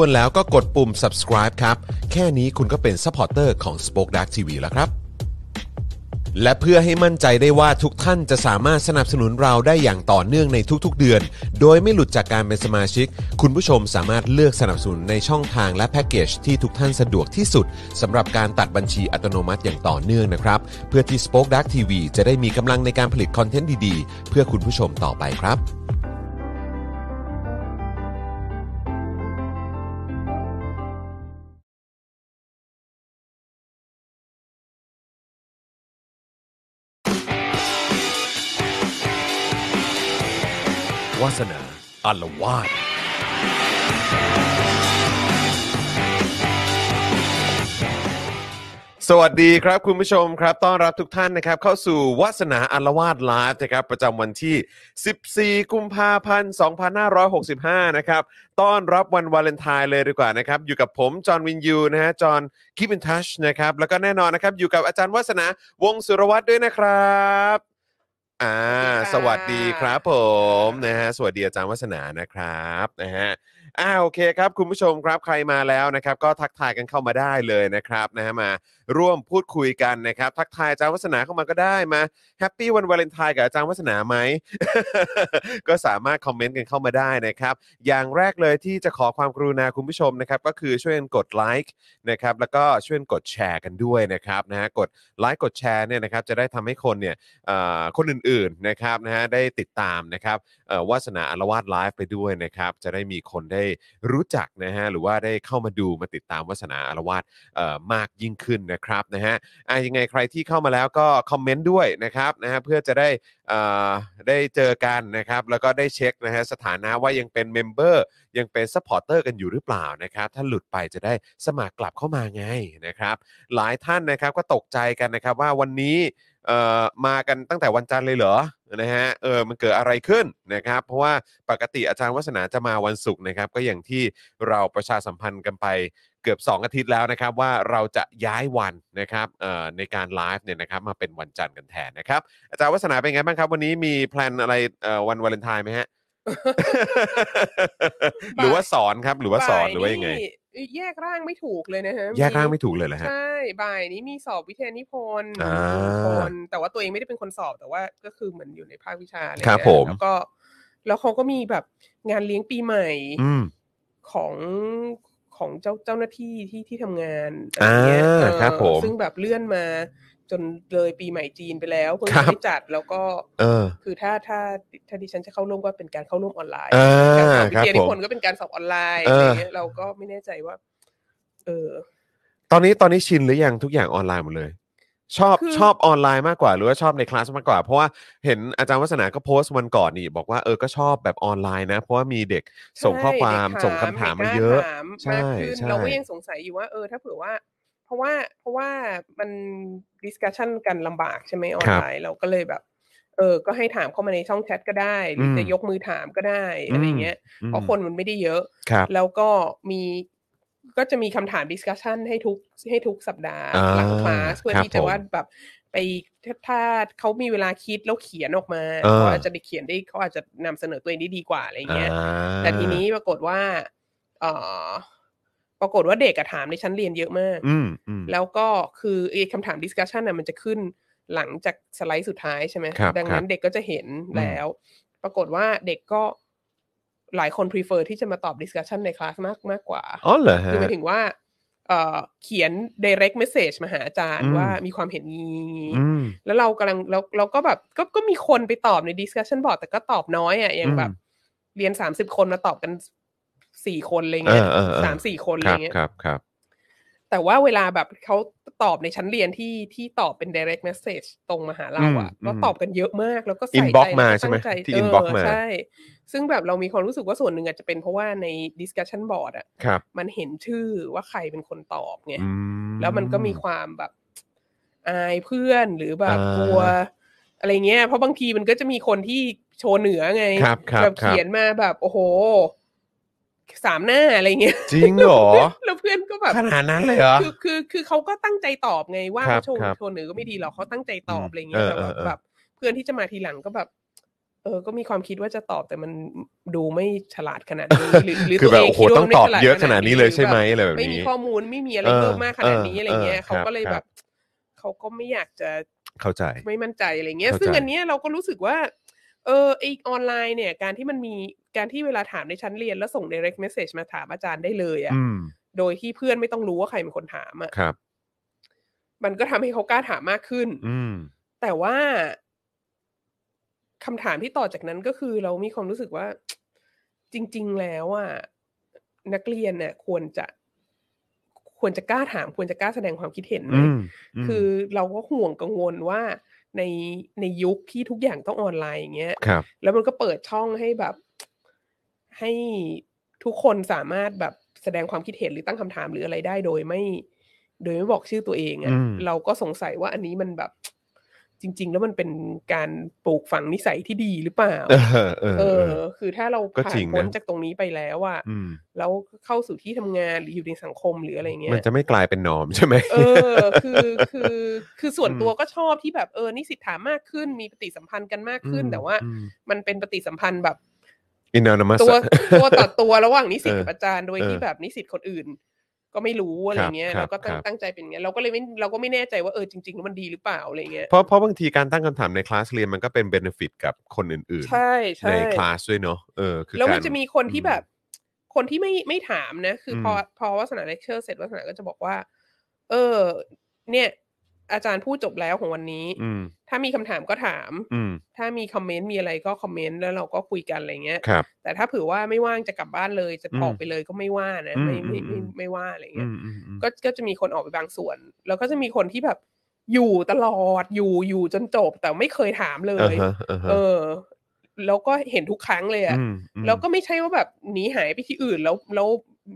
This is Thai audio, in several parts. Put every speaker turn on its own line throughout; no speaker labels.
วนแล้วก็กดปุ่ม subscribe ครับ แค่นี้คุณก็เป็น supporter ของ Spoke Dark TV แล้วครับ และเพื่อให้มั่นใจได้ว่าทุกท่านจะสามารถสนับสนุนเราได้อย่างต่อเนื่องในทุกๆเดือน โดยไม่หลุดจากการเป็นสมาชิก คุณผู้ชมสามารถเลือกสนับสนุนในช่องทางและแพ็กเกจที่ทุกท่านสะดวกที่สุดสำหรับการตัดบัญชีอัตโนมัติอย่างต่อเนื่องนะครับ เพื่อที่ Spoke Dark TV จะได้มีกำลังในการผลิตคอนเทนต์ดีๆ เพื่อคุณผู้ชมต่อไปครับ วาสนาอารวาสสวัสดีครับคุณผู้ชมครับ ต้อนรับทุกท่านนะครับ เข้าสู่วาสนาอารวาสไลฟ์นะครับ ประจำวันที่ 14 กุมภาพันธ์ 2565 นะครับ ต้อนรับวันวาเลนไทน์เลยดีกว่านะครับ อยู่กับผม จอห์นวินยูนะฮะ จอห์นคิปอินทัชนะครับ แล้วก็แน่นอนนะครับ อยู่กับอาจารย์วัสนาวงศ์สุรวัตรด้วยนะครับอ่าส
สวั
วัส
สดี
ดีค
ค่ะ
รับ ครับผมนะฮะสวัสดีอาจารย์วัฒนานะครับนะฮะอ่าโอเคครับ คุณผู้ชมครับใครมาแล้วนะครับ ก็ทักทายกันเข้ามาได้เลยนะครับนะฮะมาร่วมพูดคุยกันนะครับ ทักทายอาจารย์วัฒนาเข้ามาก็ได้มาแฮปปี้วันวาเลนไทน์กับอาจารย์วัฒนาไหม ก็สามารถคอมเมนต์กันเข้ามาได้นะครับ อย่างแรกเลยที่จะขอความกรุณาคุณผู้ชมนะครับก็คือช่วยกันกดไลค์นะครับแล้วก็ช่วยกันกดแชร์กันด้วยนะครับนะฮะกดไลค์กดแชร์เนี่ยนะครับจะได้ทำให้คนเนี่ย เอ่อคนอื่นๆนะครับนะฮะได้ติดตามนะครับเอ่อวาสนาอารวาสไลฟ์ไปด้วยนะครับ จะได้มีคนได้รู้จักนะฮะหรือว่าได้เข้ามาดูมาติดตามวาสนาอารวาสเอ่อมากยิ่งขึ้นนะครับนะฮะอ่ะยังไงใครที่เข้ามาแล้วก็คอมเมนต์ด้วยนะครับนะฮะเพื่อจะได้เอ่อได้เจอกันนะครับ แล้วก็ได้เช็คนะฮะสถานะว่ายังเป็นเมมเบอร์ยังเป็นซัพพอร์เตอร์กันอยู่หรือเปล่านะครับ ถ้าหลุดไปจะได้สมัครกลับเข้ามาไงนะครับ หลายท่านนะครับก็ตกใจกันนะครับว่าวันนี้ เอ่อมากันตั้งแต่วันจันทร์เลยเหรอนะฮะเออมันเกิดอะไรขึ้นนะครับ เพราะว่าปกติอาจารย์วัฒนาจะมาวันศุกร์นะครับ ก็อย่างที่เราประชาสัมพันธ์กันไปเกือบ 2 อาทิตย์แล้วนะครับ ว่าเราจะย้ายวันนะครับเอ่อในการไลฟ์เนี่ยนะครับมาเป็นวันจันทร์กันแทนนะครับ อาจารย์วัฒนาเป็นไงบ้างครับ วันนี้มีแพลนอะไรเอ่อวันวาเลนไทน์ไห มฮะ หรือว่าสอนครับหรือว่าสอนหรือว่ายังไง
บ่นี่แยกร่างไม่ถูกเลยนะฮะ
แยกร่างไม่ถูกเลยเหรอฮะ
ใช่บ่ายนี้มีสอบวิทยานิพนธ์
อ่า
คนแต่ว่าตัวเองไม่ได้เป็นคนสอบแต่ว่าก็คือเหมือนอยู่ในภาควิชาเลยนะครับ
ผม
แล้วก็ แล้วเขาก็มีแบบงานเลี้ยงปีใหม่
อืม
ของของเจ้าเจ้าหน้าที่ที่ที่ทำงาน
อ่า
ะไเงี้ยเออ
ครับผม
ซึ่งแบบเลื่อนมา จนเลยปีใหม่จีนไปแล้วเพิ่ง
ครับ
ได้จัดแล้วก็
เออ
คือถ้าถ้าถ้าดิฉันจะเข้าร่วมก็เป็นการเข้าร่วมออนไลน์
อ่า
การสอบวิ
ครับ
ทยานิ
ผม
พนธ์ก็เป็นการสอบออนไลน์
เอ
อะ
อ
ไร
อ
เงี้ยเราก็ไม่แน่ใจว่า เออ
ตอนนี้ตอนนี้ชินหรือยังทุกอย่างออนไลน์หมดเลย ชอบ
คือ
ชอบออนไลน์มากกว่าหรือว่าชอบในคลาสมากกว่า เพราะว่าเห็นอาจารย์วัฒนาก็โพสต์วันก่อนนี่ บอกว่าเออก็ชอบแบบออนไลน์นะ เพราะว่ามีเด็กส่งข้อความ
ใช่
ส่งคำถามมาเยอะ
ด็กถาม
ใช่
มากขึ้น
ใช่
เราก็ยังสงสัยอยู่ว่า เออ ถ้าเผื่อว่า เพราะว่า เพราะว่ามันดิสคัชชันกันลำบากใช่ไหมออนไลน์เราก็เลยแบบ เออ ก็ให้ถามเข้ามาในช่องแชทก็ได้หรืออ
ม
จะยกมือถามก็ได้อะไรเงี้ยเพราะคนมันไม่ได้เยอะ
ครับ
แล้วก็มีก็จะมีคำถามดิสคัชชันให้ทุกให้ทุกสัปดาห์
อ่า
หลังคลาสเพื่อ
ครับ
ที่จะ
ผม
ว่าแบบไปถ้าถ้าเขามีเวลาคิดแล้วเขียนออกมา
อ่า
เขาอาจจะได้เขียนได้เขาอาจจะนำเสนอตัวเองได้ดีกว่าอะไรเงี้ย
อ่า
แต่ทีนี้ปรากฏว่าเออปรากฏว่าเด็กอะถามในชั้นเรียนเยอะมาก
อืมอืม
แล้วก็คือไอ้คำถาม discussion น่ะมันจะขึ้นหลังจากสไลด์สุดท้ายใช่ไหม
ครับ
ดัง
ค
นั้
รั
น
บ
เด็กก็จะเห็นแล้ว ปรากฏว่าเด็กก็หลายคน prefer ที่จะมาตอบ discussion ในคลาสมากมากกว่า
๋อเหรอฮะ
คือหมายถึงว่า เอ่อเขียน direct message มาหาอาจารย์
อืม
ว่ามีความเห็นนี้
อืม
แล้วเรากำลังแล้วเราก็แบบก็ก็มีคนไปตอบใน discussion board แต่ก็ตอบน้อยอะ่ะอย่างแบบ
อืม
เรียนสามสิบคนมาตอบกันสี่คนอะไรเงี้ย
เออเออเออ
สามสี่คนอะ
ค
ไร
รับ
เงี้ย
ครับครับ
แต่ว่าเวลาแบบเขาตอบในชั้นเรียนที่ที่ตอบเป็น direct message ตรงมาหาเราอะ่ะ
อืม
ก็ตอบกันเยอะมากแล้วก็ใส่ใจ
Inbox มา
แล้วก็
ใช่ไหม
ตั้งจ
ที่ inbox มา
เใช่ ซึ่งแบบเรามีความรู้สึกว่าส่วนหนึ่งอาจจะเป็นเพราะว่าใน discussion board อ่ะ
ครับ
มันเห็นชื่อว่าใครเป็นคนตอบไง
อืม
แล้วมันก็มีความแบบอายเพื่อนหรือแบบ
อ่าก
ลัว อะไรเงี้ย เพราะบางทีมันก็จะมีคนที่โชว์เหนือไง
ครับครับ
แบบ
ครับ
เขียนมาแบบโอ้โหสามหน้าอะไรเงี้ย
จริงเหรอ
แล้วเพื่อนก็แบบ
ขนาดนั้นเลยเหรอ
คือคือคือเขาก็ตั้งใจตอบไงว่า
ครั
เขา
บ
โชว์
ครับ
โชว์เหนือก็ไม่ดีหรอกเขาตั้งใจตอบ
อืม
อะไรเงี้ยแต่แบบ
เออเออเออ
แบบ เพื่อนที่จะมาทีหลังก็แบบ เออ ก็มีความคิดว่าจะตอบแต่มันดูไม่ฉลาดขนาดนี้หรือหรือ
คือ
ตั
แบ
ว
บ
เอง
โอ้โห
คิดว่า
ต้อง
มันไม่
ตอบ
ฉลาด
เยอะขนาดนี้เลย
หรือ
ใช่ไหมอะ
แบบ
ไรแบบ
ไม่มี
นี้
ข้อมูลไม่มีอะไร
เออ
เพิ่มมากขนาดนี้
เอออ
อะไรเงี้ย
เออ
เขาก็เลย
ครับ
แบบเขาก็ไม่อยากจะ
เข้าใจ
ไม่มั่นใจอะไรเงี้ย
เข้าใจ
ซึ่งอันเนี้ยเราก็รู้สึกว่า เออไอออนไลน์เนี่ย การที่มันมีการที่เวลาถามในชั้นเรียนแล้วส่ง direct message มาถามอาจารย์ได้เลยอะ่ะ
อืม
โดยที่เพื่อนไม่ต้องรู้ว่าใครเป็นคนถามอะ่ะ
ครับ
มันก็ทำให้เขากล้าถามมากขึ้น
อืม
แต่ว่าคำถามที่ต่อจากนั้นก็คือเรามีความรู้สึกว่า จริง ๆ แล้วอ่ะนักเรียนเนี่ยควรจะควรจะกล้าถาม ควรจะกล้าแสดงความคิดเห็นไหม
อืมม
คือเราก็ห่วงกังวลว่าในในยุคที่ทุกอย่างต้องออนไลน์อย่างเงี้ย
ครับ
แล้วมันก็เปิดช่องให้แบบ ให้ทุกคนสามารถแบบแสดงความคิดเห็นหรือตั้งคำถามหรืออะไรได้โดยไม่ โดยไม่บอกชื่อตัวเอง
อื
อะ่ะ
ม
เราก็สงสัยว่าอันนี้มันแบบ จริง ๆ แล้วมันเป็นการปลูกฝังนิสัยที่ดีหรือเปล่า
เออเออ
เอ
เออ
อ คือถ้าเรา
ก็
ผ่า
จริ
น
งนะ
พ้นจากตรงนี้ไปแล้วอะ
อืม
แล้วเข้าสู่ที่ทำงานหรืออยู่ในสังคมหรืออะไรอย่างเงี้ย
มันจะไม่กลายเป็นนอมใช่ไหม
เออคือคือคือส่วน
อืม
ตัวก็ชอบที่แบบเออนิสิตถามมากขึ้น มีปฏิสัมพันธ์กันมากขึ้น แต่ว่ามันเป็นปฏิสัมพันธ์แบบ
อินนอนมัส
ตัว ตัวต่อตัวระหว่างนิสิต
เออ
กับอาจารย์โดยที่แบบนิสิตคนอื่น ก็ไม่รู้อะไรเงี้ย
ครับ
เราก็ตั้
ค
ง
รับ
ตั้งใจเป็นอย่างเงี้ยเราก็เลยไม่เราก็ไม่แน่ใจว่าเออจริงๆแล้วมันดีหรือเปล่าอะไรเงี้ย
เพราะเพราะบางทีการตั้งคำถามในคลาสเรียนมันก็เป็นเบนฟิตกับคนอื่น
ใช่
ๆ
ใช่
ในคลาสด้วยเนาะเออคือ
แล้วมัน
การ
จะมีคนที่
อืม
แบบ คนที่ไม่ไม่ถามนะ คืออ
ม
พอพอวาสนาเลคเชอร์เสร็จวาสนาก็จะบอกว่า เออ เนี่ย อาจารย์พูดจบแล้วของวันนี้
อืม
ถ้ามีคำถามก็ถาม
อืม
ถ้ามีคอมเมนต์มีอะไรก็คอมเมนต์แล้วเราก็คุยกันอะไรเงี้ย
ครับ
แต่ถ้าเผื่อว่าไม่ว่างจะกลับบ้านเลยจะ
อืม
ออกไปเลยก็ไม่ว่านะ
อืม
ไม่ไม่
อื
ไม่
ม
ไม่ว่าอะไร
อื
เงี้ย
มอืมอืม
ก็ก็จะมีคนออกไปบางส่วน แล้วก็จะมีคนที่แบบอยู่ตลอดอยู่อยู่จนจบ แต่ไม่เคยถามเลย
อ่าฮะอ่าฮะ
เออ แล้วก็เห็นทุกครั้งเลยอะ
มอืม
แล้วก็ไม่ใช่ว่าแบบหนีหายไปที่อื่นแล้วแล้ว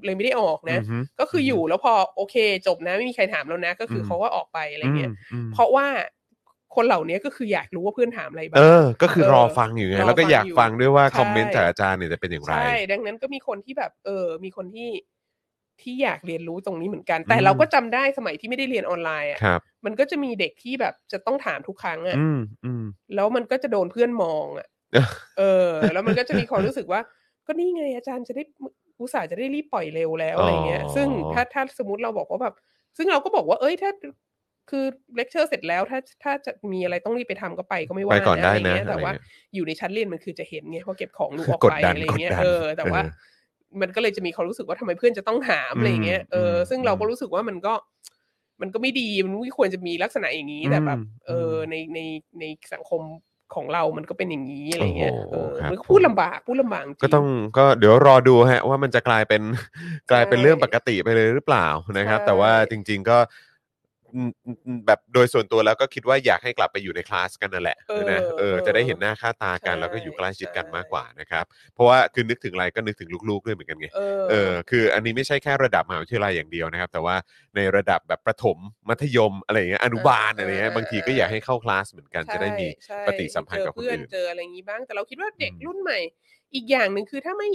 เลยไม่ได้ออกนะ
อืม
ก็คืออยู่แล้วพอโอเค จบนะไม่มีใครถามแล้วนะ ก็คืออ
ม
เขาก็ออกไปอะไรเงี้ย
อืม
เพราะว่าคนเหล่านี้ก็คืออยากรู้ว่าเพื่อนถามอะไรบ้า
เอง อ ก็คือ
เออ
รอฟังอยู่ไง
รอ
แล้วก็อยากฟังด้วยว่า
ใช่
คอมเมนต์จากอาจารย์เนี่ยจะเป็นอย่างไร
ใช่ ดังนั้นก็มีคนที่แบบ เออ มีคนที่ที่อยากเรียนรู้ตรงนี้เหมือนกัน แต่
อืม
เราก็จำได้สมัยที่ไม่ได้เรียนออนไลน์อ่ะ
ครับ
มันก็จะมีเด็กที่แบบจะต้องถามทุกครั้งอ่ะ
อืมอืม
แล้วมันก็จะโดนเพื่อนมอง อ่ะ
เออ
เออ แล้วมันก็จะมีความรู้สึกว่า ก็นี่ไงอาจารย์จะได้อุตส่าห์จะได้รีบปล่อยเร็วแล้วอะไรเงี้ย
อ๋อ
ซึ่งถ้าถ้าสมมติเราบอกว่าแบบ ซึ่งเราก็บอกว่า เอ้ย ถ้า คือเลคเชอร์เสร็จแล้ว ถ้าถ้าจะมีอะไรต้องรีบไปทำก็ไปก็ไม่
ไป
ว่า
ก่อนได้
ะร
นะ
เงี้ย
อะ
แต่
ไร
ว่า
เงี้ย
อยู่ในชั้นเรียนมันคือจะเห็นไงเพราะเก็บของลูก
คือ
ออก
กด
ไป
ดัน
อะไรเงี้ย
กดดัน
เออ แต่ว่า
เออ
มันก็เลยจะมีความรู้สึกว่าทำไมเพื่อนจะต้องถามอะไรเงี้ยเออ
อืม
ซึ่งเราก็รู้สึกว่ามันก็ มันก็ไม่ดีมันไม่ควรจะมีลักษณะอย่างนี้แต่แบบ
อืม
เอออในในในสังคมของเรามันก็เป็นอย่างนี้อะไรเงี้ย
โอ้โห
เออ
ครับ
มันก็พูด
ผม
ลำบากพูดลำบากจริ
ก็ต้องก็เดี๋ยวรอดูฮะว่ามันจะกลายเป็น กลายเป็นเรื่องปกติไปเลยหรือเปล่านะครับ
ใช่
แต่ว่าจริง ๆก็อืมอืมอืมแบบโดยส่วนตัวแล้วก็คิดว่าอยากให้กลับไปอยู่ในคลาสกันนั่นแหละนะเออจะได้เห็นหน้าค่าตากันแล้วก็อยู่ใกล้ชิดกันมากกว่านะครับ เพราะว่าคือนึกถึงอะไรก็นึกถึงลูกๆด้วยเหมือนกันไง
เออ
เออคืออันนี้ไม่ใช่แค่ระดับมหาวิทยาลัยอย่างเดียวนะครับ แต่ว่าในระดับแบบประถมมัธยมอะไรอย่างเงี้ยอนุบาล
เออ
อะไรเงี้ย
เออเออ
บางทีก็อยากให้เข้าคลาสเหมือนกันจะได้มี
ใช่
ปฏิสัมพันธ์กับคนอื่น
เจอเพื่เจออะไรอย่างนี้บ้าง แต่เราคิดว่าเด็ก
อืม
รุ่นใหม่ อีกอย่างหนึ่งคือถ้าไม่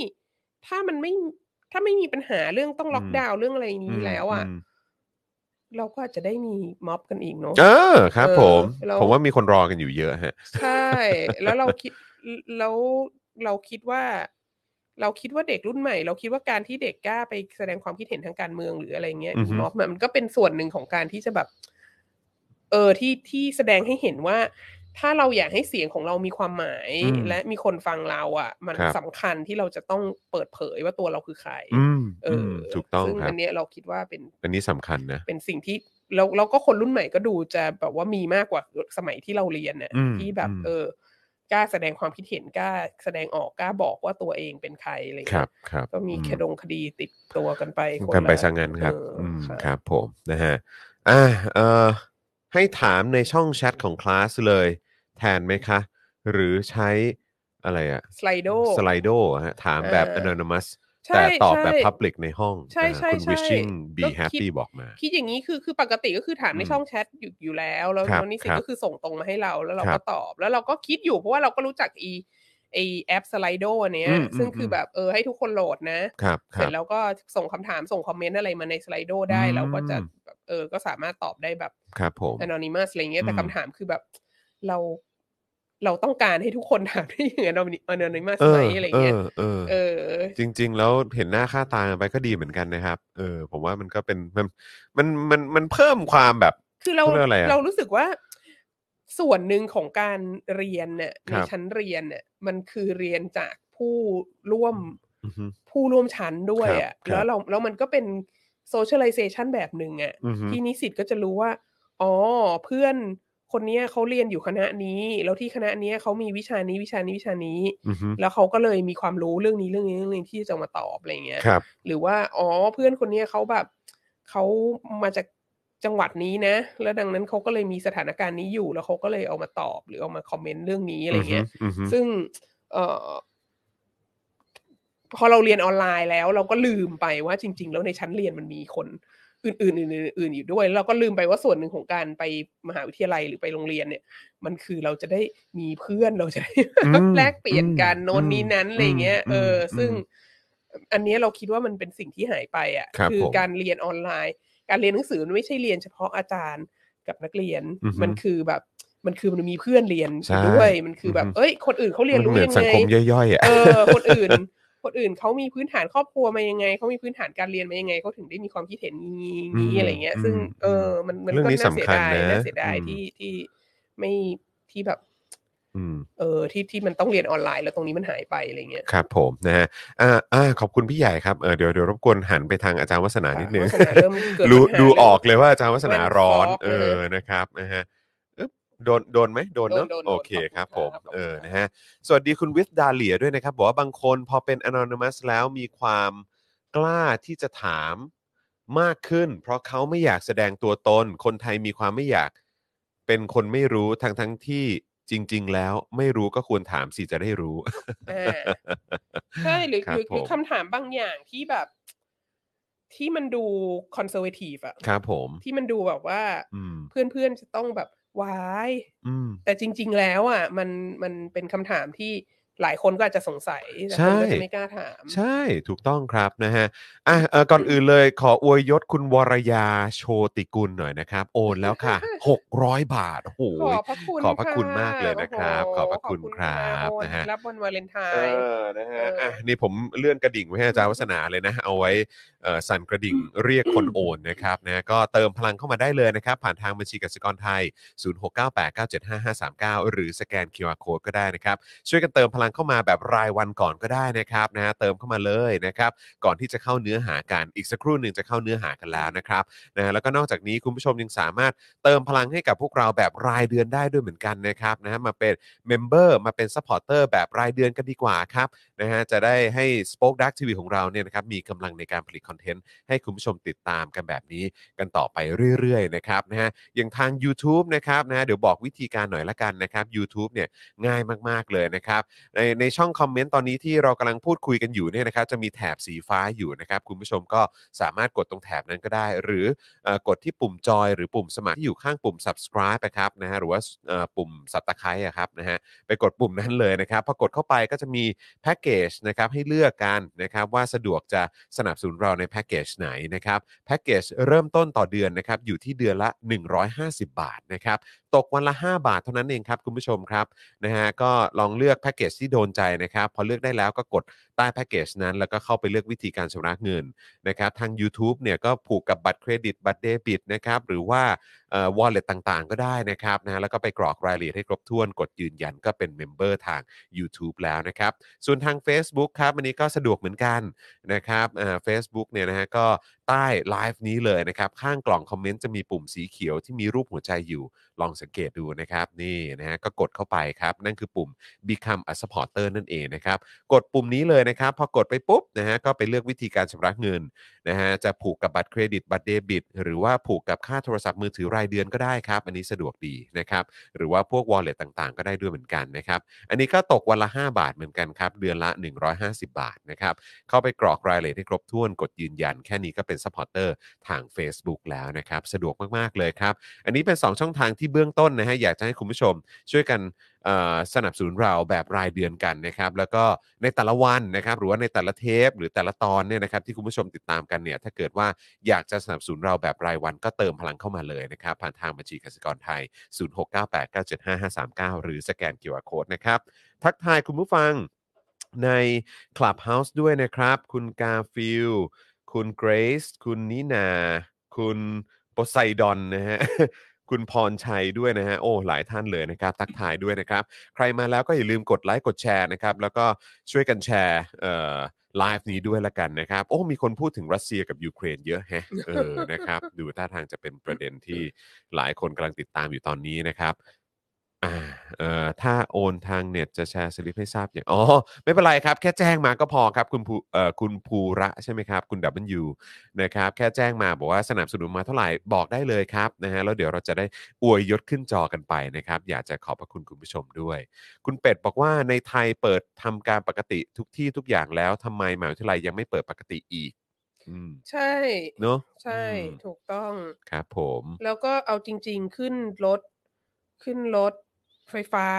ถ้ามันไม่ถ้าไม่มีปัญหาเรื่องต้องล็อก
อืม
ดาวน์เรื่องอะไรอย่าง
ม
นี้แล้วอ่ะ
ม
เราก็อาจจะได้มีม็อบกันอีกเนาะ
เออครับ
เออ
ผม
เรา
ผมว่ามีคนรอกันอยู่เยอะฮะ
ใช่ แล้วเราคิดแล้วเราคิดว่า เราคิดว่าเด็กรุ่นใหม่ เราคิดว่าการที่เด็กกล้าไปแสดงความคิดเห็นทางการเมืองหรืออะไรเงี้ย
อือฮึ
มีม็อบอะมันก็เป็นส่วนหนึ่งของการที่จะแบบ เออที่ที่แสดงให้เห็นว่า ถ้าเราอยากให้เสียงของเรามีความหมาย
อืม
และมีคนฟังเราอ่ะ มัน
ครับ
สำคัญที่เราจะต้องเปิดเผยว่าตัวเราคือใคร
อืม
เอ
อื
อ
มถูกต้อง
ซึ่ง
ครั
อั
บ
นเนี้ยเราคิดว่าเป็น
อันนี้สำคัญนะ
เป็นสิ่งที่แล้วแล้วก็คนรุ่นใหม่ก็ดูจะแบบว่ามีมากกว่าสมัยที่เราเรียนเนี่ย
อืม
ที่แบบ
อืม
เออกล้าแสดงความคิดเห็นกล้าแสดงออกกล้าบอกว่าตัวเองเป็นใครอะไร
ครั
เงี้
บ
ย
ครับ
ก็มี
อื
คดงคดีติดตัวกันไปค
กันไป
ละ
ซะงั้นครับ
เอออ
อืม
ค่ะ
ครับผมนะฮะอ่าเอ่อให้ถามในช่องแชทของคลาสเลย แทนไหมคะ หรือใช้อะไรอะ
สไลโด
สไลโดฮะถามแบบ
เออ
anonymous
ใช่
แต่ตอบแบบ
ใช่
public ในห้อง
ใช่
นะฮะ
ใช่
คุณ
ใช่
wishing be
แล้วคิด
happy บอกมา
คิดอย่างนี้คือคือปกติก็คือถามใน
อืม
ช่องแชทอยู่อยู่แล้วแล้ว
ครับ
นิสิต
ครับ
ก็คือส่งตรงมาให้เราแล้วเรา
ครั
ก็
บ
ตอบแล้วเราก็คิดอยู่เพราะว่าเราก็รู้จักอีไอแอปสไลโดอันเนี้
อื
ย
มอืม
ซึ่งคืออ
ม
แบบเออให้ทุกคนโหลดนะ
ครับค
เส
รั
ร็
บ
จแล้วก็ส่งคำถามส่งคอมเมนต์อะไรมาในสไลโดได้
อืม
เราก็จะแบบเออก็สามารถตอบได้แบบ
ครับผม
anonymous อะไรเงี้ยแต่
อืม
คำถามคือแบบเรา เราต้องการให้ทุกคนถามได้อย่าง anonymous
เอ
ไหม
อ
อะไร
เอ
เงี้ย
อเออ
เออ
จริง ๆ แล้วเห็นหน้าค่าตากันไปก็ดีเหมือนกันนะครับ เออ ผมว่ามันก็เป็นมันมันมันมันเพิ่มความแบบ
คือเรา
เขาเรียกว่าอะไรอะ
เรารู้สึกว่าส่วนหนึ่งของการเรียนเนี่ย
ค
ใน
รับ
ชั้นเรียนเนี่ยมันคือเรียนจากผู้ร่วม
อือฮึ
ผู้ร่วมชั้นด้วย
ครับ
อะ่ะ
ครับ
แล้วเราแล้วมันก็เป็น socialization แบบหนึ่งอะ่ะ
อือฮึ
ที่นิสิตก็จะรู้ว่า อ๋อเพื่อนคนเนี้ยเขาเรียนอยู่คณะนี้ แล้วที่คณะเนี้ยเขามีวิชานี้วิชานี้วิชานี้
อือฮึ
แล้วเขาก็เลยมีความรู้เรื่องนี้เรื่องนี้เรื่องนี้ที่จะมาตอบอะไรอย่างเงี้ย
ครับ
หรือว่าอ๋อเพื่อนคนเนี้ยเขาแบบเขามาจากจังหวัดนี้นะ แล้วดังนั้นเขาก็เลยมีสถานการณ์นี้อยู่ แล้วเขาก็เลยเอามาตอบหรือเอามาคอมเมนต์เรื่องนี้อะไรเงี้ย
อือฮึอือฮึ
ซึ่งเออพอเราเรียนออนไลน์แล้ว เราก็ลืมไปว่าจริง ๆ แล้วในชั้นเรียนมันมีคนอื่นๆอื่นๆอื่นๆอยู่ด้วยแล้วเราก็ลืมไปว่าส่วนหนึ่งของการไปมหาวิทยาลัยหรือไปโรงเรียนเนี่ย มันคือเราจะได้มีเพื่อนเราจะได้
อืม
แลกเปลี่ยนกัน
อืม
โน้นนี้นั้นอะไรเงี้ย
อืม
เอออ
ม
ซึ่ง อันเนี้ยเราคิดว่ามันเป็นสิ่งที่หายไปอ่ะ
ครับผม
การเรียนออนไลน์ การเรียนหนังสือมันไม่ใช่เรียนเฉพาะอาจารย์กับนักเรียน
อือฮึ
มันคือแบบ มันคือมันมีเพื่อนเรียนอยู่
ใช่
ด้วยมันคือแบบ
อือฮึ
เอ้ย คนอื่นเขาเรียน
มั
รู้
เหมือน
ยัง
สัง
ไง
คมย่อยๆอ่ะ
เออ คนอื่น คนอื่นเขามีพื้นฐานครอบครัวมายังไง เขามีพื้นฐานการเรียนมายังไง เขาถึงได้มีความคิดเห็นนี้
อื
นี้
ม
อะไรเงี้ย ซึ่ง
อืม
เออ มัน มัน
เรื่อง
ก็
นี้
น่าเสีย
สำคัญ
ดาย
นะ
น่าเสียดาย
อืม
ที่ที่ไม่ที่แบบ
อืม
เออ ที่ที่มันต้องเรียนออนไลน์แล้วตรงนี้มันหายไปอะไรเงี้ย
ครับผมนะฮะอ่าอ่าขอบคุณพี่ใหญ่ครับเออเดี๋ยวเดี๋ยวรบกวนหันไปทางอาจารย์วัฒนานิดนึง
ค่ะวัฒาเริ่มเกิด
รู้
ปัญ
ดู
หาเรื่ง
ออกเลยว่าอาจารย์วัฒนา
แว่น
ร้อน
fog
เออนะครับนะฮะอึ๊บโดนโดนไหมโดนเนอะ
โดนโดนโดน
โอเค
ขอบคุณ
ครับผม
ครับขอบคุณ
เออ
ครับ
นะฮะสวัสดีคุณวิทย์ดาเลียด้วยนะครับ บอกว่าบางคนพอเป็น anonymous แล้วมีความกล้าที่จะถามมากขึ้น เพราะเขาไม่อยากแสดงตัวตน คนไทยมีความไม่อยากเป็นคนไม่รู้ทั้งทั้งๆที่จริง ๆ แล้วไม่รู้ก็ควรถามสิจะได้รู้
อ่า ใช่หรือ
ครับ
หรือ
ผ
หรือ
ม
คำถามบางอย่างที่แบบ ที่มันดูคอนเซอร์เวทีฟอะ
ครับผม
ที่มันดูแบบว่า
อืม
เพื่อนๆจะต้องแบบวาย
อืม
แต่จริง ๆ แล้วอะมันมันเป็นคำถามที่หลายคนก็อาจจะสงสัยแต่คนก็
ใช่
จะไม่กล้าถาม
ใช่ถูกต้องครับนะฮะอ่ะเอ่อก่อนอื่นเลยขออวยยศคุณวรยาโชติกุลหน่อยนะครับ โอนแล้ว ค่ะ 600 บาทโอ้โห
ขอบพระคุณ
ขอบพระคุณมากเลยนะครับ
โโห
ขอบพระคุณครับ
ขอณมากโอน
นะฮะ
รับวันวาเลนไท
เอ
น์
อนะฮะ
เอออ่
อ่ะนี่ผมเลื่อนกระดิ่งไว้ให้อาจารย์วัฒนาเลยนะ เอาไว้เอ่อสั่นกระดิ่งเรียกคนโอนนะครับนะก็เติมพลังเข้ามาได้เลยนะครับ ผ่านทางบัญชีกสิกรไทย 0698975539 หรือสแกน QR Code ก็ได้นะครับ ช่วยกันเติมพลังเข้ามาแบบรายวันก่อนก็ได้นะครับนะฮะเติมเข้ามาเลยนะครับ ก่อนที่จะเข้าเนื้อหากันอีกสักครู่หนึ่งจะเข้าเนื้อหากันแล้วนะครับนะฮะแล้วก็นอกจากนี้คุณผู้ชมยังสามารถเติมพลังให้กับพวกเราแบบรายเดือนได้ด้วยเหมือนกันนะครับนะฮะมาเป็นเมมเบอร์มาเป็นซัพพอร์เตอร์แบบรายเดือนกันดีกว่าครับ นะฮะจะได้ให้ Spoke Dark TV ของเราเนี่ยนะครับมีกำลังในการผลิตคอนเทนต์ให้คุณผู้ชมติดตามกันแบบนี้กันต่อไปเรื่อยๆนะครับนะฮะอย่างทาง u t u b e นะครับนะฮะเดี๋ยวบอกวิธีการหน่อยละกันนะครับ u t u b e เนี่ยง่ายมากๆเลยนะครับ ในในช่องคอมเมนต์ตอนนี้ที่เรากำลังพูดคุยกันอยู่เนี่ยนะครับจะมีแถบสีฟ้าอยู่นะครับคุณผู้ชมก็สามารถกดตรงแถบนั้นก็ได้ หรือเอ่อกดที่ปุ่มจอยหรือปุ่มสมัครที่อยู่ข้างปุ่ม subscribe นะครับนะฮะหรือว่าเอ่อปุ่มสับตะไคร้อะครับนะฮะ ไปกดปุ่มนั้นเลยนะครับพอกดเข้าไปก็จะมีแพ็กเกจนะครับให้เลือกกันนะครับว่าสะดวกจะสนับสนุนเราในแพ็กเกจไหนนะครับแพ็กเกจเริ่มต้นต่อเดือนนะครับอยู่ที่เดือนละ 150 บาทนะครับตกวันละ 5 บาทเท่านั้นเองครับคุณผู้ชมครับนะฮะก็ลองเลือกแพ็กเกจที่โดนใจนะครับพอเลือกได้แล้วก็กดใต้แพ็กเกจนั้น แล้วก็เข้าไปเลือกวิธีการชำระเงินนะครับทาง u t u b e เนี่ยก็ผูกกับบัตรเครดิตบัตรเดบิตนะครับหรือว่า วอลเล็ตต่างๆ ก็ได้นะครับนะแล้วก็ไปกรอกรายละเอียดให้ครบถ้วนกดยืนยันก็เป็นเมมเบอร์ทาง YouTube แล้วนะครับ ส่วนทาง Facebook ครับวันนี้ก็สะดวกเหมือนกันนะครับเฟซบุ๊กเนี่ยนะฮะก็ใต้ไลฟ์นี้เลยนะครับ ข้างกล่องคอมเมนต์จะมีปุ่มสีเขียวที่มีรูปหัวใจอยู่ ลองสังเกตดูนะครับ นี่นะฮะก็กดเข้าไปครับ นั่นคือปุ่ม Become a supporter นั่นเองนะครับ กดปุ่มนี้เลยนะครับ พอกดไปปุ๊บนะฮะก็ไปเลือกวิธีการชำระเงินนะฮะจะผูกกับบัตรเครดิตบัตรเดบิต หรือว่าผูกกับค่าโทรศัพท์มือถือรายเดือนก็ได้ครับ อันนี้สะดวกดีนะครับ หรือว่าพวก wallet ต่างๆ ก็ได้ด้วยเหมือนกันนะครับ อันนี้ก็ตกวันละ 5 บาทเหมือนกันครับ เดือนละ 150 บาทนะครับ เข้าไปกรอกรายละเอียดให้ครบถ้วนกดยืนยัน แค่นี้ก็เป็นสปอร์เตอร์ทาง Facebook แล้วนะครับ สะดวกมาก ๆ เลยครับ อันนี้เป็น 2 ช่องทางที่เบื้องต้นนะฮะอยากจะให้คุณผู้ชมช่วยกันเอ่อสนับสนุนเราแบบรายเดือนกันนะครับ แล้วก็ในแต่ละวันนะครับ หรือว่าในแต่ละเทป หรือแต่ละตอนเนี่ยนะครับที่คุณผู้ชมติดตามกันเนี่ยถ้าเกิดว่าอยากจะสนับสนุนเราแบบรายวันก็เติมพลังเข้ามาเลยนะครับ ผ่านทางบัญชีกสิกรไทย 0698975539 หรือสแกน QR Code นะครับ ทักทายคุณผู้ฟังใน Clubhouse ด้วยนะครับ คุณกาฟิลคุณเกรซคุณนินา คุณโปไซดอนนะฮะ คุณพรชัยด้วยนะฮะ โอ้ หลายท่านเลยนะครับ ทักทายด้วยนะครับ ใครมาแล้วก็อย่าลืมกดไลค์กดแชร์นะครับ แล้วก็ช่วยกันแชร์เอ่อไลฟ์นี้ด้วยละกันนะครับ โอ้ มีคนพูดถึงรัสเซียกับยูเครนเยอะแฮะเออนะครับ ดูท่าทางจะเป็นประเด็นที่หลายคนกำลังติดตามอยู่ตอนนี้นะครับ อ่าเอ่อถ้าโอนทางเน็ตจะแชร์สลิปให้ทราบอย่างอ๋อ ไม่เป็นไรครับ แค่แจ้งมาก็พอครับ คุณภูเอ่อคุณภูระใช่ไหมครับ คุณดับเบิลยูนะครับ แค่แจ้งมาบอกว่าสนับสนุนมาเท่าไหร่บอกได้เลยครับนะฮะแล้วเดี๋ยวเราจะได้อวยยศขึ้นจอกันไปนะครับ อยากจะขอบพระคุณคุณผู้ชมด้วย คุณเป็ดบอกว่าในไทยเปิดทำการปกติทุกที่ทุกอย่างแล้วทำไมมหาวิทยาลัยยังไม่เปิดปกติอีก อืม
ใช่
เนอะ
ใช่
อืม
ถูกต้อง
ครับ ผม
แล้วก็เอาจริง ๆ ขึ้นรถ ขึ้นรถไฟฟ้า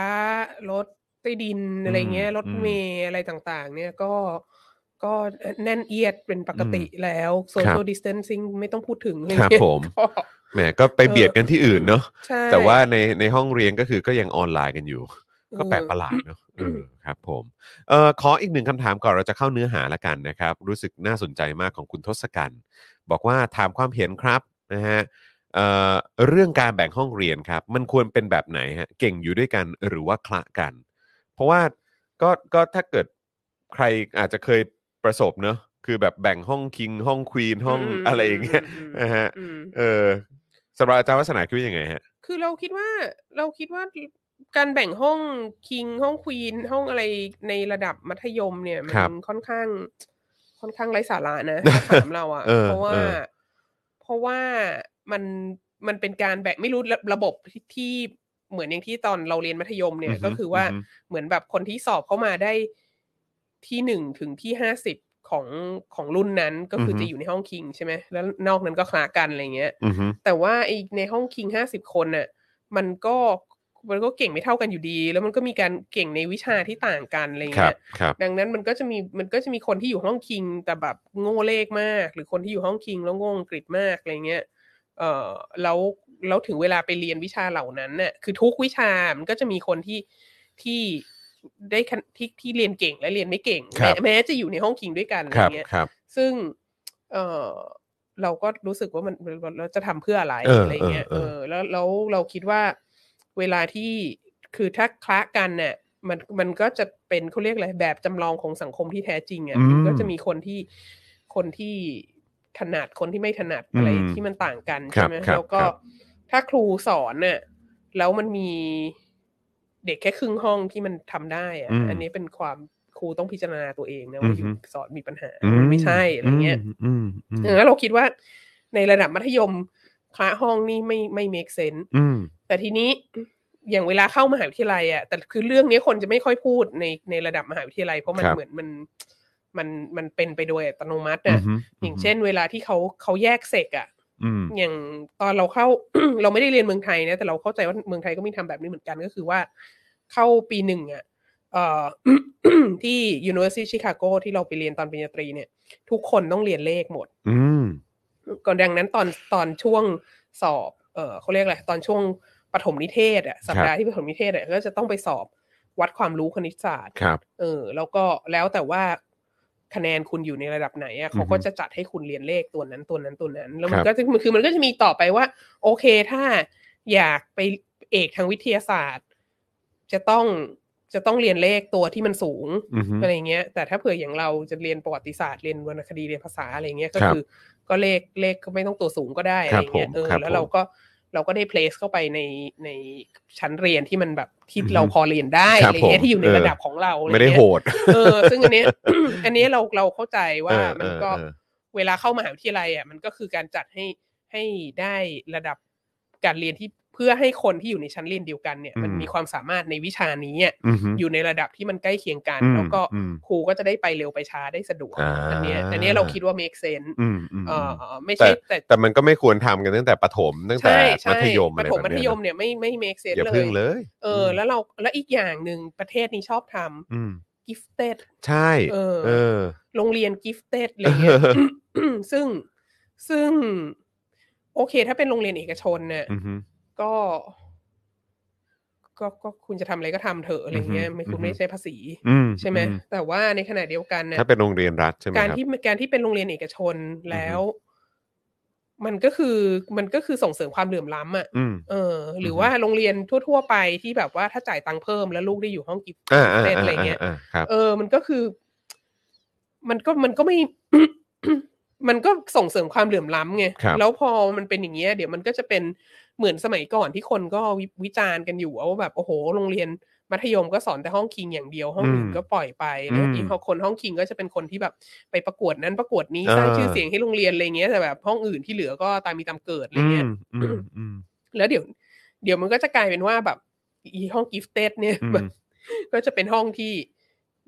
รถใต้ดินอะไรเงี้ย รถเมล์อะไรต่างๆ เนี่ยก็ก็แน่นเอียดเป็นปกติแล้วโซเชียลดิสเทนซิ่งไม่ต้องพูดถึงเลย
ครับผม
ก็
แหมก็ไปเบียดกันที่อื่นเนอะ
ใช่
แต่ว่าในในห้องเรียนก็คือก็ยังออนไลน์กันอยู่
เออ
ก็แปลกประหลาดเนอะเอ
อืม
อครับผมเออขออีกหนึ่งคำถามก่อนเราจะเข้าเนื้อหาละกันนะครับ รู้สึกน่าสนใจมากของคุณทศกัณฐ์บอกว่าถามความเห็นครับนะฮะเอ่อเรื่องการแบ่งห้องเรียนครับ มันควรเป็นแบบไหนฮะเก่งอยู่ด้วยกันหรือว่าคละกัน เพราะว่าก็ก็ถ้าเกิดใครอาจจะเคยประสบเนอะคือแบบแบ่งห้องคิงห้องควีนห้อง
ม
อะไรอย่างเงี้ย
ม
นะฮะ
อืม
เออสำหรับอาจารย์วัฒนาคิดว่ายังไงฮะ
คือเราคิดว่าเราคิดว่าการแบ่งห้องคิงห้องควีนห้องอะไรในระดับมัธยมเนี่ยมั
ครับ
ค่อนข้าง ค่อนข้างไร้สาระ นะ ถามเราอะ
เออ
เพราะว่า
เออ
เพราะว่ามันมันเป็นการแบ่งไม่รู้ระระบบที่ที่เหมือนอย่างที่ตอนเราเรียนมัธยมเนี่ย ก็คือว่า
ฮึ
เหมือนแบบคนที่สอบเข้ามาได้ที่หนึ่งถึงที่ห้าสิบของของรุ่นนั้นก็คือจะอยู่ในห้องคิงใช่ไหมแล้วนอกนั้นก็คลากันอะไรเงี้ย
อือฮึ
แต่ว่าไอในห้องคิงห้าสิบคนน่ะมันก็มันก็เก่งไม่เท่ากันอยู่ดี แล้วมันก็มีการเก่งในวิชาที่ต่างกันอะไร
ครั
เงี้
บ
ย
ครับ
ดังนั้นมันก็จะมีมันก็จะมีคนที่อยู่ห้องคิงแต่แบบโง่เลขมาก หรือคนที่อยู่ห้องคิงแล้วโง่อังกฤษมากอะไรเงี้ยเออแล้วแล้วถึงเวลาไปเรียนวิชาเหล่านั้นน่ะคือทุกวิชามันก็จะมีคนที่ที่ได้คะที่ที่เรียนเก่งและเรียนไม่เก่ง
ครั
แม้
บ
แม้จะอยู่ในห้องคิงด้วยกันอะ
ค
ไร
รับ
เงี้ย
ครับ
ซึ่ง เออเราก็รู้สึกว่ามันเราเราจะทำเพื่ออะไร
เอออ
อะไรเงี้ย
เอ
เอ
อเออ
อ แล้วแล้วเราคิดว่า เวลาที่คือถ้าคละกันเนี่ยมันมันก็จะเป็นเขาเรียกอะไรแบบจำลองของสังคมที่แท้จริงอะ่ะ
อืม
มันก็จะมีคนที่คนที่ถนัดคนที่ไม่ถนัดอะไร
อืม
ที่มันต่างกัน
ครั
ใช่
บ
ไหม
ครับ
แล้วก็
ครับ
ถ้าครูสอนเนี่ยแล้วมันมีเด็กแค่ครึ่งห้องที่มันทำได้อะ
อืม
อันนี้เป็นความครูต้องพิจารณาตัวเองนะว่าอยู่
อือฮึ
สอนมีปัญหา
อื
มันไม่ใช่อะไรเงี้ย
อืมอืม
เออแล้วเราคิดว่าในระดับมัธยมคละห้องนี่ไม่ไม่ make sense
อืม
แต่ทีนี้อย่างเวลาเข้ามหาวิทยาลัยอะแต่คือเรื่องนี้คนจะไม่ค่อยพูดในในระดับมหาวิทยาลัย เพราะมัน
ครับ
เหมือนมันมันมันเป็นไปโดยอัตโนมัติ
อื
อะ
มฮึ
อย่างเช่น เวลาที่เขาเขาแยกเซกอะ
อืม
อย่างตอนเราเข้า เราไม่ได้เรียนเมืองไทยนะแต่เราเข้าใจว่าเมืองไทยก็มีทำแบบนี้เหมือนกันก็คือว่าเข้าปีหนึ่งอะเอ่ อ ที่ University Chicago ที่เราไปเรียนตอนปริญญาตรีเนี่ย ทุกคนต้องเรียนเลขหมด
อืม
ก่อนดังนั้นตอนตอนช่วงสอบ เออเขาเรียกอะไร ตอนช่วงปฐมนิเทศอะสัปดาห์ที่ปฐมนิเทศอะก็จะต้องไปสอบวัดความรู้คณิตศาสตร์
ครับ
เออ แล้วก็แล้วแต่ว่า คะแนนคุณอยู่ในระดับไหน
อือ
อะ
ฮึ
เขาก็จะจัดให้คุณเรียนเลขตัวนั้นตัวนั้นตัวนั้น แล้วมั
คน รับ
ก็จะคือมันก็จะมีต่อไปว่า โอเคถ้าอยากไปเอกทางวิทยาศาสตร์ จะต้องจะต้องเรียนเลขตัวที่มันสูง
อือฮึ
อะไรเงี้ยแต่ถ้าเผื่ออย่างเราจะเรียนประวัติศาสตร์เรียนวรรณคดีเรียนภาษาอะไรเงี้ยก็
ครับ
คือก็เลขเลขก็ไม่ต้องตัวสูงก็ได้
ค
อะ
รั
ไร
บ
เงี้ย
ผม
เออ
ครับ
แล้วเราก็เราก็ได้ place เข้าไปในในชั้นเรียนที่มันแบบที่
อือฮึ
เราพอเรียนได้
ครั
อะ
บ
ไรเงี้ย
ผม
ที่อยู่ใน
เออ
ระดับของเราอะร
ไม่ได้
เงี้ย
โหด
เออซึ่งอันเนี้ย อันเนี้ยเราเราเข้าใจว่า
เออ
มัน
เออ
ก็
เออ
เวลาเข้ามหาวิทยาลัยอ่ะมันก็คือการจัดให้ให้ได้ระดับการเรียนที่เพื่อให้คนที่อยู่ในชั้นเรียนเดียวกันเนี่ยมันมีความสามารถในวิชานี้อะ
อือฮึ
อยู่ในระดับที่มันใกล้เคียงกัน
อืม
แล้วก็
อืม
ครูก็จะได้ไปเร็วไปช้าได้สะดวก
อ่า
อันเนี้ยอันเนี้ยเราคิดว่า make sense
อืมอืม
เอ
อื
อ
ม
เอ่อไม่ใช่แต่
แต่มันก็ไม่ควรทำกันตั้งแต่ประถมตั้งแต่
ใช่ใช่
มัธยม
ป
อะไร
ระถม
แบบ
มัธ
เนี้
ย
ย
ม
นะ
เนี่ยไม่ไม่ไม่ make sense
อย่า
เล
พึ่ง
ย
เลย
เออแล้วเราแล้วอีกอย่างหนึ่งประเทศนี้ชอบท
อืม
ำ gifted
ใช่
เออ
เออ
โรงเรียน gifted อะไรเงี้ย
เออ
ซึ่งซึ่ง โอเค ถ้าเป็นโรงเรียนเอกชนเนี่ย
อือฮึ
ก็ ก็ก็คุณจะทำอะไรก็ทำเถอะอะไรเงี้ย
อือฮึ
ไม่คุ
อื
ณ
อฮึ
ไม่ใช้ภาษี
อืม
ใช่ไหม
อื
แต่ว่าในขณะเดียวกันนะ
ถ้าเป็นโรงเรียนรัฐใช่ไหม
การ
ครับ
ที่การที่เป็นโรงเรียนเอกชนแล้ว มันก็คือมันก็คือส่งเสริมความเหลื่อมล้ำอ่ะ
อืม
เออ หรืออ
อฮึ
ว่าโรงเรียนทั่ว ๆ ไปที่แบบว่าถ้าจ่ายตังค์เพิ่มแล้วลูกได้อยู่ห้องกิฟต์
อ่าอ่า
เซน
อ่า
อะไรเงี้ย
อ่าครับ
เออ มันก็คือ มันก็มันก็ไม่ มันก็ส่งเสริมความเหลื่อมล้ำไง
ครับ
แล้วพอมันเป็นอย่างเงี้ย เดี๋ยวมันก็จะเป็นเหมือนสมัยก่อนที่คนก็วิวิจารณ์กันอยู่ว่าแบบโอ้โห โรงเรียนมัธยมก็สอนแต่ห้องคิงอย่างเดียว ห้องอื่น
อืม
ก็ปล่อยไป
อื
นะ
ม
อีกคนห้องคิงก็จะเป็นคนที่แบบไปประกวดนั้นประกวดนี้สร้าง
อ่า
ชื่อเสียงให้โรงเรียนอะไรเงี้ย แต่แบบห้องอื่นที่เหลือก็ตามมีตามเกิดอะไร
อื
เงี้
ม
ย
อืมอืม
แล้วเดี๋ยว เดี๋ยวมันก็จะกลายเป็นว่าแบบอีห้องกิฟเต็ดเนี่ย
อืม
แบบก็จะเป็นห้องที่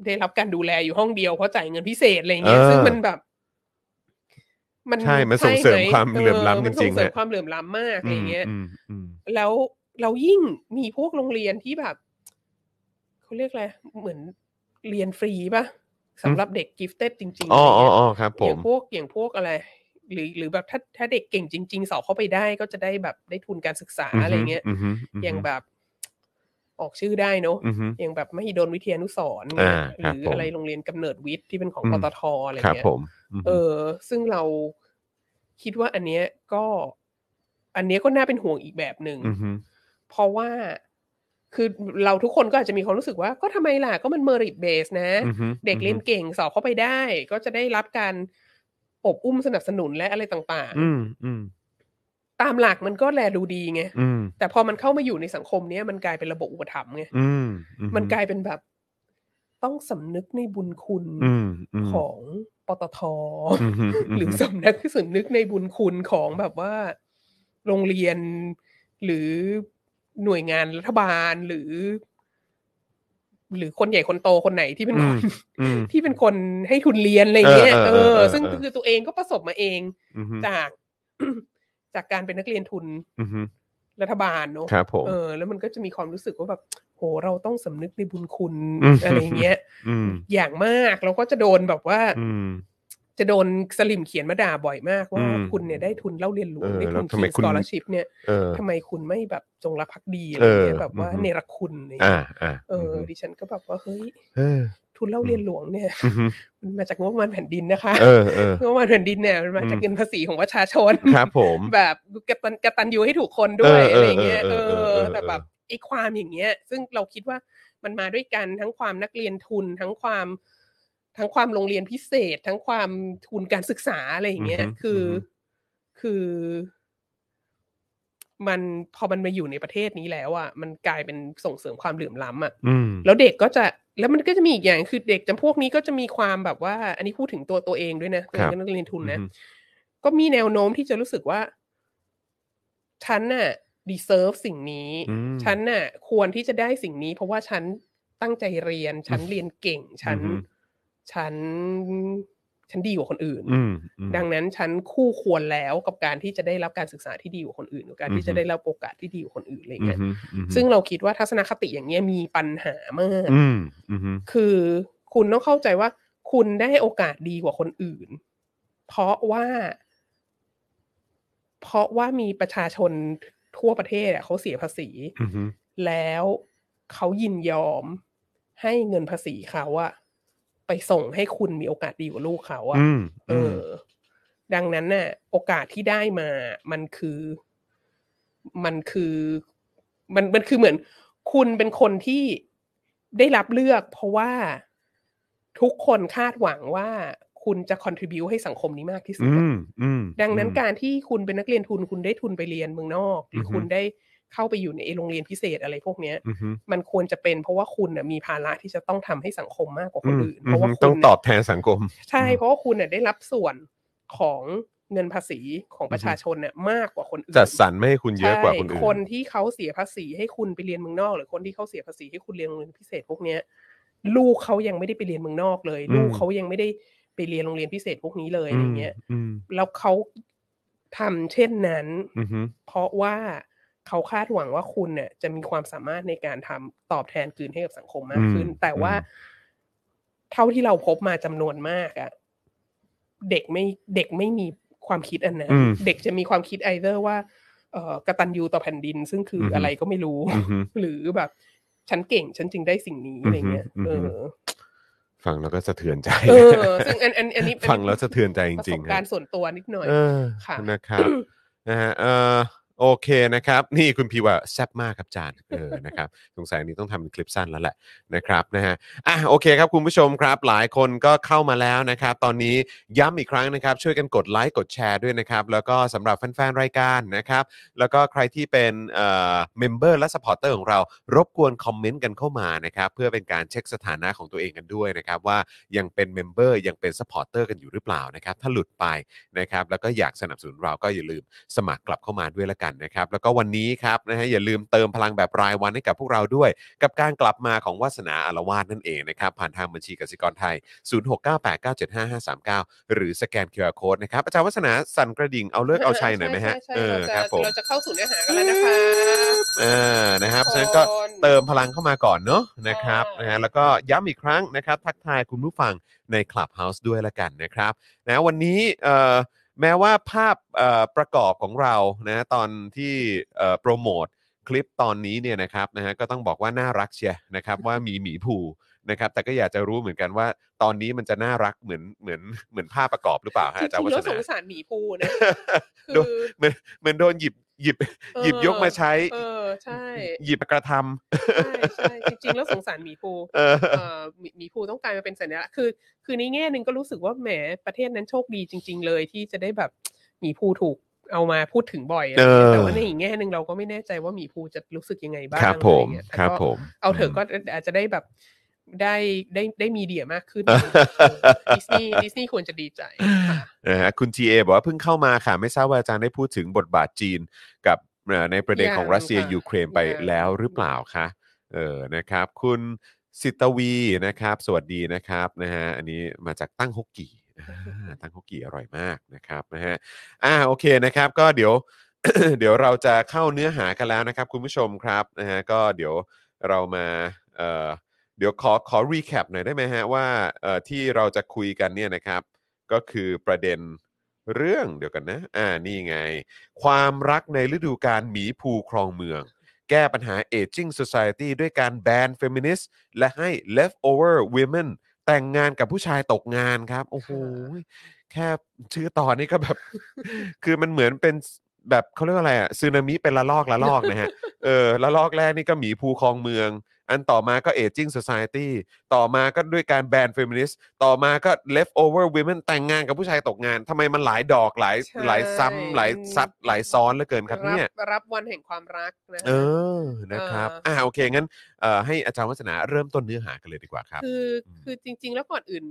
ได้รับการดูแลอยู่ห้องเดียวเพราะจ่ายเงินพิเศษอะไรเงี้ย
เออ
ซึ่งมันแบบ มัน
ใช่มันส่งเสริม
ใช่ไ
ความเหลื่อมล้ำ
น
จริ
ส่
งๆ
งเสริม
ฮะ
ความเหลื่อมล้ำมากอะไรเงี้ย
อืมอืม
แล้วเรายิ่งมีพวกโรงเรียนที่แบบเขาเรียกอะไรเหมือนเรียนฟรีป่ะสำหรับเด็กกิฟเต็ดจริงๆ
อ๋อ
อะไร
อ๋อ
เงี้ย
อ๋อครับ ผ
อย่าม งพวกอย่างพวกอะไร หรือหรือแบบถ้าถ้าเด็กเก่งจริง ๆ สอบเข้าไปได้ก็จะได้แบบได้ทุนการศึกษา
อือฮึ
อะไรเงี้ย
อือฮึอือฮึ
อย่างแบบ ออกชื่อได้เนอะ
อืม
อย่างแบบมหิดลวิทยานุสรณ์
อ่า
ห
ครั
รื
บ
อ
ผม
อะไรโรงเรียนกำเนิดวิทย์ที่เป็นของ
อืม
ปตทอะไร
ครับ
เงี้ย
ผมม
เออ ซึ่งเราคิดว่าอันเนี้ยก็ อันเนี้ยก็น่าเป็นห่วงอีกแบบหนึ่ง
มฮึ
เพราะว่าคือเราทุกคนก็อาจจะมีความรู้สึกว่า ก็ทำไมล่ะก็มันเมริ t เบสนะ
อือฮึ
เด็กเรียนเก่งสอบเข้าไปได้ ก็จะได้รับการอบอุ้มสนับสนุนและอะไรต่าง
อืมอืม
ๆ ตามหลักมันก็แลดูดีไง
อืม
แต่พอมันเข้ามาอยู่ในสังคมเนี้ยมันกลายเป็นระบบอุปถัมภ์ไง
อืมอื
มันกลายเป็นแบบ ต้องสำนึกในบุญคุณ
อืมอืม
ของปตท
อืมฮึม
หรือสำนึกสำนึกในบุญคุณของแบบว่า โรงเรียนหรือหน่วยงานรัฐบาลหรือ หรือคนใหญ่คนโตคนไหนที่เป็นคน
อืม
ที่เป็นคนให้ทุนเรียนอะไรเงี้ย
เออ
เอ
เออเออ
อ
เออ
ซึ่งคือตัวเองก็ประสบมาเอง
อืมฮึ
จาก จากการเป็นนักเรียนทุน
อืมฮึ
รัฐบาลเนอะ
ครับผม
เออแล้วมันก็จะมีความรู้สึกว่าแบบโหเราต้องสำนึกในบุญคุณ
อืม
อะไรเงี้ย
อืม
อย่างมากเราก็จะโดนแบบว่า
อืม
จะโดนสลิมเขียนมาด่าบ่อยมากว่า
อืม
คุณเนี่ยได้ทุนเล่าเรียนหลวง
เออ
ได้
แล้ว
ทุ
น ทำไม
คิง
คุณ
สกอร์ชิพเนี่ย
เออ
ทำไมคุณไม่แบบจงรักภักดีอะไร
เออ
เงี้ยแบบว่า
อือฮึ
เนรคุณอะไร
อ่า
เงี้ย
อ่า
เอออดิฉันก็แบบว่าเฮ้ย
เออ
ทุนเล่าเรียนหลวงเนี่ย
อืมฮึ
มันมาจากงบประมาณแผ่นดินนะคะ
เออเออ
งบประมาณแผ่นดินเนี่ยมันมาจาก
อืม
เงินภาษีของประชาชน
ครับผม
แบบกตันกตันยูให้ถูกคนด้วย
เออเออ
อะไรอย่างเงี้ย
เอ
เอ
อเออเออ
อ
เออ
แต่แบบไอ้ความอย่างเงี้ย ซึ่งเราคิดว่ามันมาด้วยกันทั้งความนักเรียนทุนทั้งความ ทั้งความโรงเรียนพิเศษ ทั้งความทุนการศึกษาอะไรอย่างเงี้ย
อือฮึ
คืออ
อฮึ
คือ มันพอมันมาอยู่ในประเทศนี้แล้วอ่ะมันกลายเป็นส่งเสริมความเหลื่อมล้ำอ่ะ
อืม
แล้วเด็กก็จะแล้วมันก็จะมีอีกอย่างคือเด็กจำพวกนี้ก็จะมีความแบบว่า อันนี้พูดถึงตัวตัวเองด้วยนะตัวเอง
ครับ
เป็นนักเรียนทุนนะ
อือฮึ
ก็มีแนวโน้มที่จะรู้สึกว่า ฉันน่ะ deserve สิ่งนี้
อืม
ฉันน่ะ ควรที่จะได้สิ่งนี้ เพราะว่าฉันตั้งใจเรียน ฉันเรียนเก่ง ฉัน
อือฮึ
ฉัน ฉันดีกว่าคนอื่น
อืมอืม
ดังนั้นฉันคู่ควรแล้วกับการที่จะได้รับการศึกษาที่ดีกว่าคนอื่นกับการที่
อือฮึ
จะได้รับโอกาสที่ดีกว่าคนอื่นอะไร
อืม
เงี้ย
ฮึอืมฮึ
ซึ่งเราคิดว่าทัศนคติอย่างเงี้ยมีปัญหามาก
อืมอืมฮึ
คือคุณต้องเข้าใจว่าคุณได้โอกาสดีกว่าคนอื่น เพราะว่า เพราะว่ามีประชาชนทั่วประเทศอะเขาเสียภาษี
อืมฮึ
แล้วเขายินยอมให้เงินภาษีเขาอะไป ไปส่งให้คุณมีโอกาสดีกว่าลูกเขาอะ
อืม
เอออดังนั้นน่ะ โอกาสที่ได้มา มันคือ มันคือ มันมันคือเหมือน คุณเป็นคนที่ได้รับเลือก เพราะว่าทุกคนคาดหวังว่าคุณจะ contribu ให้สังคมนี้มากที่สุด
อื
อะ
มอืม
ดังนั้นการที่คุณเป็นนักเรียนทุนคุณได้ทุนไปเรียนเมืองนอก หรือ
อ
อ
ฮึ
คุณได้เข้าไปอยู่ในโรงเรียนพิเศษอะไรพวกเนี้ย
อือฮึ
มันควรจะเป็นเพราะว่าคุณน่ะมีภาระที่จะต้องทำให้สังคมมากกว่าคนอื่น
อืม
เพราะว่า
อืม
คุณ
ต้องต
น่ะ
อบแทนสังคม
ใช่
อืม
เพราะว่าคุณเนี่ยได้รับส่วนของเงินภาษีของประชาชนเนี่ยมากกว่าคนอื่น
จัดสรรไม่ให้คุณเยอะกว่าคนอื่
ใช่
น
คนที่เขาเสียภาษีให้คุณไปเรียนเมืองนอก หรือคนที่เขาเสียภาษีให้คุณเรียนโรงเรียนพิเศษพวกเนี้ย ลูกเขายังไม่ได้ไปเรียนเมืองนอกเลย
อืม
ลูกเขายังไม่ได้ไปเรียนโรงเรียนพิเศษพวกนี้เลย
อ
อะไรเงี้ย
อืม
แล้วเขาทำเช่นนั้น
อือฮึ
เพราะว่าเขาคาดหวังว่าคุณเนี่ย จะมีความสามารถในการทำตอบแทนคืนให้กับสังคมมากขึ้น
อืม
แต่ว่า
อืม
เท่าที่เราพบมาจำนวนมากอะเด็กไม่เด็กไม่มีความคิดอันนั้น
อืม
เด็กจะมีความคิดไอเดอร์ว่า เอ่อกตัญญูต่อแผ่นดิน ซึ่งคือ
อฮึ
อะไรก็ไม่รู้
อือฮึ
หรือแบบ ฉันเก่ง ฉันจึงได้สิ่งนี้อะไรเงี้ย
อืม
เอ
อืม
อ
ฟังแล้วก็สะเทือนใจ
เออ ซึ่งอันอันอันนี้อันนี้
ฟังแล้วสะเทือนใจจ
ประส
ริง
บ
ๆฮะ
การณ์ส่วนตัวนิดหน่อย
เออ
ค่ะ
นะครับนะฮะเออโอเคนะครับ นี่คุณพีว่าแซ่บมากครับจานเออนะครับ สงสัยอันนี้ต้องทำเป็นคลิปสั้นแล้วแหละนะครับนะฮะอ่ะโอเคครับคุณผู้ชมครับ หลายคนก็เข้ามาแล้วนะครับ ตอนนี้ย้ำอีกครั้งนะครับ ช่วยกันกดไลค์กดแชร์ด้วยนะครับ แล้วก็สำหรับแฟนๆรายการนะครับ แล้วก็ใครที่เป็นเมมเบอร์และสปอร์เตอร์ของเรา รบกวนคอมเมนต์กันเข้ามานะครับ เพื่อเป็นการเช็คสถานะของตัวเองกันด้วยนะครับ ว่ายังเป็นเมมเบอร์ยังเป็นสปอร์เตอร์กันอยู่หรือเปล่านะครับ ถ้าหลุดไป นะครับแล้วก็อยากสนับสนุนเราก็อย่าลืมสมัครกลับเข้ามาด้วยละกันนะครับ แล้วก็วันนี้ครับนะฮะอย่าลืมเติมพลังแบบรายวันให้กับพวกเราด้วย กับการกลับมาของวาสนาอารวาสนั่นเองนะครับ ผ่านทางบัญชีกสิกรไทย 0698975539 หรือสแกน QR Code นะครับอาจารย์วาสนาสั่นกระดิ่งเอาเลิกเอาชัยหน่อยไหมฮะ
ใช่
เอ
ใช่
อ
ใช่
ครับผม
เราจะเราจะเข้าสู่เนื้อหากันแล้วนะคะ
เออนะครับ
ทุ
ฉะนั้นก็
คน
เติมพลังเข้ามาก่อนเนอะนะครับ
ค่ะ
นะฮะแล้วก็ย้ำอีกครั้งนะครับ ทักทายคุณผู้ฟังใน Clubhouse ด้วยละกันนะครับนะวันนี้เอ่อแม้ว่าภาพเอ่อประกอบของเรานะตอนที่เอ่อโปรโมทคลิปตอนนี้เนี่ยนะครับนะฮะก็ต้องบอกว่าน่ารักเชียร์ นะครับ ว่ามีหมีผูนะครับ แต่ก็อยากจะรู้เหมือนกันว่า ตอนนี้มันจะน่ารักเหมือนเหมือนเหมือนภาพประกอบหรือเปล่าฮะ
จ
อาจาร
ริ
ย์
ง
วัฒ
ๆแล้วส
นาง
สารหมีภูนะ
โดน
คือ
เหมือนเหมือนโดนหยิบหยิบ
เออ
หยิบยกมาใช้
เออใช่
หยิบกระทำ
ใช่ใช่จริงๆแล้วสงสารหมีภู
เออ
เอ่อหมีหมีภูต้องกลายมาเป็นสัญลักษณ์คือ คือในแง่หนึ่งก็รู้สึกว่าแหมประเทศนั้นโชคดีจริง ๆ เลยที่จะได้แบบหมีภูถูกเอามาพูดถึงบ่อยอะไร
เอ
เงี้ย
อ
แต่ว่าในอีกแง่หนึ่งเราก็ไม่แน่ใจว่าหมีภูจะรู้สึกยังไงบ้าง
ครับ
อะไร
ผม
เงี้ยแต่
ครับ
ก็
ผม
เอาเถอะก็อาจจะได้แบบได้ได้ได้มีเดียมาก ขึ้น
เออ
ดิสนีย์ดิสนีย์ควรจะดีใจค่ะ
นะฮะคุณ TA บอกว่าเพิ่งเข้ามาค่ะ ไม่ทราบว่าอาจารย์ได้พูดถึงบทบาทจีนกับเอ่อในประเด็นของ
ยัง
รัสเซีย
ค่ะ
ยูเครนไป
ยัง
แล้วหรือเปล่าคะเออนะครับ คุณสิตวีนะครับ สวัสดีนะครับนะฮะอันนี้มาจากตั้งฮกกี่อ่าตั้งฮกกี่อร่อยมากนะครับนะฮะอ่าโอเคนะครับ ก็เดี๋ยว เดี๋ยวเราจะเข้าเนื้อหากันแล้วนะครับ คุณผู้ชมครับนะฮะก็เดี๋ยวเรามาเอ่อ เดี๋ยวขอขอรีแคปหน่อยได้ไหมฮะว่าเอ่อที่เราจะคุยกันเนี่ยนะครับ ก็คือประเด็นเรื่องเดี๋ยวกันนะ อ่านี่ไง ความรักในฤดูการหมีภูครองเมือง แก้ปัญหา Aging Society ด้วยการแบนเฟมินิสต์และให้ leftover women แต่งงานกับผู้ชายตกงานครับ โอ้โห แค่ชื่อตอนนี้ก็แบบ คือมันเหมือนเป็นแบบเขาเรียกว่าอะไรอะซึนามิเป็นละลอกละลอกนะฮะ เออละลอกแรกนี่ก็หมีภูครองเมือง อันต่อมาก็ Aging Society ต่อมาก็ด้วยการแบนเฟมินิสต์ต่อมาก็ leftover women แต่งงานกับผู้ชายตกงานทำไมมันหลายดอกหลาย
ใช่
หลายซ้ำหลายซัดหลายซ้อนเหลือเกินครับเนี่ย
รับรับวันแห่งความรักนะคะ
เออ นะครับ
เอออ่
อ่า โอเค งั้นเอ่อให้อาจารย์วัฒนาเริ่มต้นเนื้อหากันเลยดีกว่าครับ
คือ
อืม
คือจริง ๆ แล้วก่อนอื่น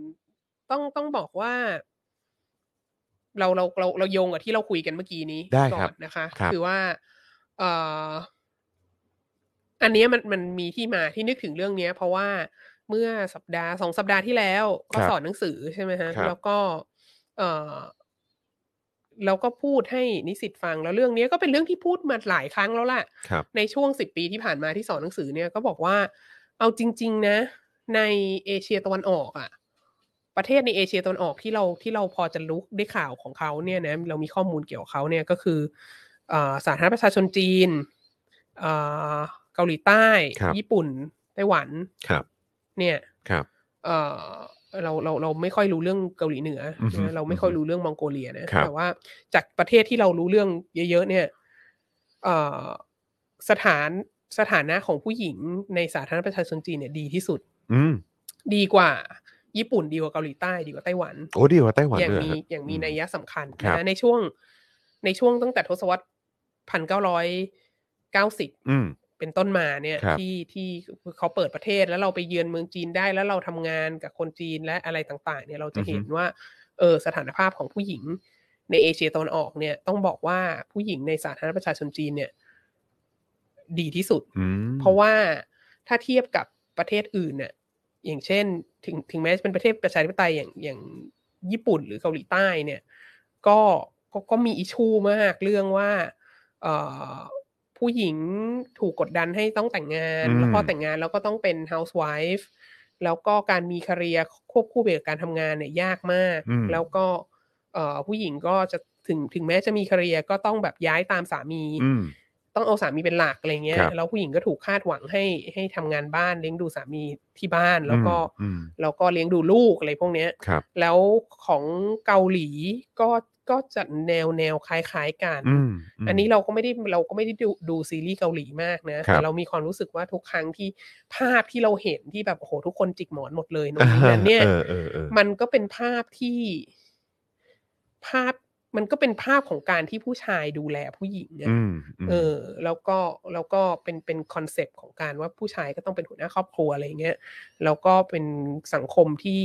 ต้องต้องบอกว่า เราเราเราเราโยงกับที่เราคุยกันเมื่อกี้นี้
ได้ค
ก่อ
รับ
นนะคะ
ครับ
อว่าเอ่ออันเนี้ยมันมันมีที่มาที่นึกถึงเรื่องเนี้ย เพราะว่าเมื่อสัปดาห์สองสัปดาห์ที่แล้วก็
ครับ
สอนหนังสือใช่ไหมฮะ
ครับ
แล้วก็ เออเราก็พูดให้นิสิตฟังแล้วเรื่องเนี้ยก็เป็นเรื่องที่พูดมาหลายครั้งแล้วล่ะ
ครับ
ในช่วงสิบปีที่ผ่านมาที่สอนหนังสือเนี่ยก็บอกว่า เอาจริง ๆ นะ ในเอเชียตะวันออกอะประเทศในเอเชียตะวันออกที่เราที่เราพอจะรู้ได้ข่าวของเขาเนี่ยนะเรามีข้อมูลเกี่ยวกับเขาเนี่ยก็คือเออสาธารณรัฐประชาชนจีนเอ่อเกาหลีใต้
ครับ
ญี่ปุ่นไต้หวัน
ครับ
เนี่ย
ครับ
เอ่อ เราเราเราไม่ค่อยรู้เรื่องเกาหลีเหนือ
อือฮึ
นะเราไม่ค่อยรู้เรื่องมองโกเลียนะครับ แต่ว่าจากประเทศที่เรารู้เรื่องเยอะๆเนี่ยเอ่อสถานสถานะของผู้หญิงในสาธารณรัฐประชาชนจีนเนี่ยดีที่สุด
อืม
ดีกว่าญี่ปุ่นดีกว่าเกาหลีใต้ดีกว่าไต้หวัน
โอ้ดีกว่าไต้หวัน
อย่าง
ด้วย
มี
ฮะ
อย่างมี
อืม
นัยยะสำคัญ
ครั
นะ
บ
คะในช่วงในช่วงตั้งแต่ทศวรรษพันเก้าร้อยเก้าสิบ
อืม
เป็นต้นมาเนี่ย
ครับ
ที่ที่เขาเปิดประเทศแล้วเราไปเยือนเมืองจีนได้แล้วเราทำงานกับคนจีนและอะไรต่างๆ เนี่ยเราจะเห็นว่าเออสถานภาพของผู้หญิงในเอเชียตะวันออกเนี่ยต้องบอกว่าผู้หญิงในสาธารณรัฐประชาชนจีนเนี่ย ดีที่สุด
อืม
เพราะว่าถ้าเทียบกับประเทศอื่นเนี่ยอย่างเช่น ถึงถึงแม้จะเป็นประเทศประชาธิปไตยอย่างอย่างญี่ปุ่นหรือเกาหลีใต้เนี่ย ก็ก็ก็มีอิชูมากเรื่องว่าเอ่อผู้หญิงถูกกดดันให้ต้องแต่งงาน
อืม
แล้วพอแต่งงานแล้วก็ต้องเป็น housewife แล้วก็การมีคาเรียควบคู่ไปกับการทำงานเนี่ยยากมาก
อืม
แล้วก็เอ่อผู้หญิงก็จะถึงถึงแม้จะมีคาเรียก็ต้องแบบย้ายตามสามี
อืม
ต้องเอาสามีเป็นหลักอะไรเงี้ย
ครับ
แล้วผู้หญิงก็ถูกคาดหวังให้ให้ทำงานบ้านเลี้ยงดูสามีที่บ้านแล้วก็
อืม
แล้วก็เลี้ยงดูลูกอะไรพวกเนี้ย
ครับ
แล้วของเกาหลีก็ก็จะแนวแนวคล้ายๆกัน
อืมม
อันนี้เราก็ไม่ได้เราก็ไม่ได้ดูดูซีรีส์เกาหลีมากนะครับแต่เรามีความรู้สึกว่าทุกครั้งที่ภาพที่เราเห็นที่แบบโอ้โหทุกคนจิกหมอนหมด เลยโน่นนี่นั่นเนี่ย
เออเออเออ
มันก็เป็นภาพที่ภาพมันก็เป็นภาพของการที่ผู้ชายดูแลผู้หญิงอะ
อืมม
เออแล้วก็แล้วก็เป็นเป็นคอนเซปต์ของการว่าผู้ชายก็ต้องเป็นหัวหน้าครอบครัวอะไรอย่างเงี้ยแล้วก็เป็นสังคมที่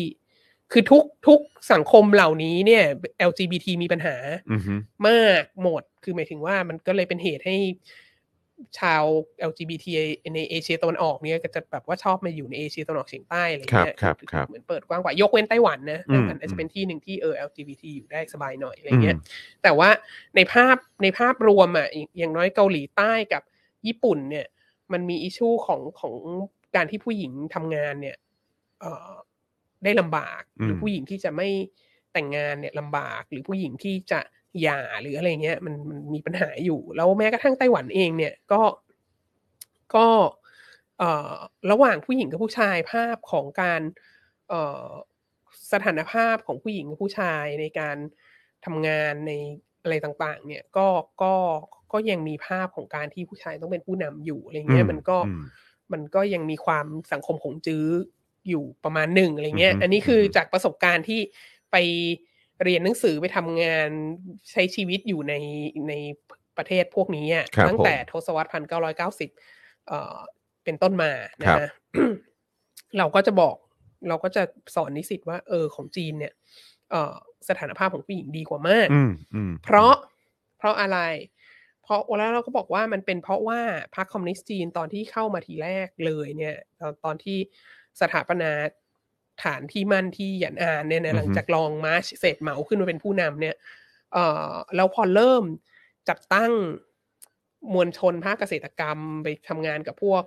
คือทุกทุกสังคมเหล่านี้เนี่ย LGBT มีปัญหา
อือฮึ
มากหมด คือหมายถึงว่ามันก็เลยเป็นเหตุให้ชาว LGBT ในเอเชียตะวันออกเนี่ยก็จะแบบว่าชอบมาอยู่ในเอเชียตะวันออกเฉียงใต้อะไรอย่าง
ครับ
เงี้ย
ครับครับ
เหมือนเปิดกว้างกว่ายกเว้นไต้หวันนะ
อืม
มันอาจจะเป็นที่หนึ่งที่เออ LGBT อยู่ได้สบายหน่อยอะไร
อืม
เงี้ย แต่ว่าในภาพในภาพรวมอ่ะอย่างอย่างน้อยเกาหลีใต้กับญี่ปุ่นเนี่ย มันมีอิชูของของการที่ผู้หญิงทำงานเนี่ยเอ่อได้ลำบาก หรือผู้หญิงที่จะไม่แต่งงานเนี่ยลำบาก หรือผู้หญิงที่จะหย่าหรืออะไรเงี้ยมันมันมีปัญหาอยู่ แล้วแม้กระทั่งไต้หวันเองเนี่ยก็ก็เอ่อระหว่างผู้หญิงกับผู้ชายภาพของการ เอ่อสถานภาพของผู้หญิงกับผู้ชายในการทำงานในอะไรต่างๆ เนี่ยก็ก็ก็ยังมีภาพของการที่ผู้ชายต้องเป็นผู้นำอยู่อะไรเงี้ย
อืม
มันก็
อืม
มันก็ยังมีความสังคมของจื้ออยู่ประมาณหนึ่งอะไรเงี้ย
อือฮึ
อันนี้คืออ
ม
จากประสบการณ์ที่ไปเรียนหนังสือไปทำงานใช้ชีวิตอยู่ในในประเทศพวกนี้อะ
ครับ
ตั้งแต่ทศวรรษพันเก้าร้อยเก้าสิบ เอ่อเป็นต้นมานะครับ ฮะ เราก็จะบอกเราก็จะสอนนิสิตว่า เออของจีนเนี่ย เอ่อสถานภาพของผู้หญิงดีกว่ามาก
อืมอืม
เพราะเพราะอะไร เพราะแล้วเราก็บอกว่ามันเป็นเพราะว่าพรรคคอมมิวนิสต์จีนตอนที่เข้ามาทีแรกเลยเนี่ยตอนตอนที่สถาปนาฐานที่มั่นที่หยันอานเนี่ย
อื
นะ
อฮึ
หลังจากลองมาร์ชเสร็จเหมาขึ้นมาเป็นผู้นำเนี่ยเอ่อแล้วพอเริ่มจัดตั้งมวลชนภาคเกษตรกรรมไปทำงานกับพวก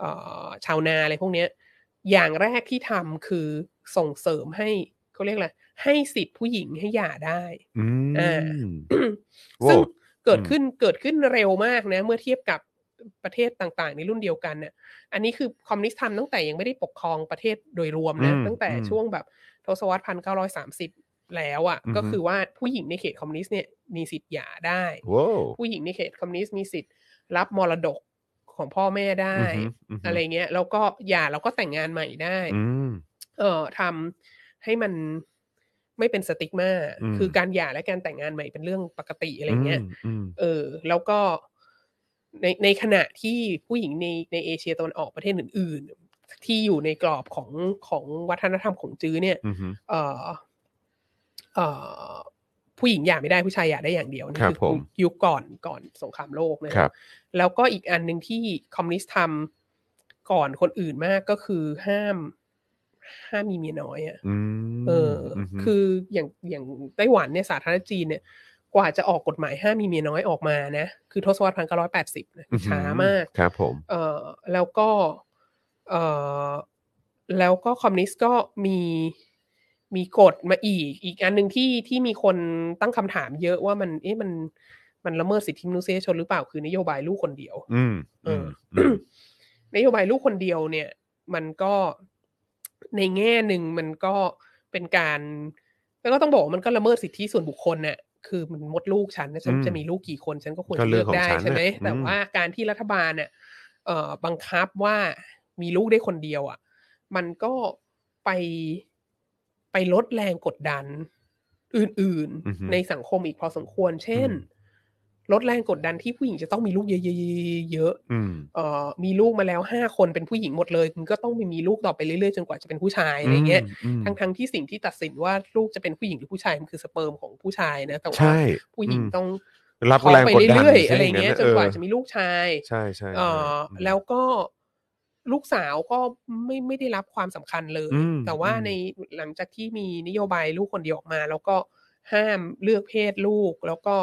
เอ่อชาวนาอะไรพวกเนี้ย อย่างแรกที่ทำคือส่งเสริมให้เขาเรียกอะไรให้สิทธิ์ผู้หญิงให้หย่าได้
อืม
อ่า
โว้
ซึ่งเกิด
อืม
ขึ้นเกิดขึ้นเร็วมากนะ เมื่อเทียบกับประเทศต่างๆ ในรุ่นเดียวกันเนี่ยอันนี้คือคอมมิวนิสต์ทำตั้งแต่ยังไม่ได้ปกครองประเทศโดยรวมนะ
อืม
ตั้งแต่
อืม
ช่วงแบบทศวรรษพันเก้าร้อยสามสิบแล้วอะ่ะ
อือฮึ
ก็คือว่าผู้หญิงในเขตคอมมิวนิสต์เนี่ยมีสิทธิ์หย่าได้
โว้ว
ผู้หญิงในเขตคอมมิวนิสต์มีสิทธิ์รับมรดกของพ่อแม่ได้
อืมม
อะไรเงี้ยแล้วก็หย่าแล้วก็แต่งงานใหม่ได้
อืม
เอ่อทำให้มันไม่เป็นสติกมา
อืม
คือการหย่าและการแต่งงานใหม่เป็นเรื่องปกติอะไรเงี้ย
อืม
เออ แล้วก็ในในขณะที่ผู้หญิงในในเอเชียตะวันออกประเทศอื่น ๆ ที่อยู่ในกรอบของของวัฒนธรรมของจื้อเนี่ย
อืมอืม
เออเออผู้หญิงหย่าไม่ได้ผู้ชายหย่าได้อย่างเดียวนี่
ครับผม
ยุคก่อนก่อนสงครามโลกนะค
ครั
รับบ แล้วก็อีกอันหนึ่งที่คอมมิวนิสต์ทำก่อนคนอื่นมากก็คือห้ามห้ามมีเมียน้อยอะ
อืม
เอออ
ฮึ
คืออย่างอย่างไต้หวันเนี่ยสาธารณรัฐจีนเนี่ยกว่าจะออกกฎหมายห้ามมีเมียน้อยออกมานะ คือทศวรรษพันเก้าร้อยแปดสิบช้ามาก
ครับผม
เออแล้วก็เออแล้วก็คอมมิวนิสต์ก็มีมีกฎมาอีก อีกอันหนึ่งที่ที่มีคนตั้งคำถามเยอะว่ามันเอ๊ะมันมันละเมิดสิทธิมนุษยชนหรือเปล่าคือนโยบายลูกคนเดียว
อืม
เออ
ม
นโยบายลูกคนเดียวเนี่ย มันก็ ในแง่หนึ่งมันก็เป็นการ แล้วก็ต้องบอกว่ามันก็ละเมิดสิทธิส่วนบุคคลเนี่ยคือมันมดลูกฉันนะฉัน
อืม
จะมีลูกกี่คนฉันก็ควร
ก็
จะ
เรื่
เลื
อ
อง ก
ของ
ได้
ฉัน
ใช่ไหม
น่ะ
แต่
อืม
ว่าการที่รัฐบาลเนี่ยเอ่อบังคับว่ามีลูกได้คนเดียวอ่ะ มันก็ไปไปลดแรงกดดัน อื่น
อือฮึ
ๆ ในสังคมอีกพอสมควร เช่น
อืม
ลดแรงกดดันที่ผู้หญิงจะต้องมีลูกเยอะๆเยอะๆ
อืม
เอ่อมีลูกมาแล้วห้าคนเป็นผู้หญิงหมดเลยคุณก็ต้องไปมีลูกต่อไปเรื่อยๆจนกว่าจะเป็นผู้ชายอะไรเงี้ย
อืม
ทั้งๆที่สิ่งที่ตัดสินว่าลูกจะเป็นผู้หญิงหรือผู้ชายมันคือสเปิร์มของผู้ชายนะ แต่ว่า
ใช่
ผู้หญิงต้อง
รับ
ท้อ
แรง
ไป
กดดัน
เรื่อยๆอะไรเงี้ย
ใช่
จนกว่า
เออ
จะมีลูกชาย
ใช่ใช่
เอ่อ
ใช่
แล้วก็ลูกสาวก็ไม่ไม่ได้รับความสำคัญเลย
อืม
แต่ว่า
อืม
ในหลังจากที่มีนโยบายลูกคนเดียวออกมา แล้วก็ห้ามเลือกเพศลูก แล้วก็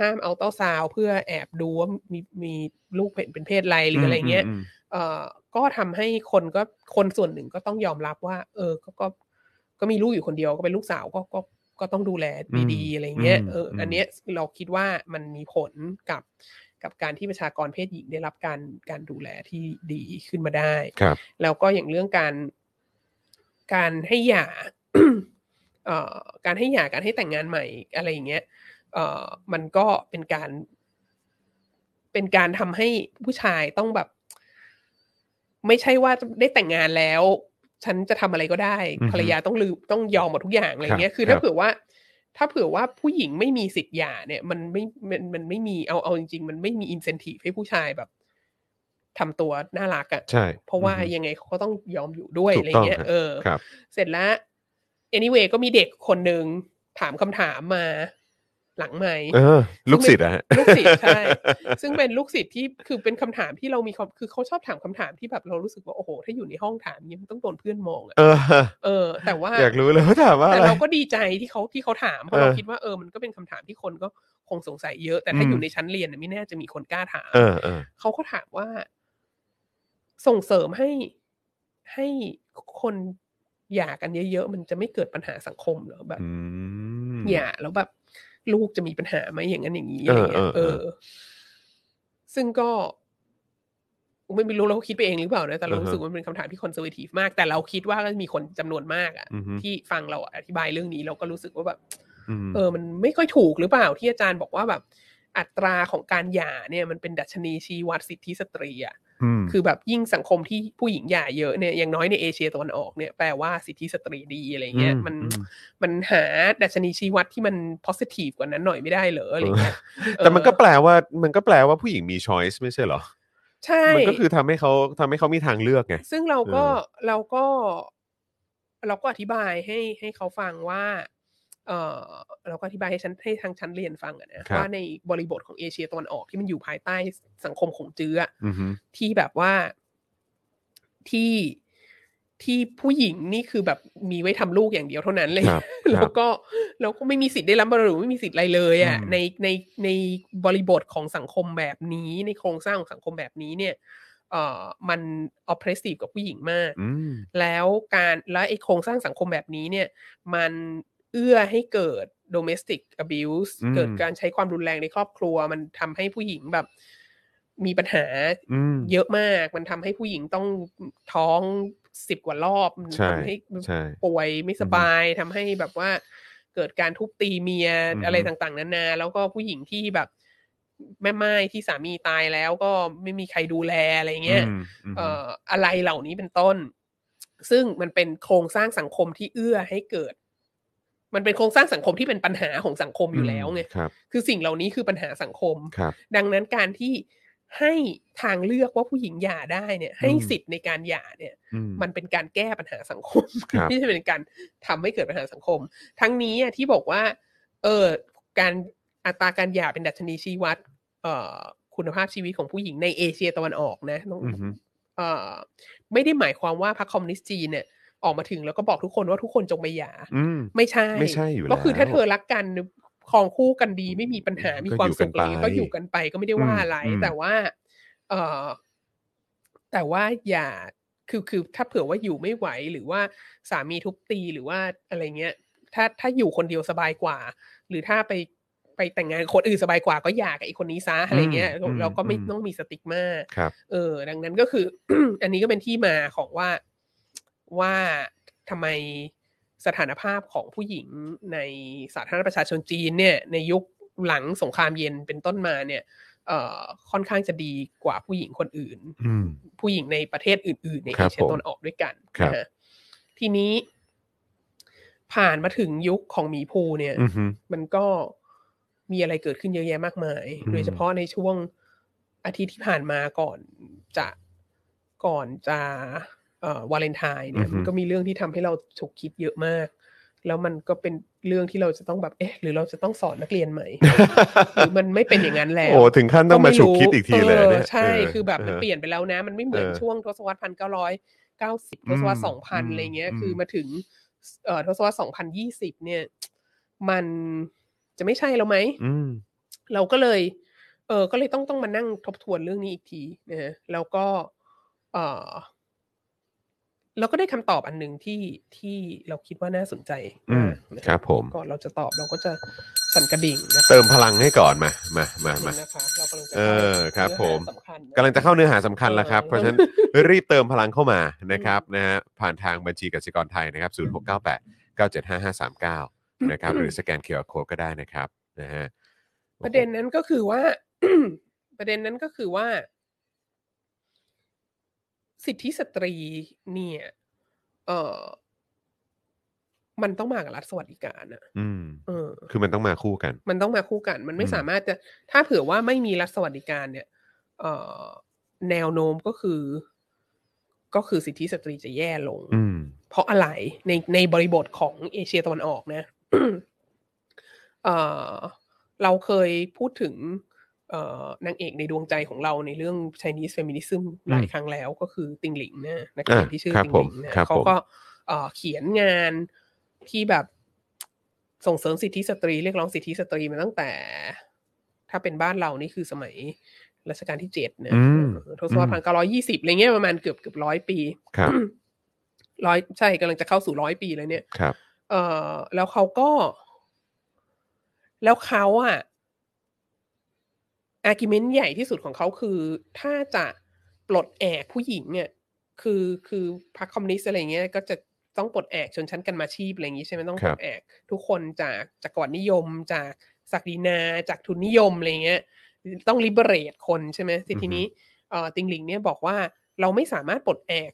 ห้ามเอาเต้าสาวเพื่อแอบดูว่ามีมีลูกเป็นเป็นเพศอะไรหรืออะไรเงี้ย
ม
เอ่อก็ทำให้คนก็คนส่วนหนึ่งก็ต้องยอมรับว่า เออก็ก็ก็มีลูกอยู่คนเดียวก็เป็นลูกสาวก็ก็ก็ต้องดูแลดี
อืม
ๆอะไรเงี้ย
อืม
เอออ
ม
อันเนี้ยเราคิดว่ามันมีผลกับกับการที่ประชากรเพศหญิงได้รับการการดูแลที่ดีขึ้นมาได้
ครับ
แล้วก็อย่างเรื่องการ การให้หย่า เอ่อการให้หย่าการให้แต่งงานใหม่อะไรอย่างเงี้ย เอ่อมันก็เป็นการ เป็นการทำให้ผู้ชายต้องแบบ ไม่ใช่ว่าได้แต่งงานแล้ว ฉันจะทำอะไรก็ได้
อือฮึ
ภรรยาต้องลืมต้องยอมหมดทุกอย่างอะไรอย่างเงี้ย
ครับ
คือ
ค
ถ้า
รับ
เผื่อว่า ถ้าเผื่อว่าผู้หญิงไม่มีสิทธิ์หย่าเนี่ย มันไม่มันมันไม่มีเอาเอาจริงๆ มันไม่มีอินเซนティให้ผู้ชายแบบทำตัวน่ารักอะ
ใช่
เพราะว่า
อือฮึ
ยังไงเขาก็ต้องยอมอยู่ด้วย
ถูก
อะไรเงี้ย
ต้องฮะ
เออ
ครับ
เสร็จแล้ว anyway ก็มีเด็กคนหนึ่งถามคำถามมาหลังไหมค์
เออ ลูกศิษย์อะฮะ
ลูกศิษย์ใช่ ซึ่งเป็นลูกศิษย์ที่คือเป็นคำถามที่เรามีความคือเขาชอบถามคำถามที่แบบเรารู้สึกว่าโอ้โห ถ้าอยู่ในห้องถามเนี้ยมันต้องโดนเพื่อนมองอะ
เออ
เออ แต่ว่า
อยากรู้เลยว่า ถามว่า
แต่
อะไร
เราก็ดีใจที่เขาที่เขาถาม เพราะเรา
เออ
คิดว่าเออมันก็เป็นคำถามที่คนก็คงสงสัยเยอะ แต่ถ้า
อืม
อยู่ในชั้นเรียนเนี่ยไม่แน่าจะมีคนกล้าถาม
เออเออ
เขาก็ถามว่า ส่งเสริมให้ให้คนหย่ากันเยอะๆ มันจะไม่เกิดปัญหาสังคมเหรอแบบ
อืม
หย่าแล้วแบบลูกจะมีปัญหาไหมอย่างนั้นอย่างนี้อะไรเงี้ย
เอ
เอ
อเออ
อ ซึ่งก็ไม่ไม่รู้เราคิดไปเองหรือเปล่านะแต่เรา
อือฮะ
รู้สึกว่ามันเป็นคำถามที่คอนเซอร์วทีฟมาก แต่เราคิดว่ามีคนจำนวนมากอะ
อือฮึ
ที่ฟังเราอธิบายเรื่องนี้เราก็รู้สึกว่าแบบ
ม
เออ มันไม่ค่อยถูกหรือเปล่าที่อาจารย์บอกว่าแบบ อัตราของการหย่าเนี่ย มันเป็นดัชนีชี้วัดสิทธิสตรีอ่ะ
ม
คือแบบยิ่งสังคมที่ผู้หญิงหย่าเยอะเนี่ยอย่างน้อยในเอเชียตะวันออกเนี่ยแปลว่าสิทธิสตรีดีอะไรเงี้ย มัน
อื
มันหาดัชนีชี้วัดที่มัน positive กว่านั้นหน่อยไม่ได้เหรออะไรเงี้ย
แต่มันก็
เออ
แปลว่ามันก็แปลว่าผู้หญิงมีช้อยส์ไม่ใช่เหรอ
ใช่
มันก็คือทำให้เขาทำให้เขามีทางเลือกไง
ซึ่งเราก็
เออ
เราก็ เราก็อธิบายให้ให้เขาฟังว่า เออเราก็อธิบายให้ชั้นให้ทางชั้นเรียนฟังอะนะครับ ว่าในบริบทของเอเชียตะวันออกที่มันอยู่ภายใต้สังคมของเจืออะ
อือฮึ
ที่แบบว่าที่ที่ผู้หญิงนี่คือแบบมีไว้ทำลูกอย่างเดียวเท่านั้นเลย
ครับครับ
แล้วก็แล้วก็ไม่มีสิทธิ์ได้รับมรดกไม่มีสิทธิ์อะไรเลยอะ่ะ
อืม
ในในในบริบทของสังคมแบบนี้ ในโครงสร้างของสังคมแบบนี้เนี่ย เอ่อมัน oppressive กับผู้หญิงมาก
อืม
แล้วการและไอโครงสร้างสังคมแบบนี้เนี่ย มันเอื้อให้เกิด domestic abuse
อืม
เกิดการใช้ความรุนแรงในครอบครัว มันทำให้ผู้หญิงแบบมีปัญหา
อืม
เยอะมาก มันทำให้ผู้หญิงต้องท้องสิบกว่ารอบมัน
ใช่
ทำให้
ใช่
ป่วยไม่สบายทำให้แบบว่าเกิดการทุบตีเมีย
อืม
อะไรต่างๆนานา แล้วก็ผู้หญิงที่แบบแม่ไม้ที่สามีตายแล้วก็ไม่มีใครดูแลอะไรเงี้ย
มม
เอ่ออะไรเหล่านี้เป็นต้น ซึ่งมันเป็นโครงสร้างสังคมที่เอื้อให้เกิด มันเป็นโครงสร้างสังคมที่เป็นปัญหาของสังคมอยู่แล้วไง
ครับ
คือสิ่งเหล่านี้คือปัญหาสังคม
ครับ
ดังนั้นการที่ให้ทางเลือกว่าผู้หญิงหย่าได้เนี่ย ให้
อืม
สิทธิ์ในการหย่าเนี่ย
อื
มันเป็นการแก้ปัญหาสังคม
ครับ
ไม่ใช่เป็นการทำให้เกิดปัญหาสังคม ทั้งนี้อะที่บอกว่า เออการอัตราการหย่าเป็นดัชนีชี้วัด เอ่อ คุณภาพชีวิตของผู้หญิงในเอเชียตะวันออกนะต้อง
อือฮึ
เอ่อไม่ได้หมายความว่าพรรคคอมมิวนิสต์จีนเนี่ยออกมาถึงแล้วก็บอกทุกคนว่าทุกคนจงไปหย่า
อืม
ไม่ใช่
ไม่ใช่อยู่แล้ว
ก็คือถ้าเธอรักกันครองคู่กันดี ไม่มีปัญหามี
ก็
ความ
อยู่กัน
สุขอะไรเงี้ย
ไป
ก็อยู่กันไปก็ไม่ได้ว่าอะไร
อืมอืม
แต่ว่า เออแต่ว่าอย่าคือคือถ้าเผื่อว่าอยู่ไม่ไหวหรือว่าสามีทุบตีหรือว่าอะไรเงี้ย ถ้าถ้าอยู่คนเดียวสบายกว่า หรือถ้าไปไปแต่งงานคนอื่นสบายกว่าก็หย่ากับไอีคนนี้ซะอะไรเงี้ย
อืมอืม
เราก็ไม่
อืม
ต้องมีสติ๊กมา
ครับ
เออดังนั้นก็คือ อันนี้ก็เป็นที่มาของว่าว่า ทำไมสถานภาพของผู้หญิงในสาธารณรัฐประชาชนจีนเนี่ยในยุคหลังสงครามเย็นเป็นต้นมาเนี่ยเอ่อค่อนข้างจะดีกว่าผู้หญิงคนอื่น
อืม
ผู้หญิงในประเทศอื่นๆ ใน
ครั
เอบ เชีย
ผม
ตะวันออกด้วยกัน
ครับ
นะฮะทีนี้ผ่านมาถึงยุคของหมีภูเนี่ย
อืม
มันก็มีอะไรเกิดขึ้นเยอะแยะมากมาย
อืม
โดยเฉพาะในช่วงอาทิตย์ที่ผ่านมาก่อนจะก่อนจะเอ่อวาเลนไทน์เนี่ยมันก็มีเรื่องที่ทำให้เราฉุกคิดเยอะมาก แล้วมันก็เป็นเรื่องที่เราจะต้องแบบเอ๊ะ หรือเราจะต้องสอนนักเรียนไหม หรือมันไม่เป็นอย่างนั้นแล้ว
โอ้ถึงขั้นต้องมาฉุกคิดอีกทีเลย
ก็ไม่
เนี่
รู้
ย
ใช่
เ
คือแบบมัน
เ
เปลี่ยนไปแล้วนะ มันไม่เหมือน
เออ
ช่วงทศวรรษพันเก้าร้อยเก้าสิบ
อื
ท
ม
ศวรรษสองพัน
อืม
อะไรเงี้ย
อืม
คือมาถึงเอ่อทศวรรษสองพันยี่สิบเนี่ย มันจะไม่ใช่แล้วไหม
อืม
เราก็เลย เออก็เลยต้องต้องมานั่งทบทวนเรื่องนี้อีกทีนะฮะแล้วก็ เออเราก็ได้คำตอบอันหนึ่งที่ที่เราคิดว่าน่าสนใจ
อืม
ากนะครับ
ผม
ก่อนเราจะตอบเราก็จะสั่นกระดิ่งนะ
เติมพลังให้ก่อนมา มามามา
นะคะเรากำลังจะ
เออครับผม
เนื้อหาสำคัญน
กำลังจะเข้าเนื้อหาสำคัญแล้วครับ
เออ
เพราะฉะ นั้นรีบเติมพลังเข้ามานะครับนะฮะผ่านทางบัญชีกสิกรไทยนะครับ 0698 975539 นะครับ หรือสแกนเคอร์โคก็ได้นะครับนะฮะ
ประเด็นนั้นก็คือว่า ประเด็นนั้นก็คือว่า สิทธิสตรีเนี่ย เออมันต้องมากับรัฐสวัสดิการอะ
อืม
เออ
คือมันต้องมาคู่กัน
มันต้องมาคู่กัน มันไม่
อืม
สามารถจะ ถ้าเผื่อว่าไม่มีรัฐสวัสดิการเนี่ย เอ่อ แนวโน้มก็คือ ก็คือสิทธิสตรีจะแย่ลง
อืม
เพราะอะไร ในในบริบทของเอเชียตะวันออกนะ เอ่อ เราเคยพูดถึง เอ่อนางเอกในดวงใจของเราในเรื่อง Chinese Feminism หลายครั้งแล้วก็คือติงหลิงนะนักเขียน
อ่ะ
ที่ชื่อ
ครับ
ติง
ผ
ห
ม
ลิงนะครับ เขา
ผม
ก็เอ่อเขียนงานที่แบบส่งเสริมสิทธิสตรี เรียกร้องสิทธิสตรีมาตั้งแต่ ถ้าเป็นบ้านเรานี่คือสมัยรัชกาลที่เจ็ดนะ
อืม
เออทศวรรษ
อื
พั
ม
นเก้าร้อยี่สิบอะไรเงี้ยประมาณเกือบเกือบร้อยปี
ครับ
ร้อยใช่กำลังจะเข้าสู่ร้อยปีแล้วเนี่ย
ครับ
เออแล้วเขาก็ แล้วเขาอะอาร์กิเมนต์ใหญ่ที่สุดของเขาคือ ถ้าจะปลดแอกผู้หญิงเนี่ย คือคือพรรคคอมมิวนิสต์อะไรเงี้ยก็จะต้องปลดแอกชนชั้นกันมาชีพอะไรอย่างงี้ใช่ไหมต้อง
ค
ป
รั
ล
บ
ดแอกทุกคนจากจากก่อนนิยม จากศักดินา จากทุนนิยมอะไรเงี้ย ต้องริเบเรตคนใช่ไหมทีทีนี้เอ่อติงหลิงเนี่ยบอกว่าเราไม่สามารถปลดแอก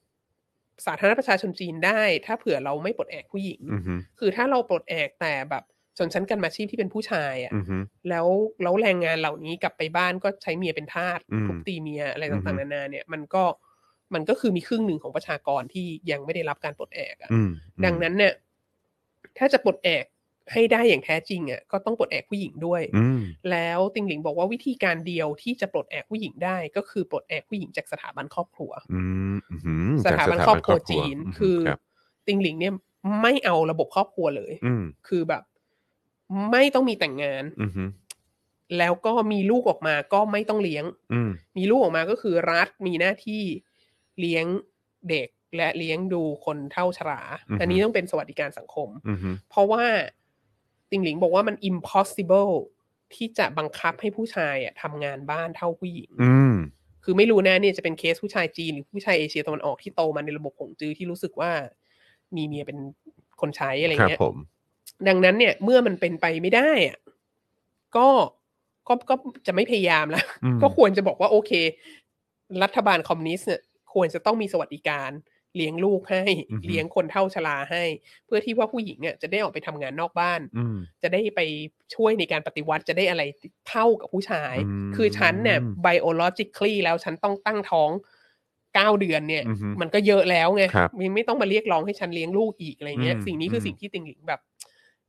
สาธารณรัฐประชาชนจีนได้ ถ้าเผื่อเราไม่ปลดแอกผู้หญิง
อืมฮึ
คือถ้าเราปลดแอกแต่แบบชนชั้นกันมาชีพที่เป็นผู้ชายอะ่ะ
อืมฮึ
แล้วแล้วแรงงานเหล่านี้กลับไปบ้านก็ใช้เมียเป็นทาส
อืม
ทุบตีเมียอะไร
อือฮึ
ต่างๆนานาเนี่ย มันก็มันก็คือมีครึ่งหนึ่งของประชากรที่ยังไม่ได้รับการปลดแอกอะ
อืม
ดังนั้นเนี่ย ถ้าจะปลดแอกให้ได้อย่างแท้จริงอะ่ะก็ต้องปลดแอกผู้หญิงด้วย
อืม
แล้วติงหลิงบอกว่าวิธีการเดียวที่จะปลดแอกผู้หญิงได้ ก็คือปลดแอกผู้หญิงจากสถาบันครอบครัว
อืมอื้อหือ
ส
จาก
ถาบันครอบครัวจีน
ม
คือ
รับ
ติงหลิงเนี่ยไม่เอาระบบครอบครัวเลย
อืม
คือแบบไม่ต้องมีแต่งงาน
อืม
แล้วก็มีลูกออกมาก็ไม่ต้องเลี้ยง
อืม
มีลูกออกมาก็คือรัฐมีหน้าที่เลี้ยงเด็กและเลี้ยงดูคนเท่าชรา อันนี้ต้องเป็นสวัสดิการสังคม
อืม
เพราะว่าติงหลิงบอกว่ามัน impossible ที่จะบังคับให้ผู้ชายอะทำงานบ้านเท่าผู้หญิง
อืม
คือไม่รู้นะเนี่ยจะเป็นเคสผู้ชายจีนหรือผู้ชายเอเชียตะวันออกที่โตมาในระบบของจื้อที่รู้สึกว่า มีเมียเป็นคนใช้อะไร
ครับ
เงี้ย
ผม
ดังนั้นเนี่ย เมื่อมันเป็นไปไม่ได้อะก็ก็ก็จะไม่พยายามละ
อืม
ก็ควรจะบอกว่าโอเค รัฐบาลคอมมิวนิสต์เนี่ยควรจะต้องมีสวัสดิการเลี้ยงลูกให้
อือฮึ
เลี้ยงคนเท่าชราให้ เพื่อที่ว่าผู้หญิงเนี่ยจะได้ออกไปทำงานนอกบ้าน
อืม
จะได้ไปช่วยในการปฏิวัติจะได้อะไรเท่ากับผู้ชาย
อืม
คือฉันเนี่ย biologically แล้วฉันต้องตั้งท้องเก้าเดือนเนี่ย
อือฮึ
มันก็เยอะแล้วไง
ครับ
ยังไม่ต้องมาเรียกร้องให้ฉันเลี้ยงลูกอีกอะไรเงี้ย
อืม
สิ่งนี้คืออ
ม
สิ่งที่ติงหลิงแบบ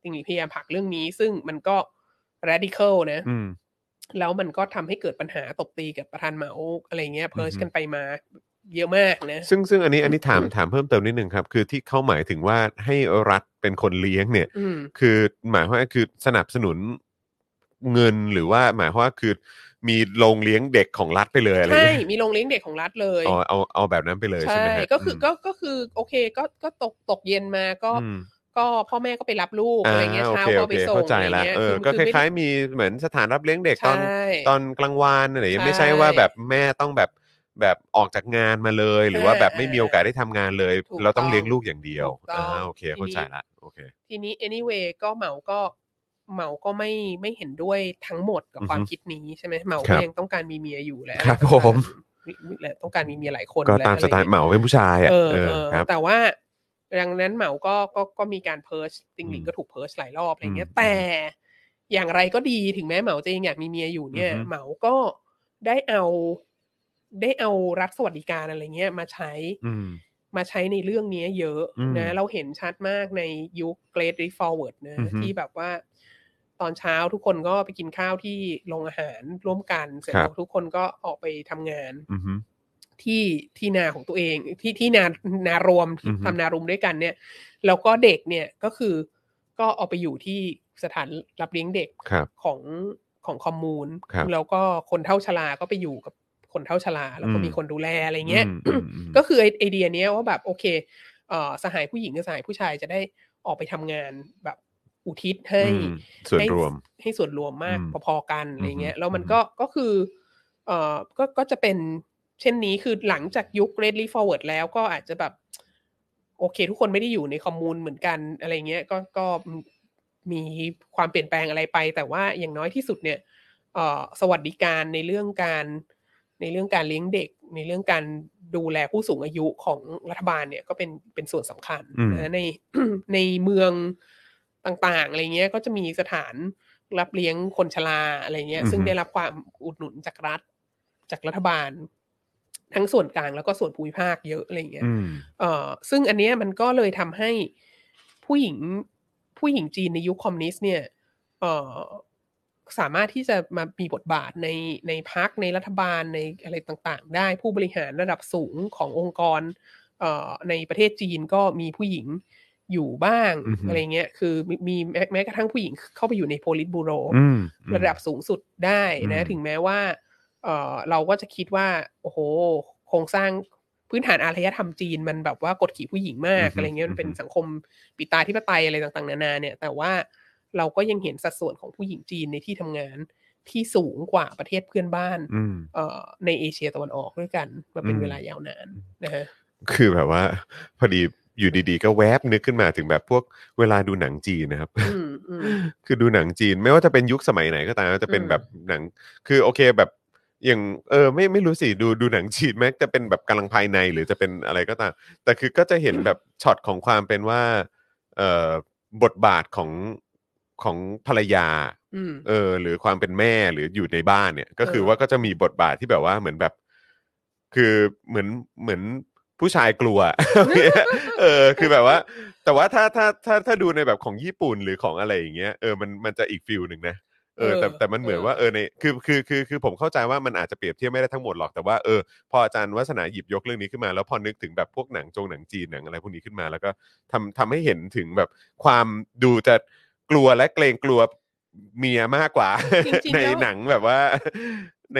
ติงหลิงพยายามผลักเรื่องนี้ ซึ่งมันก็ radical นะ
อืม
แล้วมันก็ทำให้เกิดปัญหาตบตีกับประธานเหมาอะไรเงี้ยเพิร์ช
อือฮึ
กันไปมาเยอะมากนะ
ซึ่งซึ่งอันนี้อันนี้ถามถามเพิ่มเติมนิดนึงครับ คือที่เขาหมายถึงว่าให้รัฐเป็นคนเลี้ยงเนี่ย
อืม
คือหมายความว่าคือสนับสนุนเงินหรือว่าหมายความว่าคือมีโรงเลี้ยงเด็กของรัฐไปเลยอะไร
ใช่
เงี้ย
มีโรงเลี้ยงเด็กของรัฐเลย
อ๋อเอาเอาแบบนั้นไปเลยใช่
ใช่
ไหมฮะ
ก็คือ
ม
ก็ก็คือโอเค ก็ก็ตกตกเย็นมาก็
อืม
ก็พ่อแม่ก็ไปรับลูกอะไรเงี้ย
อ่
เช้า
โอค
ก็
โอ
ไป
ค
ส่ง
เข้าใจ
อะไร
ละ
เงี้ย
เออ
อ
ก็ค
ไม่
ล้าย ๆ มีเหมือนสถานรับเลี้ยงเด็กตอน
ใช่
ตอนกลางวานอะไรอย่างเงี้ย
ใช่
ไม่ใช่ว่าแบบแม่ต้องแบบ แบบออกจากงานมาเลย หรือว่าแบบไม่มีโอกาสได้ทำงานเลย
ถูก
เราต้อง
ต้อง
เลี้ยงลูกอย่างเดียว
ถูกต้อง
อ่าโอเค
ทีนี้
เข้าใจละโอเค
ทีนี้ anyway ก็เหมาก็เหมาก็ไม่ไม่เห็นด้วยทั้งหมดกับ
อือฮึ
ความคิดนี้ใช่ไหมเหมา
ครั
ก็
บ
ยังต้องการมีเมียอยู่แหละ
ครับ
ต้องกา
ผม
และต้องการมีเมียหลายคน
ก็
และ
ตาม
อะ
ส
ร
ไตล์เหมาเป็นผู้ชายอ่ะ
เออ
เออ
เออ
ครับ
แต่ว่าดังนั้นเหมาก็ก็ก็มีการเพิร์ชติงหลิ
อื
ง
ม
ก็ถูกเพิร์ชหลายรอบอะไรเงี้ย
อืม
แต่อย่างไรก็ดีถึงแม้เหมาจะยังอยากมีเมียอยู่เนี่ย
อือฮึ
เหมาก็ได้เอาได้เอารัฐสวัสดิการอะไรเงี้ยมาใช้
อืม
มาใช้ในเรื่องนี้เยอะ
อืม
นะ เราเห็นชัดมากในยุค Great r e f o r w a r d นะ
อือฮึ
ที่แบบว่า ตอนเช้าทุกคนก็ไปกินข้าวที่โรงอาหารร่วมกัน เสร็จ
ครับ
แล้วทุกคนก็ออกไปทำงาน
อืม
ที่ที่นาของตัวเอง ที่ที่นานารวม
อือฮึ
ทำนารวมด้วยกันเนี่ย แล้วก็เด็กเนี่ยก็คือก็เอาไปอยู่ที่สถานรับเลี้ยงเด็ก
ครับ
ของของคอมมูน
ครับ
แล้วก็คนเท่าชราก็ไปอยู่กับคนเท่าชราแล้วก็
อืม
มีคนดูแลอะไรเงี้ย
อืมอืมอืม
ก็คือไอไอเดียเนี้ยว่าแบบโอเคเอ่อสหายผู้หญิงกับสหายผู้ชายจะได้ออกไปทำงานแบบอุทิศให้
อืมส่วน
ให้
รวม
ให้ส่วนรวมมาก
อืม
พอๆกันอะไรเงี้
อื
ย
ม
แล้วมันก็ก็คือเอ่อก็ก็จะเป็นเช่นนี้คือหลังจากยุค Redly Forward แล้วก็อาจจะแบบ โอเค ทุกคนไม่ได้อยู่ในคอมมูนเหมือนกันอะไรเงี้ยก็ก็มีความเปลี่ยนแปลงอะไรไป แต่ว่าอย่างน้อยที่สุดเนี่ยเอ่อสวัสดิการในเรื่องการในเรื่องการเลี้ยงเด็ก ในเรื่องการดูแลผู้สูงอายุของรัฐบาลเนี่ยก็เป็นเป็นส่วนสำคัญ
อืม
นะใน ในเมืองต่างๆอะไรเงี้ยก็จะมีสถานรับเลี้ยงคนชราอะไรเงี้ย
อือฮึ
ซึ่งได้รับความอุดหนุนจากรัฐจากรัฐบาล ทั้งส่วนกลางแล้วก็ส่วนภูมิภาคเยอะอะไรเงี้ย
อืม
เอ่อซึ่งอันเนี้ยมันก็เลยทำให้ผู้หญิงผู้หญิงจีนในยุคคอมมิวนิสต์เนี่ยเอ่อสามารถที่จะมามีบทบาทในในพักในรัฐบาลในอะไรต่างๆ ได้ผู้บริหารระดับสูงขององค์กรเอ่อในประเทศจีนก็มีผู้หญิงอยู่บ้าง
อือฮึ
อะไรเงี้ยคือมีมีแม้แม้กระทั่งผู้หญิงเข้าไปอยู่ในโพลิตบูโร
อืม
ระดับสูงสุดได้
อื
นะ
ม
ถึงแม้ว่า เออเราก็จะคิดว่า โอ้โห โครงสร้างพื้นฐานอารยธรรมจีนมันแบบว่ากดขี่ผู้หญิงมาก
อือฮึ
อะไรเงี้ยมันเป็น
อือฮึ
สังคมปิดตาธิปไตยอะไรต่างๆนานาเนี่ย แต่ว่าเราก็ยังเห็นสัดส่วนของผู้หญิงจีนในที่ทำงานที่สูงกว่าประเทศเพื่อนบ้าน
อืม
เอ่อในเอเชียตะวันออกด้วยกันมาเป็น
อืม
เวลายาวนานนะฮะ
คือแบบว่า พอดีอยู่ดีๆ ก็แวบนึกขึ้นมาถึงแบบพวกเวลาดูหนังจีนนะครับ
อืมอืม
คือดูหนังจีนไม่ว่าจะเป็นยุคสมัยไหนก็ตามจะเป็น
อืม
แบบหนัง คือโอเคแบบอย่างเออไม่ไม่รู้สิดูดูหนังจีนแม้จะเป็นแบบกำลังภายในหรือจะเป็นอะไรก็ตาม แต่คือก็จะเห็นแบบช็อตของความเป็นว่าเอ่อบทบาทของของภรรยา
อืม
เออหรือความเป็นแม่หรืออยู่ในบ้านเนี่ย ก็คือ
เออ
ว่าก็จะมีบทบาทที่แบบว่าเหมือนแบบ คือเหมือนเหมือนผู้ชายกลัว เออ คือแบบว่า แต่ว่าถ้าถ้าถ้าถ้าดูในแบบของญี่ปุ่นหรือของอะไรอย่างเงี้ยเออมันมันจะอีกฟิลหนึ่งนะเออแต่
เออ
แต่มันเหมือน
เออ
ว่าเออในคือคือคือคือผมเข้าใจว่ามันอาจจะเปรียบเทียบไม่ได้ทั้งหมดหรอกแต่ว่าเออพออาจารย์วัฒนาหยิบยกเรื่องนี้ขึ้นมา แล้วพอนึกถึงแบบพวกหนังจงหนังจีนหนังอะไรพวกนี้ขึ้นมาแล้วก็ ทำทำให้เห็นถึงแบบความดูจะกลัวและเกรงกลัวเมียมากกว่า
จริง ๆ
ใน
แล้ว
หนังแบบว่า ใน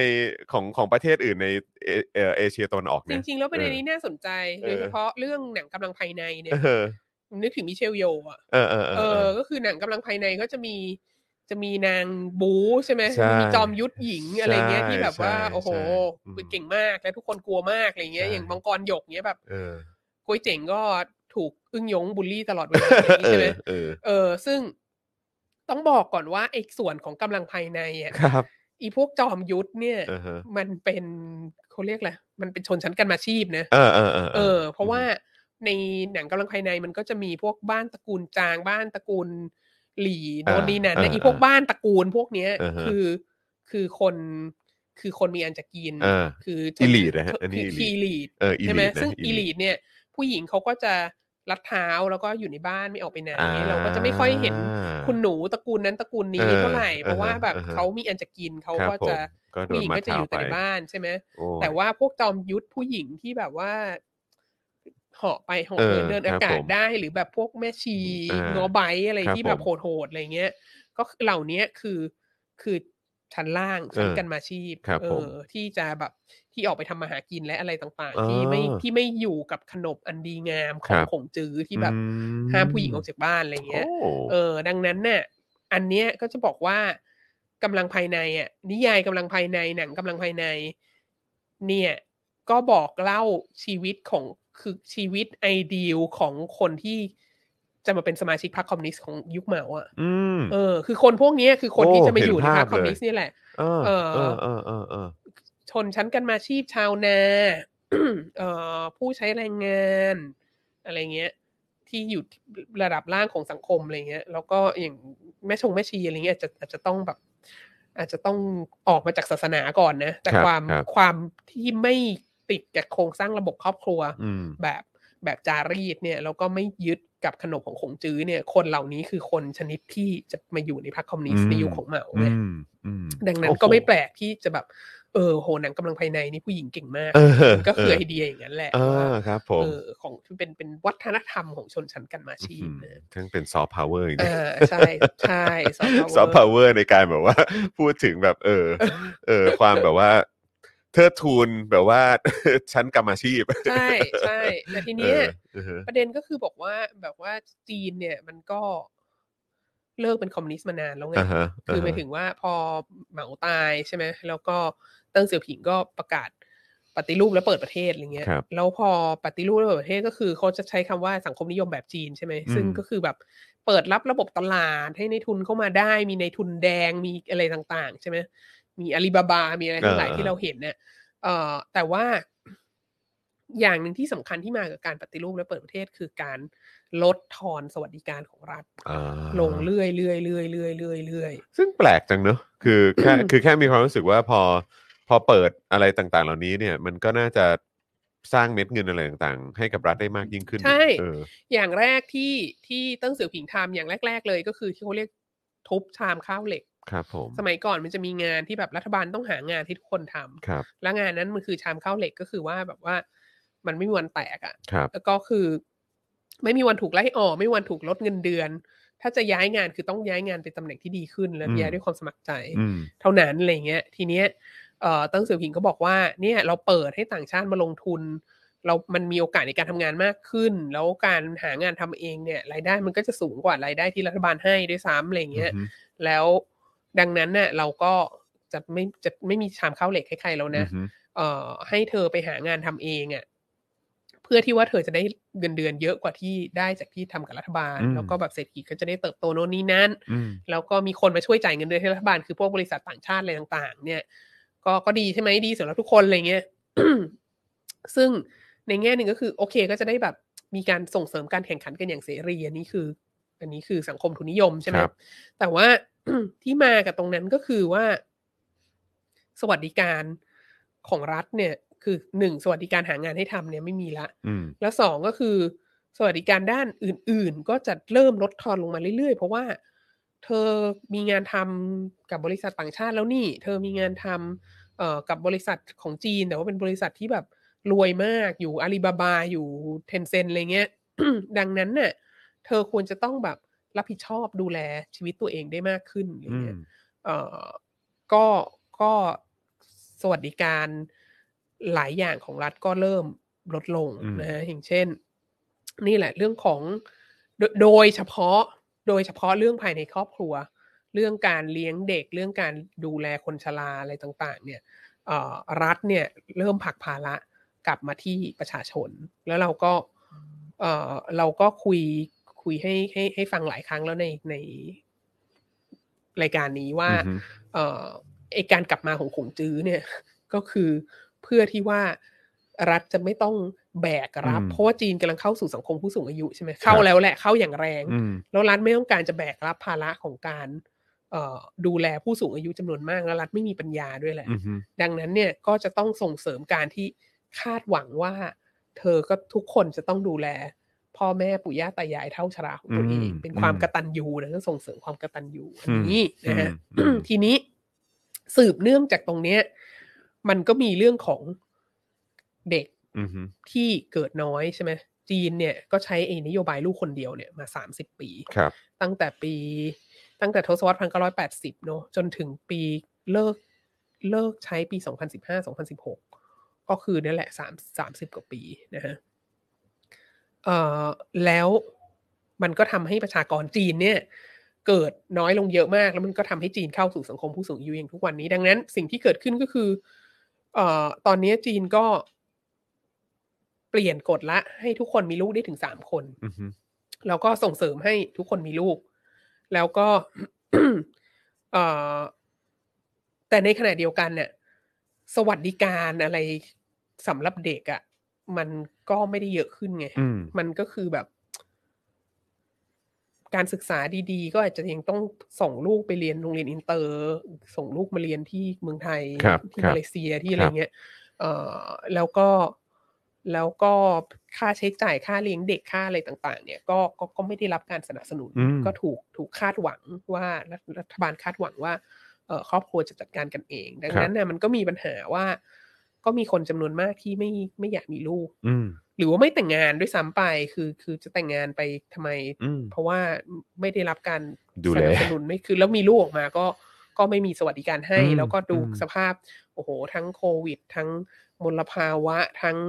ของของประเทศอื่นในเอเอ่อเอเชียตะวันออก
จ
เนี่ย
ริง ๆ แล้วประเด็นนี้น่าสนใจ
เออ
โดยเฉพาะเรื่องหนังกำลังภายในเนี่ย
เออ
นึกถึงมิเชลโยอะ
เออเออเอ
เอ
อเอ
อ
อ
ก็คือหนังกำลังภายในก็จะมีจะมีนางบูใช่ไหม
ใช่
มีจอมยุทธหญิงอะไรเงี้ยที่แบบว่า
ใช่
โอ้โห
ใช่อืม
เก่งมากและทุกคนกลัวมากอะไรเงี้ย
ใช่
อย่างมังกรหยกเงี้ยแบบ
เออ
กุ้ยเจ๋งก็ถูกอึ้งหยงบูลลี่ตลอดเวลาอย่า
เอ
งงี้ใช่
อ
ไหม
เออ
เออ ซึ่งต้องบอกก่อนว่าไอ้ส่วนของกำลังภายในอ่ะ
ครับ
อีพวกจอมยุทธเนี่ย
เออฮะ
มันเป็นเขาเรียกอะไรมันเป็นชนชั้นกันมาชีพนะ
เออเออเออ
เอ
เออ
อ เพราะว่าในหนังกำลังภายในมันก็จะมีพวกบ้านตระกูลจางบ้านตระกูลหลีโน่นนี่นั่น
อ่า
นะ
อ่า
อีพวกบ้านตระกูลพวกเนี้ย
อ่าฮะ
คือคือคนคือคนมีอันจะกิน
เออ
คือช
elite นะฮะอันนี้
คือ
elite
คือ elite
เออ elite
ใช่ไหม
นะ
ซึ่ง
elite
อีลีดเนี่ย ผู้หญิงเขาก็จะรัดเท้าแล้วก็อยู่ในบ้านไม่ออกไปไหน
อ่
เราก็จะไม่ค่อยเห็นคุณหนูตระกูลนั้นตระกูลนี้เท่าไหร่
เออ
เพราะว่าแบบ
อ่าฮะ
เขามีอันจะกินเขา
ครับ
ก็
ผม
จะ
ก็โด
ผู้
น
หญิง
มัด
ก็จะ
เท้า
อยู่แต่
ไป
ในบ้านใช่ไหม
โอ้ย
แต่ว่าพวกจอมยุทธผู้หญิงที่แบบว่าเหาะไปเหาะ
เออ
เหินเดิน
ค
อา
รับ
กา
ผ
ศ
ม
ได้หรือแบบพวกแม่ชี
อ่าง
อไบต์อะไร
ครับ
ที่แบบ
ผม
โหดๆอะไรเงี้ย ก็คือเหล่าเนี้ยคือคือชั้นล่าง
เออ
ชั้นกันมาชีพ
ครับ
เอ
ผม
อที่จะแบบที่ออกไปทำมาหากินและอะไรต่าง
อ่า
ๆ ที่ไม่ที่ไม่อยู่กับขนบอันดีงามข
ครั
อง
บ
ขงจื้อที่แบบ
อื
ห้ามผู้หญิงออกจากบ้านอะไรเงี้ย
โอ้
เออดังนั้นเนี่ยอันเนี้ยก็จะบอกว่ากำลังภายในอ่ะนิยายกำลังภายในหนังกำลังภายใน เนี่ย ก็บอกเล่าชีวิตของคือชีวิตไอเดียของคนที่จะมาเป็นสมาชิกพรรคคอมมิวนิสต์ของยุคเหมาอะ
อืม
เออคือคนพวกเนี้ยคือคนที่
โอ้
จะมาอยู่ในพรรคคอมมิวนิสต์
เห็นภาพเลย
นี่แหละ
เออเออเออเออเออ
ชนชั้นกันมาชีพชาวนา เอ่อผู้ใช้แรงงาน อะไรเงี้ย ที่อยู่ระดับล่างของสังคมอะไรเงี้ย แล้วก็อย่างแม่ชงแม่ชีอะไรเงี้ยอาจจะอาจจะต้องแบบ อาจจะต้องออกมาจากศาสนาก่อนนะ แต่
ครับ
ความ
ครับ
ความที่ไม่ติดกับโครงสร้างระบบครอบครัว
อืม
แบบแบบจารีตเนี่ยแล้วก็ไม่ยึดกับขนบของขงจื้อเนี่ย คนเหล่านี้คือคนชนิดที่จะมาอยู่ในพรรคคอมมิวนิสต์ในยุคของเหมา
อื
ไง
มอืม
ดังนั้น
โอ้โห
ก็ไม่แปลกที่จะแบบเออโหหนังกำลังภายในนี่ผู้หญิงเก่งมาก
เออ
ก็คือ
เ
ไอเดียอย่างนั้นแหละ
เออ
ว่า
ครับผม
เออของที่เป็นเป็นวัฒนธรรมของชนชั้นกันมาชีพนะ
ทั้งเป็นซอฟต์พาวเวอร์อีกนะ
อ่าใช่ใช่ซอฟ ต์
ซอฟต์พาวเวอร์ในการแบบว่า พูดถึงแบบเออ เออ ความแบบว่า เทิดทูนแบบว่า ชั้นกรรมอาชีพ
ใช่ใช่แต่ทีเนี้
เ
ย
ออเออ
ประเด็นก็คือบอกว่าแบบว่าจีนเนี่ยมันก็เลิกเป็นคอมมิวนิสต์มานานแล้วไง
อ่าฮะาฮะ
คือหมายถึงว่าพอเหมาตายใช่ไหมแล้วก็เติ้งเสี่ยวผิงก็ประกาศปฏิรูปและเปิดประเทศอะไรเงี้ย
ครับ
แล้วพอปฏิรูปและเปิดประเทศก็คือเขาจะใช้คำว่าสังคมนิยมแบบจีนใช่ไหม
อืม
ซึ่งก็คือแบบเปิดรับระบบตลาดให้ในทุนเข้ามาได้ มีในทุนแดงมีอะไรต่างๆ ใช่ไหมมีอาลีบาบา มีอะไรทั้งหลายที่เราเห็นเนี่ยเอ่อแต่ว่าอย่างหนึ่งที่สำคัญที่มากับการปฏิรูปและเปิดประเทศคือการลดทอนสวัสดิการของรัฐ
อ่า
ลงเรื่อยเรื่อยเรื่อยเรื่อยเรื่อยเรื่อย
ซึ่งแปลกจังเนอะคือแค่คือแค่มีความรู้สึกว่าพอ พอเปิดอะไรต่าง ๆ เหล่านี้เนี่ย มันก็น่าจะสร้างเม็ดเงินอะไรต่างๆ ให้กับรัฐได้มากยิ่งขึ้น
ใช่
เออ
อย่างแรกที่ที่เตั้งเสือผิงทำอย่างแรก ๆ เลยก็คือที่เขาเรียกทุบชามข้าวเหล็ก
ครับผม
สมัยก่อนมันจะมีงานที่แบบรัฐบาลต้องหางานที่ทุกคนทำ
ครับ
และงานนั้นมันคือชามข้าวเหล็กก็คือว่าแบบว่ามันไม่มีวันแตกอะ่ะ
ครับ
แล้วก็คือ ไม่มีวันถูกไล่ออก ไม่มีวันถูกลดเงินเดือน ถ้าจะย้ายงานคือต้องย้ายงานไปตำแหน่งที่ดีขึ้นและ
อืม
ย้ายด้วยความสมัครใจ
อืม
เท่านั้นอะไรเงี้ย ทีเนี้ยเอ่อเตั้งเสือผิงก็บอกว่า เนี่ยเราเปิดให้ต่างชาติมาลงทุน เรา มันมีโอกาสในการทำงานมากขึ้น แล้วการหางานทำเองเนี่ย รายได้มันก็จะสูงกว่ารายได้ที่รัฐบาลให้ด้วยซ้ำอะไรเงี้ย
อือฮึ
แล้วดังนั้นเนี่ยเราก็จะไม่จะไม่มีชามข้าวเหล็กให้ใครแล้วนะ
อือฮึ
เอ่อให้เธอไปหางานทำเองอะ่ะเพื่อที่ว่าเธอจะได้เงินเดือนเยอะกว่าที่ได้จากที่ทำกับรัฐบาล แล้วก็แบบเศรษฐกิจก็จะได้เติบโตโน่นนี่นั่น
อืม
แล้วก็มีคนมาช่วยจ่ายเงินเดือนให้รัฐบาลคือพวกบริษัทต่างชาติอะไรต่างๆ เนี่ย ก็ก็ดีใช่ไหมดีสำหรับทุกคนอะไรเงี้ย ซึ่งในแง่หนึ่งก็คือ โอเคก็จะได้แบบมีการส่งเสริมการแข่งขันกันอย่างเสรีอันนี้คือ อันนี้คือสังคมทุนนิยมใช่ไหม
ครับ
แต่ว่า ที่มากับตรงนั้นก็คือว่า สวัสดิการของรัฐเนี่ย คือหนึ่งสวัสดิการหางานให้ทำเนี่ยไม่มีละ
อืม
แล้วสองก็คือสวัสดิการด้านอื่น ๆ ก็จะเริ่มลดทอนลงมาเรื่อย ๆ เพราะว่าเธอมีงานทำกับบริษัทต่างชาติแล้วนี่ เธอมีงานทำเอ่อกับบริษัทของจีน แต่ว่าเป็นบริษัทที่แบบรวยมากอยู่อาลีบาบาอยู่เทนเซนอะไรเงี้ย ดังนั้นน่ะเธอควรจะต้องแบบรับผิดชอบดูแลชีวิตตัวเองได้มากขึ้นอะไร
อื
เงี้
ม
ย เอ่อก็ก็สวัสดิการหลายอย่างของรัฐก็เริ่มลดลง
อืม
นะฮะอย่างเช่น นี่แหละเรื่องของโดโดยเฉพาะโดยเฉพาะเรื่องภายในครอบครัว เรื่องการเลี้ยงเด็ก เรื่องการดูแลคนชราอะไรต่าง ๆ เนี่ยเอ่อรัฐเนี่ยเริ่มผลักภาระกลับมาที่ประชาชน แล้วเราก็เอ่อเราก็คุยคุยให้ให้ให้ฟังหลายครั้งแล้วในในรายการนี้ว่า
อือฮึ
เอ่อไอการกลับมาของขงจื้อเนี่ย ก็คือเพื่อที่ว่ารัฐจะไม่ต้องแบกรับ
อืม
เพราะว่าจีนกำลังเข้าสู่สังคมผู้สูงอายุใช่ไหมเข้า
ครับ
แล้วแหละเข้าอย่างแรง
อืม
แล้วรัฐไม่ต้องการจะแบกรับภาระของการเอ่อดูแลผู้สูงอายุจำนวนมากแล้วรัฐไม่มีปัญญาด้วยแหละ
อือฮึ
ดังนั้นเนี่ยก็จะต้องส่งเสริมการที่คาดหวังว่า เธอก็ทุกคนจะต้องดูแล พ่อแม่ปู่ย่าตายายเท่าชราของตัวเอง
อืม
เป็นความ
อืม
กตัญญูนะก็ส่งเสริมความกตัญญูอันนี้
อืม
นะฮะ
อืม
ทีนี้สืบเนื่องจากตรงเนี้ย มันก็มีเรื่องของเด็ก
อือฮึ
ที่เกิดน้อยใช่ไหมจีนเนี่ยก็ใช้ไอ้นโยบายลูกคนเดียวเนี่ยมาสามสิบปี
ครับ
ตั้งแต่ปีตั้งแต่ทศวรรษพันเก้าร้อยแปดสิบเนอะจนถึงปีเลิกเลิกใช้ปีสองพันสิบห้าสองพันสิบหกก็คือนั่นแหละสามสามสิบกว่าปีนะฮะเอ่อแล้วมันก็ทำให้ประชากรจีนเนี่ย เกิดน้อยลงเยอะมาก แล้วมันก็ทำให้จีนเข้าสู่สังคมผู้สูงอายุอย่างทุกวันนี้ ดังนั้นสิ่งที่เกิดขึ้นก็คือเอ่อตอนนี้จีนก็ เปลี่ยนกฎละ ให้ทุกคนมีลูกได้ถึงสามคน
อือฮึ
แล้วก็ส่งเสริมให้ทุกคนมีลูก แล้วก็ เอ่อแต่ในขณะเดียวกันเนี่ย สวัสดิการอะไรสำหรับเด็กอะ่ะ มันก็ไม่ได้เยอะขึ้นไง
อืม
มันก็คือแบบ การศึกษาดีๆ ก็อาจจะยังต้องส่งลูกไปเรียนโรงเรียนอินเตอร์ ส่งลูกมาเรียนที่เมืองไทย
ครับ
ที่
ครั
มา
บ
เลเซียที่อะไร
ครับ
เงี้ย เอ่อแล้วก็แล้วก็ค่าใช้จ่ายค่าเลี้ยงเด็กค่าอะไรต่าง ๆ เนี่ยก็ก็ก็ไม่ได้รับการสนับสนุน
อืม
ก็ถูกถูกคาดหวังว่ารัฐรัฐบาลคาดหวังว่าเอ่อครอบครัวจะจัดการกันเอง ดังนั้นเนี่ยมันก็มีปัญหาว่า ก็มีคนจำนวนมากที่ไม่ไม่อยากมีลูก
อืม
หรือว่าไม่แต่งงานด้วยซ้ำไปคือคือจะแต่งงานไปทำไม
อืม
เพราะว่าไม่ได้รับการ
ดู
ส
แล
นับสนุนไม่คือแล้วมีลูกออกมาก็ก็ไม่มีสวัสดิการให้
อืม
แล้วก็ดู
อืม
สภาพโอ้โห ทั้งโควิด ทั้งมลภาวะ ทั้ง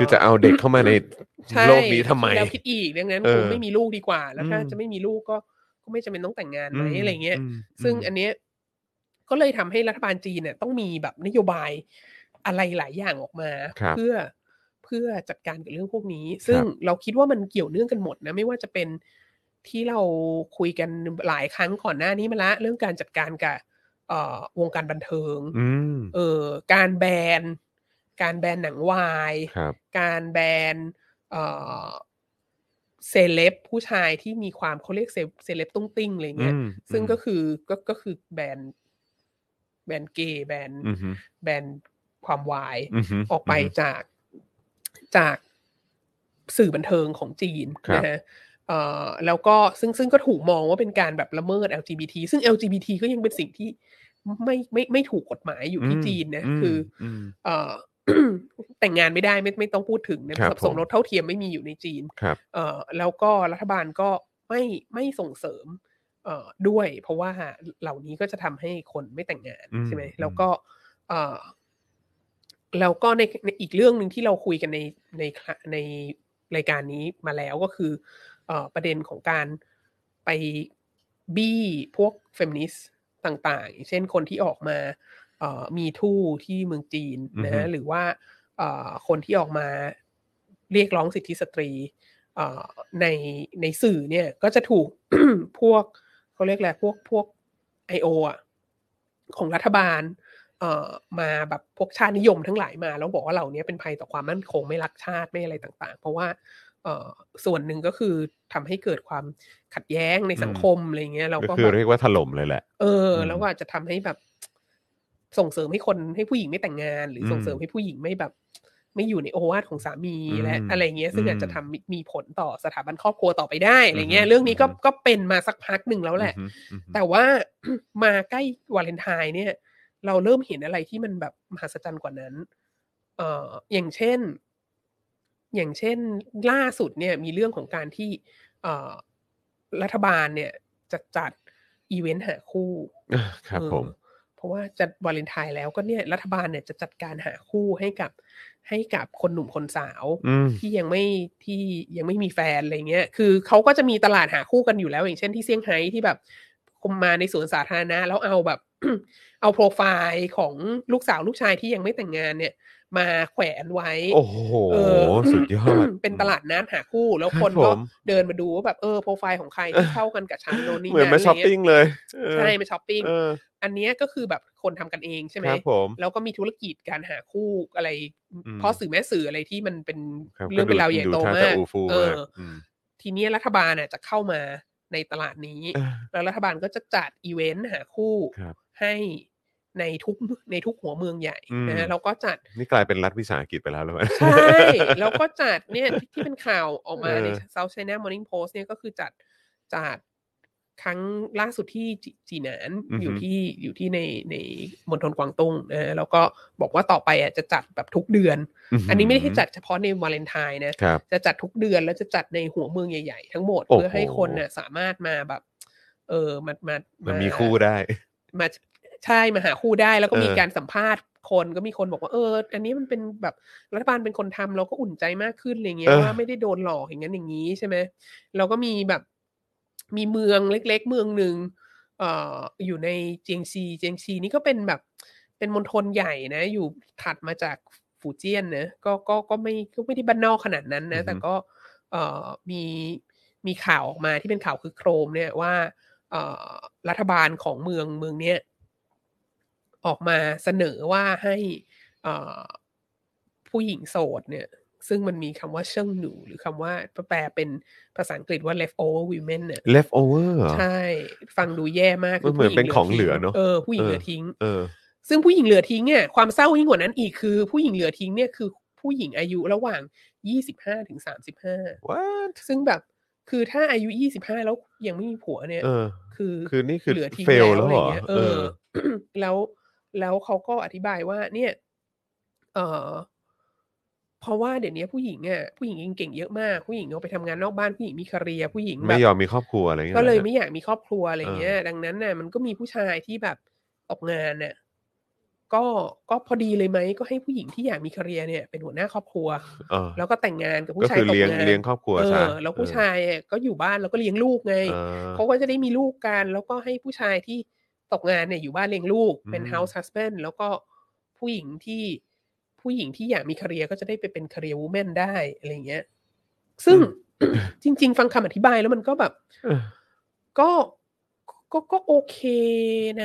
คือจะเอาเด็กเข้ามาใน
ใช่
โลกนี้ทำไม
คิดแล้วคิดอีกดังนั้น
เออ
คงไม่มีลูกดีกว่า แล้วถ้า
อืม
จะไม่มีลูกก็ก็ไม่จำเป็นต้องแต่งงานไหม
ม
อะไรเงี้ย
ม
ซึ่ง
ม
อันเนี้ยก็เลยทำให้รัฐบาลจีนเนี่ย ต้องมีแบบนโยบายอะไรหลายอย่างออกมา
ครับ
เพื่อเพื่อจัดการกับเรื่องพวกนี้ ซึ่งเราคิดว่ามันเกี่ยวเนื่องกันหมดนะ ไม่ว่าจะเป็นที่เราคุยกันหลายครั้งก่อนหน้านี้มาละ เรื่องการจัดการกับเอ่อวงการบันเทิง
อืม
เออการแบน การแบนหนังวาย
ครับ
การแบนเอ่อเซเลบผู้ชายที่มีความเขาเรียกเซเลบตุ้งติ้งอะไรเงี้ย
อืม
ซึ่ง
อืม
ก็คือก็ก็คือแบรนด์แบรนด์เกย์แบรนด์
อือฮึ
แบรนด์ความวาย
อือฮึ
ออกไปจากจากสื่อบันเทิงของจีน
ครับ
นะฮะเอ่อแล้วก็ซึ่งซึ่งก็ถูกมองว่าเป็นการแบบละเมิด LGBT ซึ่ง LGBT ก็ยังเป็นสิ่งที่ไม่ไม่ไม่ถูกกฎหมายอยู่ที่จีนนะ
ม
คืออ
ม
เอ่ อ แต่งงานไม่ได้ไม่ไม่ต้องพูดถึงนะครับสม
ผ
สม
ม
รสเท่าเทียมไม่มีอยู่ในจีน
ครับ
เอ่อแล้วก็รัฐบาลก็ไม่ไม่ส่งเสริมเอ่อด้วย เพราะว่าเหล่านี้ก็จะทำให้คนไม่แต่งงาน
อืม
ใช่ไหม
อืม
แล้วก็เอ่อแล้วก็ในในอีกเรื่องหนึ่งที่เราคุยกันในในคละในรายการนี้มาแล้วก็คือเอ่อประเด็นของการไปบี้พวกเฟมินิสต์ต่างๆอย่างเช่นคนที่ออกมาเอ่อมีทู่ที่เมืองจีนนะฮะหรือว่าเอ่อคนที่ออกมาเรียกร้องสิทธิสตรี เอ่อในในสื่อเนี่ยก็จะถูก พวกเขาเรียกแหละไรพวกพวก I.O. อ่ะของรัฐบาล เอ่อมาแบบพวกชาตินิยมทั้งหลายมา แล้วบอกว่าเหล่านี้เป็นภัยต่อความมั่นคงไม่รักชาติไม่อะไรต่าง ๆ เพราะว่าเอ่อส่วนหนึ่งก็คือทำให้เกิดความขัดแย้งในสังคมอะไรเงี้ยเรา
ก็
ก็
คือ
แบบ
เรียกว่าถล่มเลยแหละ
เออ
ม
แล้วก็อาจจะทำให้แบบ ส่งเสริมให้คนให้ผู้หญิงไม่แต่งงาน หรืออ
ม
ส่งเสริมให้ผู้หญิงไม่แบบ ไม่อยู่ในโอวาทของสามี
อืม
และอะไรเงี้ยซึ่ง
อืม
อาจจะทำมีผลต่อสถาบันครอบครัวต่อไปได้อะไรเงี้
อืม
ยเรื่องนี้ก็
อืม
ก็เป็นมาสักพักหนึ่งแล้วแหละ
อือฮึอือฮึ
แต่ว่า มาใกล้วาเลนไทน์เนี่ย เราเริ่มเห็นอะไรที่มันแบบมหัศจรรย์กว่านั้น เอ่ออย่างเช่น อย่างเช่น ล่าสุดเนี่ย มีเรื่องของการที่ เอ่อรัฐบาลเนี่ยจะจัดอีเวนต์หาคู่
ครับ
เออ
ผม
เพราะว่าจะวาเลนไทน์แล้วก็เนี่ย รัฐบาลเนี่ยจะจัดการหาคู่ให้กับให้กับคนหนุ่มคนสาว
อืม
ที่ยังไม่ที่ยังไม่มีแฟนอะไรเงี้ย คือเขาก็จะมีตลาดหาคู่กันอยู่แล้ว อย่างเช่นที่เซี่ยงไฮ้ที่แบบคุมมาในสวนสาธารณะแล้วเอาแบบ เอาโปรไฟล์ของลูกสาวลูกชายที่ยังไม่แต่งงานเนี่ย มาแขวนไว้
โอ้โห
เออ
สุดยอด
เป็นตลาดนัดหาคู่ แล้วคน
ครับผ
ก็
ม
เดินมาดูว่าแบบเออโปรไฟล์ของใครที่เข้ากันกับฉันโนนนี่
เหมือน
นั่น
มา
อะไร
ช้อปปิ้ง
เงี้ย
เลย
ใช่มาช้อปปิ้ง
เออ
อันเนี้ยก็คือแบบคนทำกันเองใช่ไหม
ครับผม
แล้วก็มีธุรกิจการหาคู่อะไร
อืม
เพราะสื่อแม่สื่ออะไรที่มันเป็น
คบ
เรื่องเป็นราวใหญ่
ดู
โต
ท่
มา
จะ
ก
อูฟู
เอ
มา
อ
กม
ทีเนี้ยรัฐบาลน่ะจะเข้ามาในตลาดนี้
เออ
แล้วรัฐบาลก็จะจัดอีเวนต์หาคู่
ครับ
ให้ในทุกในทุกหัวเมืองใหญ่นะฮะ
อืม
แล้วก็จัด
นี่กลายเป็นรัฐวิสาหกิจไปแล้วหรือเปล่า
ใช่ แล้วก็จัดเนี่ยที่ที่เป็นข่าวออกมา
เออ
ใน South China Morning Post เนี่ยก็คือจัดจัดครั้งล่าสุดที่จีจีหนาน
อือฮึ
อยู่ที่อยู่ที่ในในมณฑลกวางตุ้งนะฮะแล้วก็บอกว่าต่อไปอ่ะจะจัดแบบทุกเดือน อันนี้ไม่ได้ให้จัดเฉพาะในวาเลนไทน์นะ
ครับ
จะจัดทุกเดือนแล้วจะจัดในหัวเมืองใหญ่ๆ ทั้งหมด
โอ้โห
เพื่อให้คนน่ะสามารถมาแบบ เออมามา
มั
มาน ม
มีคู่ได้
มาใช่มาหาคู่ได้แล้วก็มี
เออ
การสัมภาษณ์คนก็มีคนบอกว่าเออ อันนี้มันเป็นแบบรัฐบาลเป็นคนทำเราก็อุ่นใจมากขึ้นอะไรเงี้ยว่าไม่ได้โดนหลอกอย่างนั้นอย่างนี้ใช่ไหมเราก็มีแบบมีเมืองเล็ก ๆ เมืองหนึ่งเอ่ออยู่ในเจียงซีเจียงซีนี่ก็เป็นแบบเป็นมณฑลใหญ่นะ อยู่ถัดมาจาก ฟูเจียนเนอะก็ก็ก็ไม่ก็ไม่ได้บ้านนอกขนาดนั้น
อื
นะ
อฮึ
แต่ก็เอ่อมีมีข่าวออกมาที่เป็นข่าวคือโครมเนี่ยว่าเอ่อรัฐบาลของเมืองเมืองเนี้ยออกมาเสนอว่าให้เอ่อผู้หญิงโสดเนี่ย ซึ่งมันมีคำว่าเชิงหนู หรือคำว่าแปลเป็นภาษาอังกฤษว่า leftover women เนี่ย
leftover เหรอ
ใช่ ฟังดูแย่มากคื
มันเหมือนเป็นของเหลือเนอะ
เออผู้หญิงเหลือ
เออ
ทิ้ง
เออ
ซึ่งผู้หญิงเหลือทิ้งเนี่ยความเศร้ายิ่งกว่านั้นอีกคือ ผู้หญิงเหลือทิ้งเนี่ยคือผู้หญิงอายุระหว่าง 25ถึง35
what
ซึ่งแบบคือถ้าอายุ 25 แล้วยังไม่มีผัวเนี่ย
เออ
คือ
คือนี่คือ
เหลือทิ้ง
เฟล
แล้
แล้ว ว
อะไร
เหรอ
เงี้ยเอ
เอ
อ
อ
แล้วแล้วเขาก็อธิบายว่า เนี่ย เออเพราะว่าเดี๋ยวนี้ผู้หญิงอ่ะผู้หญิงเก่งๆเยอะมากผู้หญิงเอาไปทำงานนอกบ้านผู้หญิงมีคาเรียผู้หญิงแบ
ไม่
บ
ยอมมีครอบครัวอะไรเงี้ย
ก็เลย
หรอ
ไม่อยากมีครอบครัวอะไร
เออ
เงี้ย ดังนั้นน่ะมันก็มีผู้ชายที่แบบตกงานเนี่ยก็ก็พอดีเลยไหมก็ให้ผู้หญิงที่อยากมีคาเรียเนี่ย เป็นหัวหน้าครอบครัว
เออ
แล้วก็แต่งงานกับผู้
ก็
ชาย
คือ
ตก
เลี้ยง
งาน
เลี้ยงครอบครัว
เอ
ซะ
อแล้วผู้ชายอะก็อยู่บ้านแล้วก็เลี้ยงลูกไง
เออเอ
เขา
อ
ก็จะได้มีลูกกัน แล้วก็ให้ผู้ชายที่ตกงานเนี่ยอยู่บ้านเลี้ยงลูกเป็น
อืม
house husband แล้วก็ผู้หญิงที่ผู้หญิงที่อยากมีคาเรียก็จะได้ไปเป็นคาเรียวูแมนได้อะไรเงี้ย ซึ่ง จริง ๆ ฟังคำอธิบายแล้วมันก็แบบ
เออ
ก็ก็ก็โอเค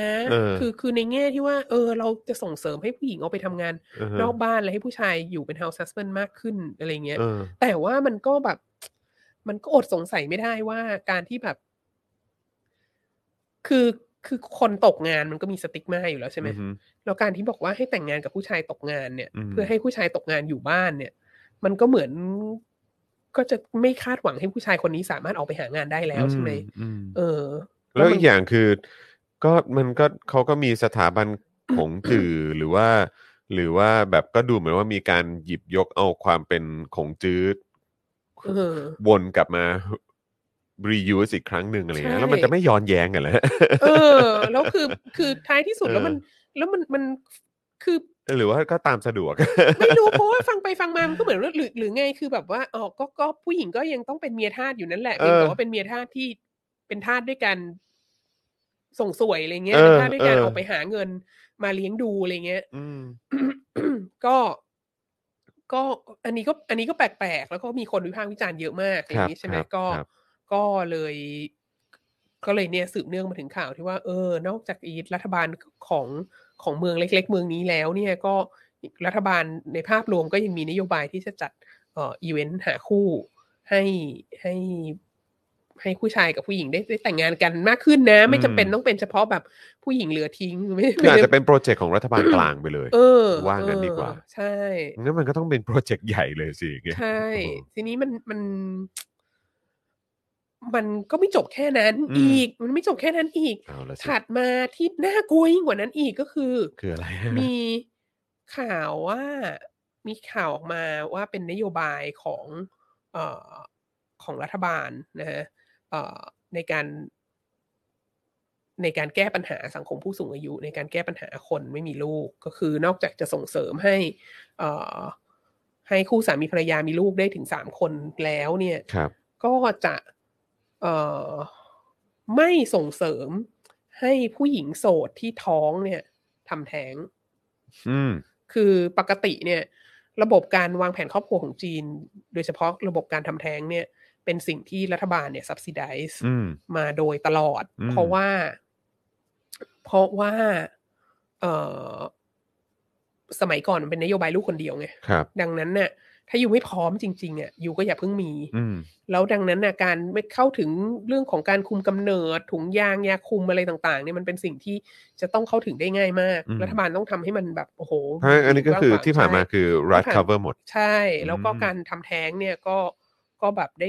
นะ
เออ
คือคือในแง่ที่ว่า เออ เราจะส่งเสริมให้ผู้หญิงออกไปทำงาน
เออฮะ
นอกบ้านและให้ผู้ชายอยู่เป็น house husband มากขึ้นอะไรเงี้ย
เออ
แต่ว่ามันก็แบบ มันก็อดสงสัยไม่ได้ว่าการที่แบบ คือคือคนตกงานมันก็มีสติ๊กมาอยู่แล้วใช่ไหม
อือฮึ
แล้วการที่บอกว่าให้แต่งงานกับผู้ชายตกงานเนี่ย
อืม
เพื่อให้ผู้ชายตกงานอยู่บ้านเนี่ย มันก็เหมือน ก็จะไม่คาดหวังให้ผู้ชายคนนี้สามารถออกไปหางานได้แล้วใช่ไหม
อืม
เออ
แล้วอีกอย่างคือก็มันก็เขาก็มีสถาบันของจื่อ หรือว่า หรือว่าแบบก็ดูเหมือนว่ามีการหยิบยกเอาความเป็นของจื้อ
เอ อ
วนกลับมา reuse อีกครั้งหนึ่งอะไรเงี้ย
ใช่
แล้วมันจะไม่ย้อนแย้งกันเลย
เออ แล้วคือ คือท้ายที่สุด
เออ
แล้วมัน แล้วมัน มัน คือ
หรือว่าก็ตามสะดวก
ไม่รู้ เพราะว่าฟังไปฟังมา มันก็เหมือนว่าหรือหรือไง คือแบบว่า อ๋อ ก็ ก็ผู้หญิงก็ยังต้องเป็นเมียทาสอยู่นั่นแหละ
เออ
เพียงแต่ว่าเป็นเมียทาสที่ เป็นทาสด้วยกัน ส่งสวยอะไรเงี้ย
เออ
เป็นทาสด้วยการ
เออ
ออกไปหาเงินมาเลี้ยงดูอะไรเงี้ย
อื ม
ก็ ก็อันนี้ก็ อันนี้ก็แปลกๆ แล้วก็มีคนวิพากษ์วิจารณ์เยอะมากอย่าง
ค
นี้
รับ
ใช่ไหม
ครับ
ก็
ครับ
ก็เลย ก็เลยเนี่ยสืบเนื่องมาถึงข่าวที่ว่า เออ นอกจากอีรัฐบาลของของเมืองเล็ก ๆ เมืองนี้แล้ว เนี่ยก็รัฐบาลในภาพรวมก็ยังมีนโยบายที่จะจัดเอ่ออีเวนต์หาคู่ให้ให้ ให้ผู้ชายกับผู้หญิงได้ได้แต่งงานกันมากขึ้นนะ ไม่จำเป็น
อืม
ต้องเป็นเฉพาะแบบผู้หญิงเหลือทิ้งไม่
คือ
ไม่
อาจ
ได้
จะเป็นโปรเจกต์ของรัฐบาลกลางไปเลย
เออ
ว่างั้นดีกว่า
เออใช่
งั้นมันก็ต้องเป็นโปรเจกต์ใหญ่เลยสิอย่างเงี้ย
ใช่ ทีนี้มันมัน มันก็ไม่จบแค่นั้น
อืม
อีก มันไม่จบแค่นั้นอีก
เอาละสิ
ถัดมาที่น่ากลัวยิ่งกว่านั้นอีกก็คือ
คืออะไรฮะ
มีข่าวว่ามีข่าวออกมาว่าเป็นนโยบายของเอ่อของรัฐบาลนะฮะเอ่อในการ ในการแก้ปัญหาสังคมผู้สูงอายุ ในการแก้ปัญหาคนไม่มีลูกก็คือนอกจากจะส่งเสริมให้ เอ่อ ให้คู่สามีภรรยามีลูกได้ถึงสามคนแล้วเนี่ย
ครับ
ก็จะเอ่อไม่ส่งเสริมให้ผู้หญิงโสดที่ท้องเนี่ยทำแท้ง
อืม
คือปกติเนี่ย ระบบการวางแผนครอบครัวของจีน โดยเฉพาะระบบการทำแท้งเนี่ย เป็นสิ่งที่รัฐบาลเนี่ย subsidize
อืม
มาโดยตลอด
อืม
เพราะว่า เพราะว่า เออสมัยก่อนมันเป็นนโยบายลูกคนเดียวไง
ครับ
ดังนั้นน่ะ ถ้าอยู่ไม่พร้อมจริงๆอ่ะอยู่ก็อย่าเพิ่งมี
อืม
แล้วดังนั้นนะการไม่เข้าถึงเรื่องของการคุมกำเนิด ถุงยางยาคุมอะไรต่าง ๆ เนี่ยมันเป็นสิ่งที่จะต้องเข้าถึงได้ง่ายมาก
อืม
รัฐบาลต้องทำให้มันแบบโอ้โห
เพราะงั้นอันนี้ก็คือที่ผ่านมา
ใช่
คือรัด
ที่ผ่าน
cover หมด
ใช่ แล้วก็
อืม
การทำแท้งเนี่ยก็ก็แบบได้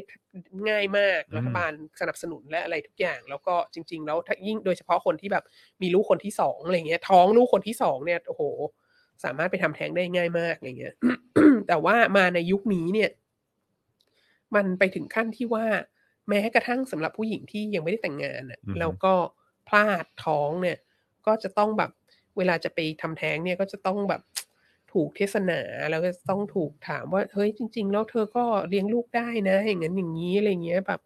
ง่ายมาก
อืม
รัฐบาลสนับสนุนและอะไรทุกอย่าง แล้วก็จริง ๆ แล้วถ้ายิ่งโดยเฉพาะคนที่แบบมีลูกคนที่สองอะไรเงี้ย ท้องลูกคนที่สองเนี่ยโอ้โห สามารถไปทำแท้งได้ง่ายมากอะไรเงี้ย แต่ว่ามาในยุคนี้เนี่ย มันไปถึงขั้นที่ว่า แม้กระทั่งสำหรับผู้หญิงที่ยังไม่ได้แต่งงานน่ะ
อือฮึ
แล้วก็พลาดท้องเนี่ย ก็จะต้องแบบ เวลาจะไปทำแท้งเนี่ยก็จะต้องแบบถูกเทศนาแล้วก็ต้องถูกถามว่าเฮ้ยจริง ๆ แล้วเธอก็เลี้ยงลูกได้นะ อย่างนั้นอย่างนี้อะไรเงี้ยแบบ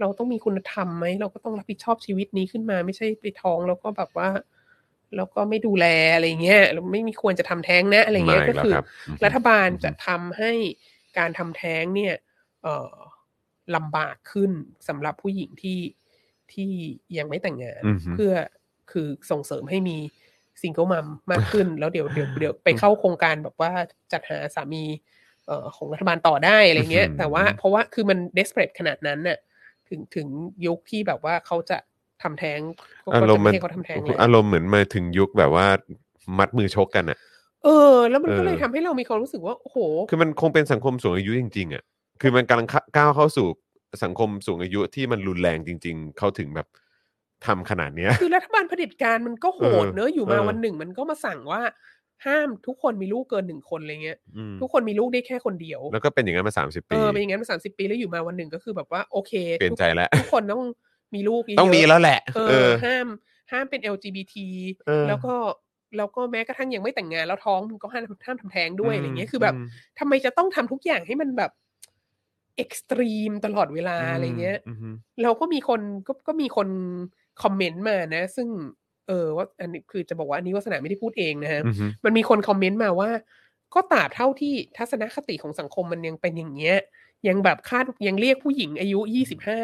เราต้องมีคุณธรรมไหมเราก็ต้องรับผิดชอบชีวิตนี้ขึ้นมา ไม่ใช่ไปท้องแล้วก็แบบว่า แล้วก็ไม่ดูแลอะไรเงี้ยแล้วไม่มีควรจะทำแท้งนะอะไรเงี้ย
มา
ก็
แล้ว
คือ
รับม
รัฐบาล
อืม
จะทำให้การทำแท้งเนี่ยเออลำบากขึ้นสำหรับผู้หญิงที่ที่ยังไม่แต่งงาน
อืมฮึ
เพื่อคือส่งเสริมให้มีซิงเกิลมัมมากขึ้น แล้วเดี๋ยวเดี๋ยวเดี๋ยวไปเข้าโครงการแบบว่าจัดหาสามีเอ่อของรัฐบาลต่อได้อะไรเงี้ย
อือหือ
แต่ว่าเพราะว่าคือมันเดสเ a ร e ขนาดนั้นน่ะถึงถึงยุคที่แบบว่าเขาจะทำแท้งก็
อา
ก็
ร
จะ
มณ์มั
ไม่
น
ให้เขาทำแท้งเลย
อารมณ์เหมือนมาถึงยุคแบบว่ามัดมือชกกันอ่ะ
เออ แล้วมันก็เลย
เออ
ทำให้เรามีความรู้สึกว่าโอ้โห
คือมันคงเป็นสังคมสูงอายุจริงๆอ่ะคือมันกำลังเข้าก้าวเข้าสู่สังคมสูงอายุที่มันรุนแรงจริง ๆ เขาถึงแบบทำขนาดเนี้ย
คือรัฐบาลเผด็จการมันก็โหด
เออ
เนอะอยู่มา
เออ
วันหนึ่งมันก็มาสั่งว่า ห้ามทุกคนมีลูกเกินหนึ่งคนอะไรเงี้ย
อืม
ทุกคนมีลูกได้แค่คนเดียว
แล้วก็เป็นอย่างนั้นมา 30
เอ
ปี
อเป็นอย่างนั้นมาสามสิบปีแล้วอยู่มาวันหนึ่งก็คือแบบว่า โอเค
เปลี่ยนใจแล้ว
ทุกคนต้องมีลูกเยะๆ
ต้องมีแล้วแหละ
เอ
เอ
อ
อ
ห้ามห้ามเป็น LGBT
เออ
แล้วก็แล้วก็แม้กระทั่งยังไม่แต่งงานแล้วท้องมันก็ห้ามห้ามทำแท้งด้วยอะไรเงี้ยคือแบบ
ม
ทำไมจะต้องทำทุกอย่างให้มันแบบเอ็กซ์ตรีมตลอดเวลาอะไรเงี้ย
อืมอืม
เราก็มีคนก็ก็มีคนคอมเมนต์มานะ ซึ่ง เออว่าอันนี้คือจะบอกว่าอันนี้วาสนาไม่ได้พูดเองนะฮะ
อือฮึ
มันมีคนคอมเมนต์มาว่า ก็ตราบเท่าที่ทัศนคติของสังคมมันยังเป็นอย่างเงี้ย ยังแบบคาดยังเรียกผู้หญิงอายุยี่สิบห้า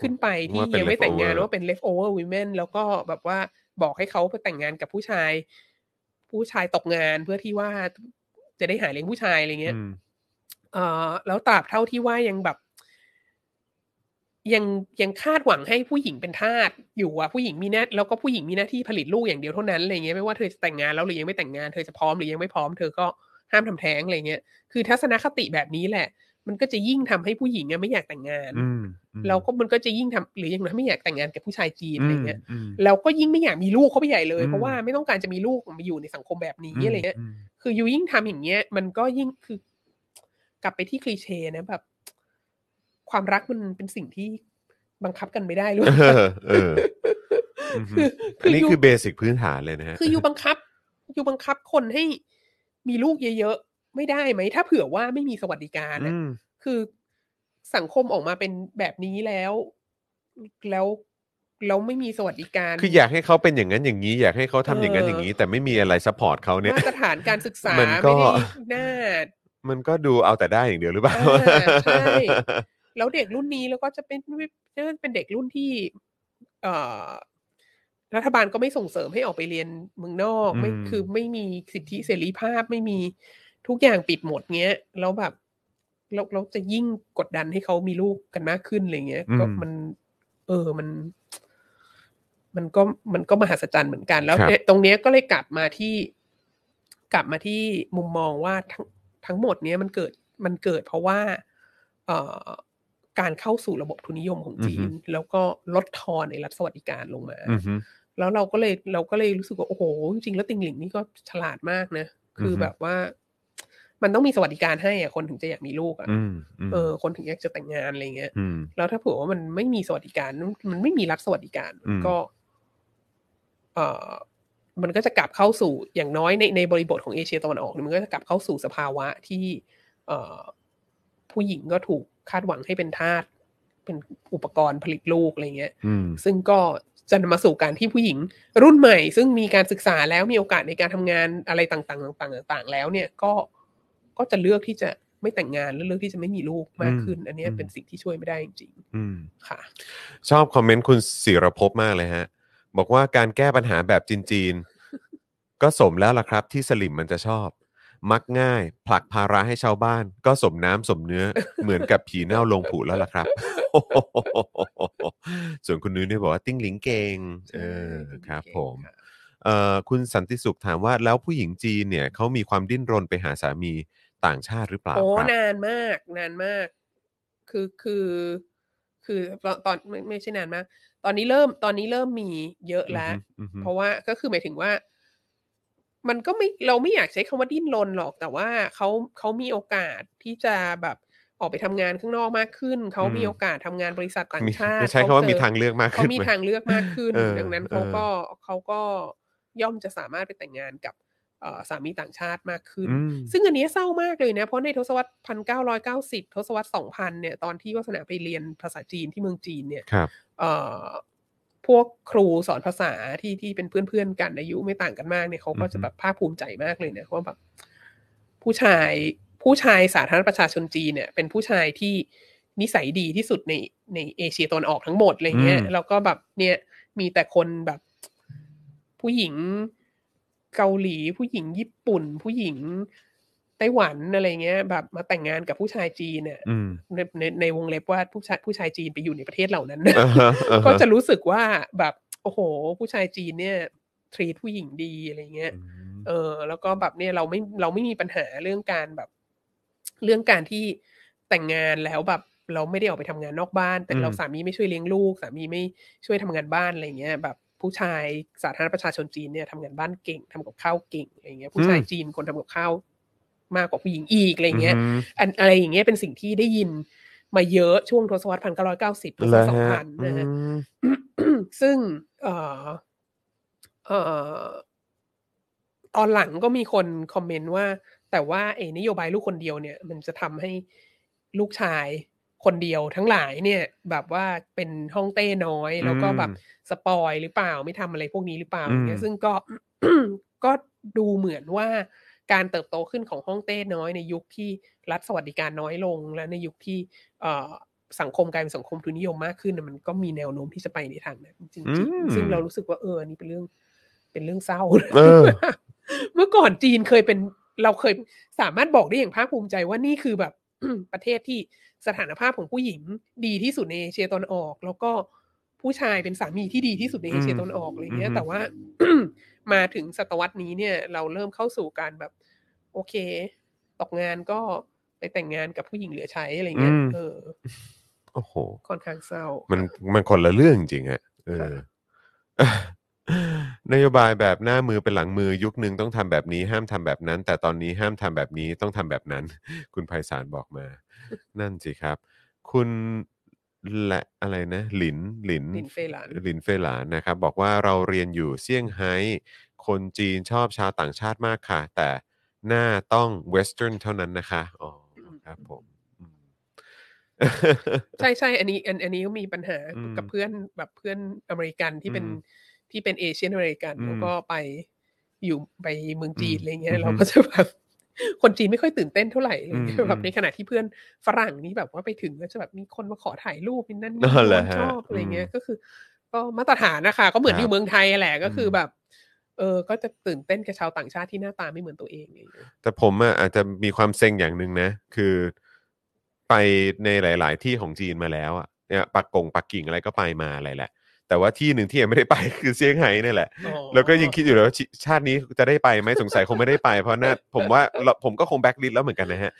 ขึ้นไปที่
ว่าเป็น
ยังไม่แต่งงาน
leftover
ว่าเป็น leftover women แล้วก็แบบว่าบอกให้เขาไปแต่งงานกับผู้ชาย ผู้ชายตกงานเพื่อที่ว่าจะได้หาเลี้ยงผู้ชายอะไรเงี้ย
อืม
เออแล้วตราบเท่าที่ว่ายังแบบ ยังยังคาดหวังให้ผู้หญิงเป็นทาสอยู่อะผู้หญิงมีหน้าแล้วก็ผู้หญิงมีหน้าที่ผลิตลูกอย่างเดียวเท่านั้นอะไรเงี้ยไม่ว่าเธอจะแต่งงานแล้วหรือยังไม่แต่งงานเธอจะพร้อมหรือยังไม่พร้อมเธอก็ห้ามทำแท้งอะไรเงี้ยคือทัศนคติแบบนี้แหละ มันก็จะยิ่งทำให้ผู้หญิงอะไม่อยากแต่งงาน
อืมอืม
แล้วก็มันก็จะยิ่งทำหรือยังน้อยไม่อยากแต่งงานกับผู้ชายจีนอะไรเงี้ย
อืม
แล้วก็ยิ่งไม่อยากมีลูกเข้าไปใหญ่เลย
อืม
เพราะว่าไม่ต้องการจะมีลูกมาอยู่ในสังคมแบบนี้อะไรเงี้ย
ม
คือยูยิ่งทำอย่างเงี้ย มันก็ยิ่งคือกลับไปที่คลีเช่นะแบบ ความรักมันเป็นสิ่งที่บังคับกันไม่ได้หรือ
เอ
เปล่า
อเอออือฮึ
คือ
อันนี้
ยู
คือเบสิกพื้นฐานเลยนะฮะ
คือยูบังคับยูบังคับคนให้มีลูกเยอะๆ ไม่ได้ไหม ถ้าเผื่อว่าไม่มีสวัสดิการน่ะ
อืม
คือสังคมออกมาเป็นแบบนี้แล้ว แล้วแล้วไม่มีสวัสดิการ
คืออยากให้เขาเป็นอย่างนั้นอย่างนี้ อยากให้เขาทำอย่างนั้น
เออ
อ
อ
ย่างนี้ แต่ไม่มีอะไรซัพพอร์ตเขาเนี่ย
มาตรฐานการศึกษา
มันก็
ไม่ได้น่า
มันก็ดูเอาแต่ได้อย่างเดียวหรือเปล่า
อ่าใช่ แล้วเด็กรุ่นนี้แล้วก็จะเป็นเป็นเด็กรุ่นที่ เอ่อ รัฐบาลก็ไม่ส่งเสริมให้ออกไปเรียนเมืองนอกไม่
อืม
คือไม่มีสิทธิเสรีภาพไม่มีทุกอย่างปิดหมดเงี้ย แล้วแบบแล้วเราจะยิ่งกดดันให้เขามีลูกกันมากขึ้นอะไรเงี้ย ก็มัน เออมัน มันก็มันก็มหัศจรรย์เหมือนกันแล้ว
ครับ
เนี่ยตรงเนี้ยก็เลยกลับมาที่ กลับมาที่มุมมองว่าทั้งทั้งหมดเนี้ยมันเกิดมันเกิดเพราะว่า เอ่อการเข้าสู่ระบบทุนนิยมของจีน แล้วก็ลดทอนในรัฐสวัสดิการลงมา
อือฮึ
แล้วเราก็เลยเราก็เลยรู้สึกว่าโอ้โหจริงๆแล้วติงหลิงนี่ก็ฉลาดมากนะ คือ
อฮึ
แบบว่า มันต้องมีสวัสดิการให้อะคนถึงจะอยากมีลูกอะ
อืมอืม
เออ คนถึงอยากจะแต่งงานอะไรเงี้ย
อืม
แล้วถ้าเผื่อว่ามันไม่มีสวัสดิการ มันไม่มีรัฐสวัสดิการ
อืม
ก็ เอ่อ มันก็จะกลับเข้าสู่อย่างน้อยในในบริบทของเอเชียตะวันออกเนี่ยมันก็จะกลับเข้าสู่สภาวะที่ เอ่อ ผู้หญิงก็ถูกคาดหวังให้เป็นทาสเป็นอุปกรณ์ผลิตลูกอะไรเงี้ย
อืม
ซึ่งก็จะนำมาสู่การที่ผู้หญิงรุ่นใหม่ ซึ่งมีการศึกษาแล้วมีโอกาสในการทำงานอะไรต่างๆต่างๆต่างๆ แล้วเนี่ยก็ก็จะเลือกที่จะไม่แต่งงานและเลือกที่จะไม่มีลูกมากขึ้น
อืม
อันเนี้ย
อืม
เป็นสิ่งที่ช่วยไม่ได้จริง
อืม
ๆค่ะ
ชอบคอมเมนต์คุณศิรภพมากเลยฮะ บอกว่าการแก้ปัญหาแบบจีนๆ ก็สมแล้วล่ะครับ ที่สลิมมันจะชอบ มักง่าย ผลักภาระให้ชาวบ้าน ก็สมน้ำสมเนื้อ เหมือนกับผีเน่าลงผุแล้วล่ะครับ ส่วนคุณนุ้ยเนี่ยบอกว่า ติ้งหลิงเก่งเออครับผม เอ่อคุณสันติสุขถามว่าแล้วผู้หญิงจีนเนี่ยเขามีความดิ้นรนไปหาสามีต่างชาติหรือเปล่า
โอ้
ครับ
นานมากนานมาก คือคือ คือตอนไม่ไม่ใช่นานมาก ตอนนี้เริ่มตอนนี้เริ่มมีเยอะแล้ว
อือฮึอือ
เพ
ฮึ
ราะว่าก็คือหมายถึงว่า มันก็ไม่เราไม่อยากใช้คำว่าดิ้นรนหรอก แต่ว่าเขาเขามีโอกาสที่จะแบบออกไปทำงานข้างนอกมากขึ้น เขามีโอกาสทำงานบริษัทต่าง
มี
ชาติ
ใช้คำว่า
เจอ
มีทางเลือกมาก
เขา
ขึ้น
มี
ไห
ทางเลือกมากขึ้น
เออ
ดังนั้น
เออ
เขาก็เขาก็ย่อมจะสามารถไปแต่งงานกับเอ่อสามีต่างชาติมากขึ้น
อืม
ซึ่งอันเนี้ยเศร้ามากเลยนะ เพราะในทศวรรษ 1990 ทศวรรษ 2000 เนี่ย ตอนที่วัสนาไปเรียนภาษาจีนที่เมืองจีนเนี่ย
ครับ
เอ่อ พวกครูสอนภาษาที่ที่เป็นเพื่อนๆกันอายุไม่ต่างกันมากเนี่ยเขาก็
อื
จะ
อฮึ
แบบภาคภูมิใจมากเลยเนี่ยว่าแบบผู้ชายผู้ชายสาธารณประชาชนจีนเนี่ย เป็นผู้ชายที่นิสัยดีที่สุดในในเอเชียตะวันออกทั้งหมดอะไรเงี้ย
อืม
แล้วก็แบบเนี่ยมีแต่คนแบบ ผู้หญิงเกาหลี ผู้หญิงญี่ปุ่น ผู้หญิงไต้หวันอะไรเงี้ย แบบมาแต่งงานกับผู้ชายจีนเนี่ย
อืม
ในในในวงเล็บว่าผู้ชายผู้ชายจีนไปอยู่ในประเทศเหล่านั้น
อ่าฮะอ่าฮ
ก็จะรู้สึกว่าแบบโอ้โห ผู้ชายจีนเนี่ยทรีผู้หญิงดีอะไรเงี้ย
อืม
เออแล้วก็แบบเนี่ยเราไม่เราไม่มีปัญหาเรื่องการแบบ เรื่องการที่แต่งงานแล้วแบบ เราไม่ได้ออกไปทำงานนอกบ้าน แต่
อืม
เราสามีไม่ช่วยเลี้ยงลูก สามีไม่ช่วยทำงานบ้านอะไรเงี้ย แบบผู้ชายสาธารณประชาชนจีนเนี่ยทำงานบ้านเก่งทำกับข้าวเก่งอะไรเงี้ยผู้ชายจีนคนทำกับข้าวมากกว่าผู้หญิงอีกอะไรเงี้ย
ม
อันอะไรอย่างเงี้ยเป็นสิ่งที่ได้ยินมาเยอะช่วงทศวรรษพันเก้าร้อยเก้าสิบทศวรรษสองพันนะฮะ ซึ่งเอ่อเอ่อตอนหลังก็มีคนคอมเมนต์ว่า แต่ว่าไอ้นโยบายลูกคนเดียวเนี่ย มันจะทำให้ลูกชายคนเดียวทั้งหลายเนี่ย แบบว่าเป็นห้องเต้น้อย แล้วก็แบบ
อืม
สปอยหรือเปล่าไม่ทำอะไรพวกนี้หรือเปล่า
อืม
อย่างเงี้ยซึ่งก็ ก็ดูเหมือนว่าการเติบโตขึ้นของห้องเต้น้อยในยุคที่รัฐสวัสดิการน้อยลง และในยุคที่ เอ่อสังคมกลายเป็นสังคมทุนนิยมมากขึ้นน่ะมันก็มีแนวโน้มที่จะไปในทางนั้นจริง
อืม
ๆซึ่งเรารู้สึกว่าเอออันนี้เป็นเรื่อง เป็นเรื่องเศร้า
เออ
เมื่อก่อนจีนเคยเป็นเราเคยสามารถบอกได้อย่างภาคภูมิใจว่านี่คือแบบ ประเทศที่สถานภาพของผู้หญิงดีที่สุดในเอเชียตะวันออก แล้วก็ผู้ชายเป็นสามีที่ดีที่สุดในเอเชียตะวันออกอะไรเงี้
อื
ย
ม
แต่ว่า มาถึงศตวรรษนี้เนี่ย เราเริ่มเข้าสู่การแบบ โอเค ตกงานก็ไปแต่งงานกับผู้หญิงเหลือใช้อะไรเงี้ย
อืม
เออ
โอ้โห
ค่อนข้างเศร้า
มันมันคนละเรื่องจริงๆอะเออ นโยบายแบบหน้ามือเป็นหลังมือยุคหนึ่งต้องทำแบบนี้ ห้ามทำแบบนั้น แต่ตอนนี้ห้ามทำแบบนี้ต้องทำแบบนั้น คุณไพศาลบอก มา นั่นสิครับ คุณและอะไรนะ หลินหลิน
ลินเฟหลาน
ลินเฟหลานนะครับบอกว่าเราเรียนอยู่เซี่ยงไฮ้คนจีนชอบชาวต่างชาติมากค่ะ แต่หน้าต้องเวสเทิร์นเท่านั้นนะคะอ๋อครับผมอืม
ใช่ใช่อันนี้อันอันนี้ก็มีปัญหา
อืม
กับเพื่อนแบบเพื่อนอเมริกันที่เป็น
อืม
ที่เป็นเอเชียนอเมริกัน
อืม
แล้วก็ไปอยู่ไปเมืองจีน
อืม
อะไรเงี้
อื
ย
ม
เราก็จะแบบ คนจีนไม่ค่อยตื่นเต้นเท่าไหร่อะไรเงี้ย
อืม
แบบในขณะที่เพื่อนฝรั่งนี่แบบว่าไปถึงก็จะแบบมีคนมาขอถ่ายรูปนี่นั่นนี่
อ๋อเหรอ
นู่น
ฮะ
ชอบอะไรเงี้
อื
ย
ม
ก็คือ ก็มาตรฐานนะคะ ก็เหมือน
ครับ
อยู่เมืองไทยแหละก็คืออ
ม
แบบ เออ ก็จะตื่นเต้นกับชาวต่างชาติที่หน้าตาไม่เหมือนตัวเองอะไรเงี้ย
แต่ผมอะอาจจะมีความเซ็งอย่างหนึ่งนะ คือไปในหลาย ๆ ที่ของจีนมาแล้วอะเนี่ยปักกงปักกิ่งอะไรก็ไปมาอะไรแหละ แต่ว่าที่หนึ่งที่ยังไม่ได้ไป คือเซี่ยงไฮ้นี่แหละ
อ๋อ
แล้วก็ยังคิดอยู่เลยว่าชิชาตินี้จะได้ไปไหมสงสัยคงไม่ได้ไป เพ ราะน่าผมว่าเราผมก็คงแบ็คลิสต์แล้วเหมือนกันนะฮะ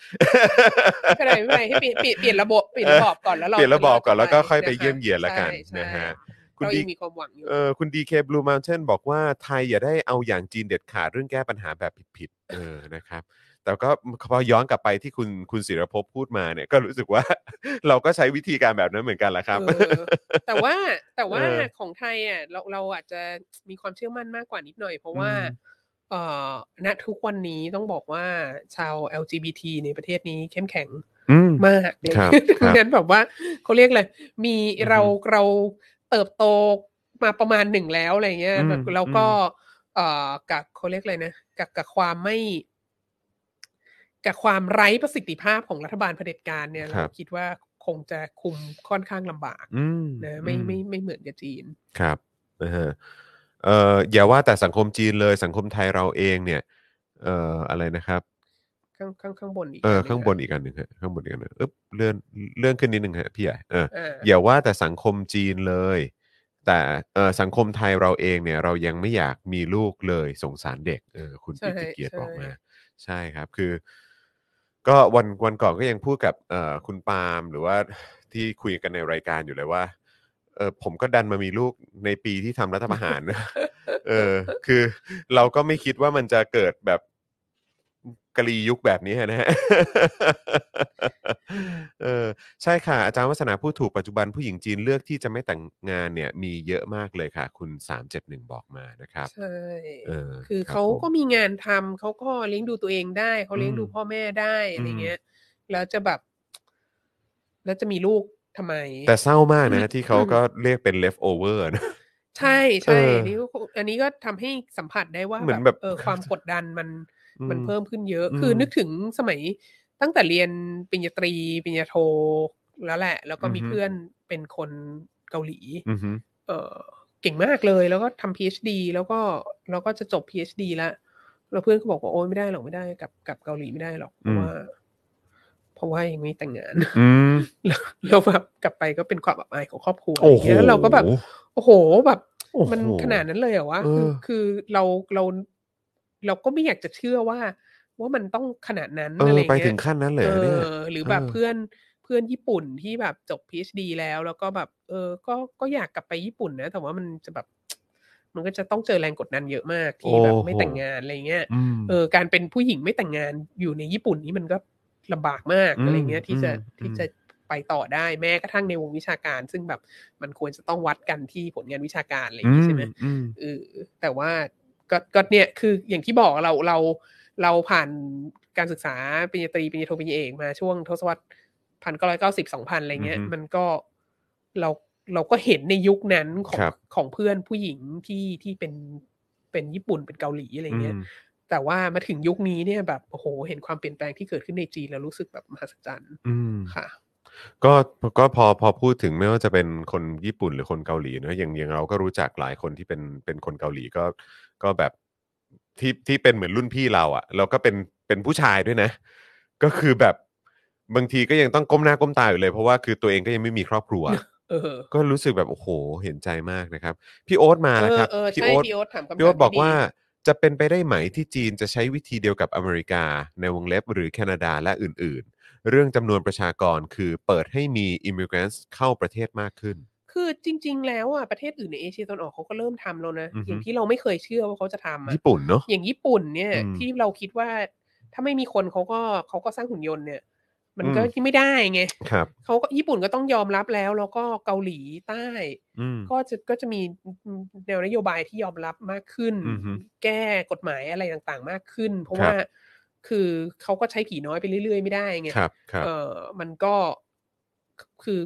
ไม่เป็นไรไม่เป็นไรให้เปลี่ยนเปลี่ยนเปลี่ยนระบบเปลี่ยนระบอบก่อนแล้วเรา
เปลี่ยนระบอบก่อนแล้วก็ค่อยไป
ะะ
เยี่ยมเยียนละกัน
ใช่
นะฮะ คุ
ใช่
ณ
เรา
ดี
ยังมีความหวังอยู่
เออคุณดีเคบลูมา t เชนบอกว่าไทยอย่าได้เอาอย่างจีนเด็ดขาดเรื่องแก้ปัญหาแบบผิดๆ เออนะครับ แต่ก็พอย้อนกลับไปที่คุณคุณศิรภพพูดมาเนี่ยก็รู้สึกว่า เราก็ใช้วิธีการแบบนั้นเหมือนกันแหละครับ
เออแต่ว่าแต่ว่า
เออ
ของไทยอ่ะเราเราอาจจะมีความเชื่อมั่นมากกว่านิดหน่อย เพราะว่า
อืม
เอ่อณทุกวันนี้ต้องบอกว่าชาว LGBT ในประเทศนี้เข้มแข็ง
อืม
มากเลย
ครับ
ดังนั้นแบบว่าเขาเรียกอะไรมี
อือฮึ
เราเราเติบโตมาประมาณหนึ่งแล้วอะไรเงี้ย
อืม
แล้วแล้วก็ เอ่อกับเขาเรียกอะไรนะกับกับความไม่ กับความไร้ประสิทธิภาพของรัฐบาลเผด็จการเนี่ย
ครั
เรา
บ
คิดว่าคงจะคุมค่อนข้างลำบาก
อืม
นะไม่
อื
ไม่ไม่เหมือนกับจีน
ครับนะฮะเอ่ออย่าว่าแต่สังคมจีนเลยสังคมไทยเราเองเนี่ย เอ่ออะไรนะครับ
ข้างข้างข้างบนอีก
เออน
หนึ่
ข้างบน
อะ
อีกอันหนึ่งฮะข้างบนอีกอันหนึ่งเอ๊บเลื่อนเลื่อนขึ้นนิดหนึ่งฮะพี่ใหญ่เออ
อ่า
อย่าว่าแต่สังคมจีนเลย แต่เออสังคมไทยเราเองเนี่ย เรายังไม่อยากมีลูกเลยสงสารเด็กเออคุณปิติเกียรติบอกมา ใช่ครับคือ ก็วันวันก่อนก็ยังพูดกับเอ่อคุณปาล์มหรือว่าที่คุยกันในรายการอยู่เลยว่าเออผมก็ดันมามีลูกในปีที่ทำรัฐประหารนะ เออ คือเราก็ไม่คิดว่ามันจะเกิดแบบกะลียุคแบบนี้นะฮ ะ เออ ใช่ค่ะ อาจารย์วัฒนาพูดถูกปัจจุบันผู้หญิงจีนเลือกที่จะไม่แต่งงานเนี่ย มีเยอะมากเลยค่ะ คุณ 371 บอกมานะครับ
ใช่
เออ
คือ
รับ
เขา
ผม
ก็มีงานทำเขาก็เลี้ยงดูตัวเองได้ เขาเลี้ยง
อืม
ดูพ่อแม่ได้อะไร
อืม
เงี้ย แล้วจะแบบ แล้วจะมีลูกทำไม
แต่เศร้ามากนะ ที่เขาก็เรียกเป็น left over นะ
ใช่ใช่
เออ
อันนี้ก็คงอันนี้ก็ทำให้สัมผัสได้ว่า
เหมือนแบบ
เออความกดดันมันมันเพิ่มขึ้นเยอะ
อืม
คือนึกถึงสมัยตั้งแต่เรียนปริญญาตรีปริญญาโทแล้วแหละ แล้วก็มีเพื่อนเป็นคนเกาหลี
อือหือ
เออเก่งมากเลยแล้วก็ทำ PhD แล้วก็แล้วก็จะจบ PhD แล้วแล้วเพื่อนก็บอกว่าโอ้ยไม่ได้หรอกไม่ได้กับกับเกาหลีไม่ได้หรอกเพ
อื
ราะ
ม
ว่า เพราะว่ายังไม่แต่งงาน
อืม
แล้วแล้วแบบกลับไปก็เป็นความอับอายของครอบครัว
โอ้โห
แล้วเราก็แบบ โอ้โหแบบ
โอ้โห
มันขนาดนั้นเลยเหรอวะคือ
เออ
คือเราเราเราก็ไม่อยากจะเชื่อว่า ว่ามันต้องขนาดนั้น
เอ
อะไร
อ
เงี้ย
ไปถึงขั้นนั้นเลยเหรอเนี่ย
เออหรือแบบ
เออ
เพื่อนเพื่อนญี่ปุ่นที่แบบจบ PhD แล้วแล้วก็แบบเออก็ก็อยากกลับไปญี่ปุ่นนะแต่ว่ามันจะแบบ มันก็จะต้องเจอแรงกดดันเยอะมากที่แบบไม่แต่งงานอะไรเงี้ย
ม
เออการเป็นผู้หญิงไม่แต่งงานอยู่ในญี่ปุ่นนี่มันก็ลำบากมาก
อืม
อะไรเงี้ยที่จะ
อืม
ที่จะไปต่อได้แม้กระทั่งในวงวิชาการ ซึ่งแบบมันควรจะต้องวัดกันที่ผลงานวิชาการอะไรอย่างงี้ใช่ไหม
อืม
เออแต่ว่าก็ก็เนี่ยคืออย่างที่บอกเราเราเราผ่านการศึกษาปริญญาตรีปริญญาโทปริญญาเอกมาช่วงทศวรรษพันเก้าร้อยเก้าสิบสองพันอะไรเงี้ย
อือฮึ
มันก็เราเราก็เห็นในยุคนั้นของ
ครับ
ของเพื่อนผู้หญิงที่ที่เป็นเป็นญี่ปุ่นเป็นเกาหลีอะไรเงี้ย
อืม
แต่ว่ามาถึงยุคนี้เนี่ยแบบโอ้โหเห็นความเปลี่ยนแปลงที่เกิดขึ้นในจีนแล้วรู้สึกแบบมหัศจรรย์
อืม
ค่ะ
ก็ก็พอพอพูดถึงไม่ว่าจะเป็นคนญี่ปุ่นหรือคนเกาหลีเนอะอย่างอย่างเราก็รู้จักหลายคนที่เป็นเป็นคนเกาหลีก็ก็แบบที่ที่เป็นเหมือนรุ่นพี่เราอะ่ะแล้วก็เป็นเป็นผู้ชายด้วยนะ ก็คือแบบบางทีก็ยังต้องก้มหน้าก้มตาอยู่เลยเพราะว่าคือตัวเองก็ยังไม่มีครอบครัว
เออ
ก็รู้สึกแบบโอ้โหเห็นใจมากนะครับ พี่โอ๊ตมาแล้วครับ
เออเออ
พี่
ใช่
โอ๊ต
พี่โอ๊ตถามคำถาม
พี่โอ๊ตบอก
ที่ดี
ว่าจะเป็นไปได้ไหมที่จีนจะใช้วิธีเดียวกับอเมริกาในวงเล็บหรือแคนาดาและอื่นๆ เรื่องจำนวนประชากรคือเปิดให้มี immigrants เข้าประเทศมากขึ้น
คือจริง ๆ แล้วอ่ะประเทศอื่นในเอเชียตะวันออกเขาก็เริ่มทำแล้วนะ
อือฮึ
อย่างที่เราไม่เคยเชื่อว่าเขาจะทำอะ
ญี่ปุ่นเนาะ
อย่างญี่ปุ่นเนี่ย
อืม
ที่เราคิดว่าถ้าไม่มีคนเขาก็เขาก็สร้างหุ่นยนต์เนี่ย มันก็
อืม
ที่ไม่ได้ไง
ครับ
เขาก็ญี่ปุ่นก็ต้องยอมรับแล้ว แล้วก็เกาหลีใต้
อืม
ก็จะก็จะมีแนวนโยบายที่ยอมรับมากขึ้น
อือฮึ
แก้กฎหมายอะไรต่างๆ มากขึ้น เพราะ
ครับ
ว่าคือเขาก็ใช้ผีน้อยไปเรื่อยๆไม่ได้ไง
ครับครับ
เออมันก็คือ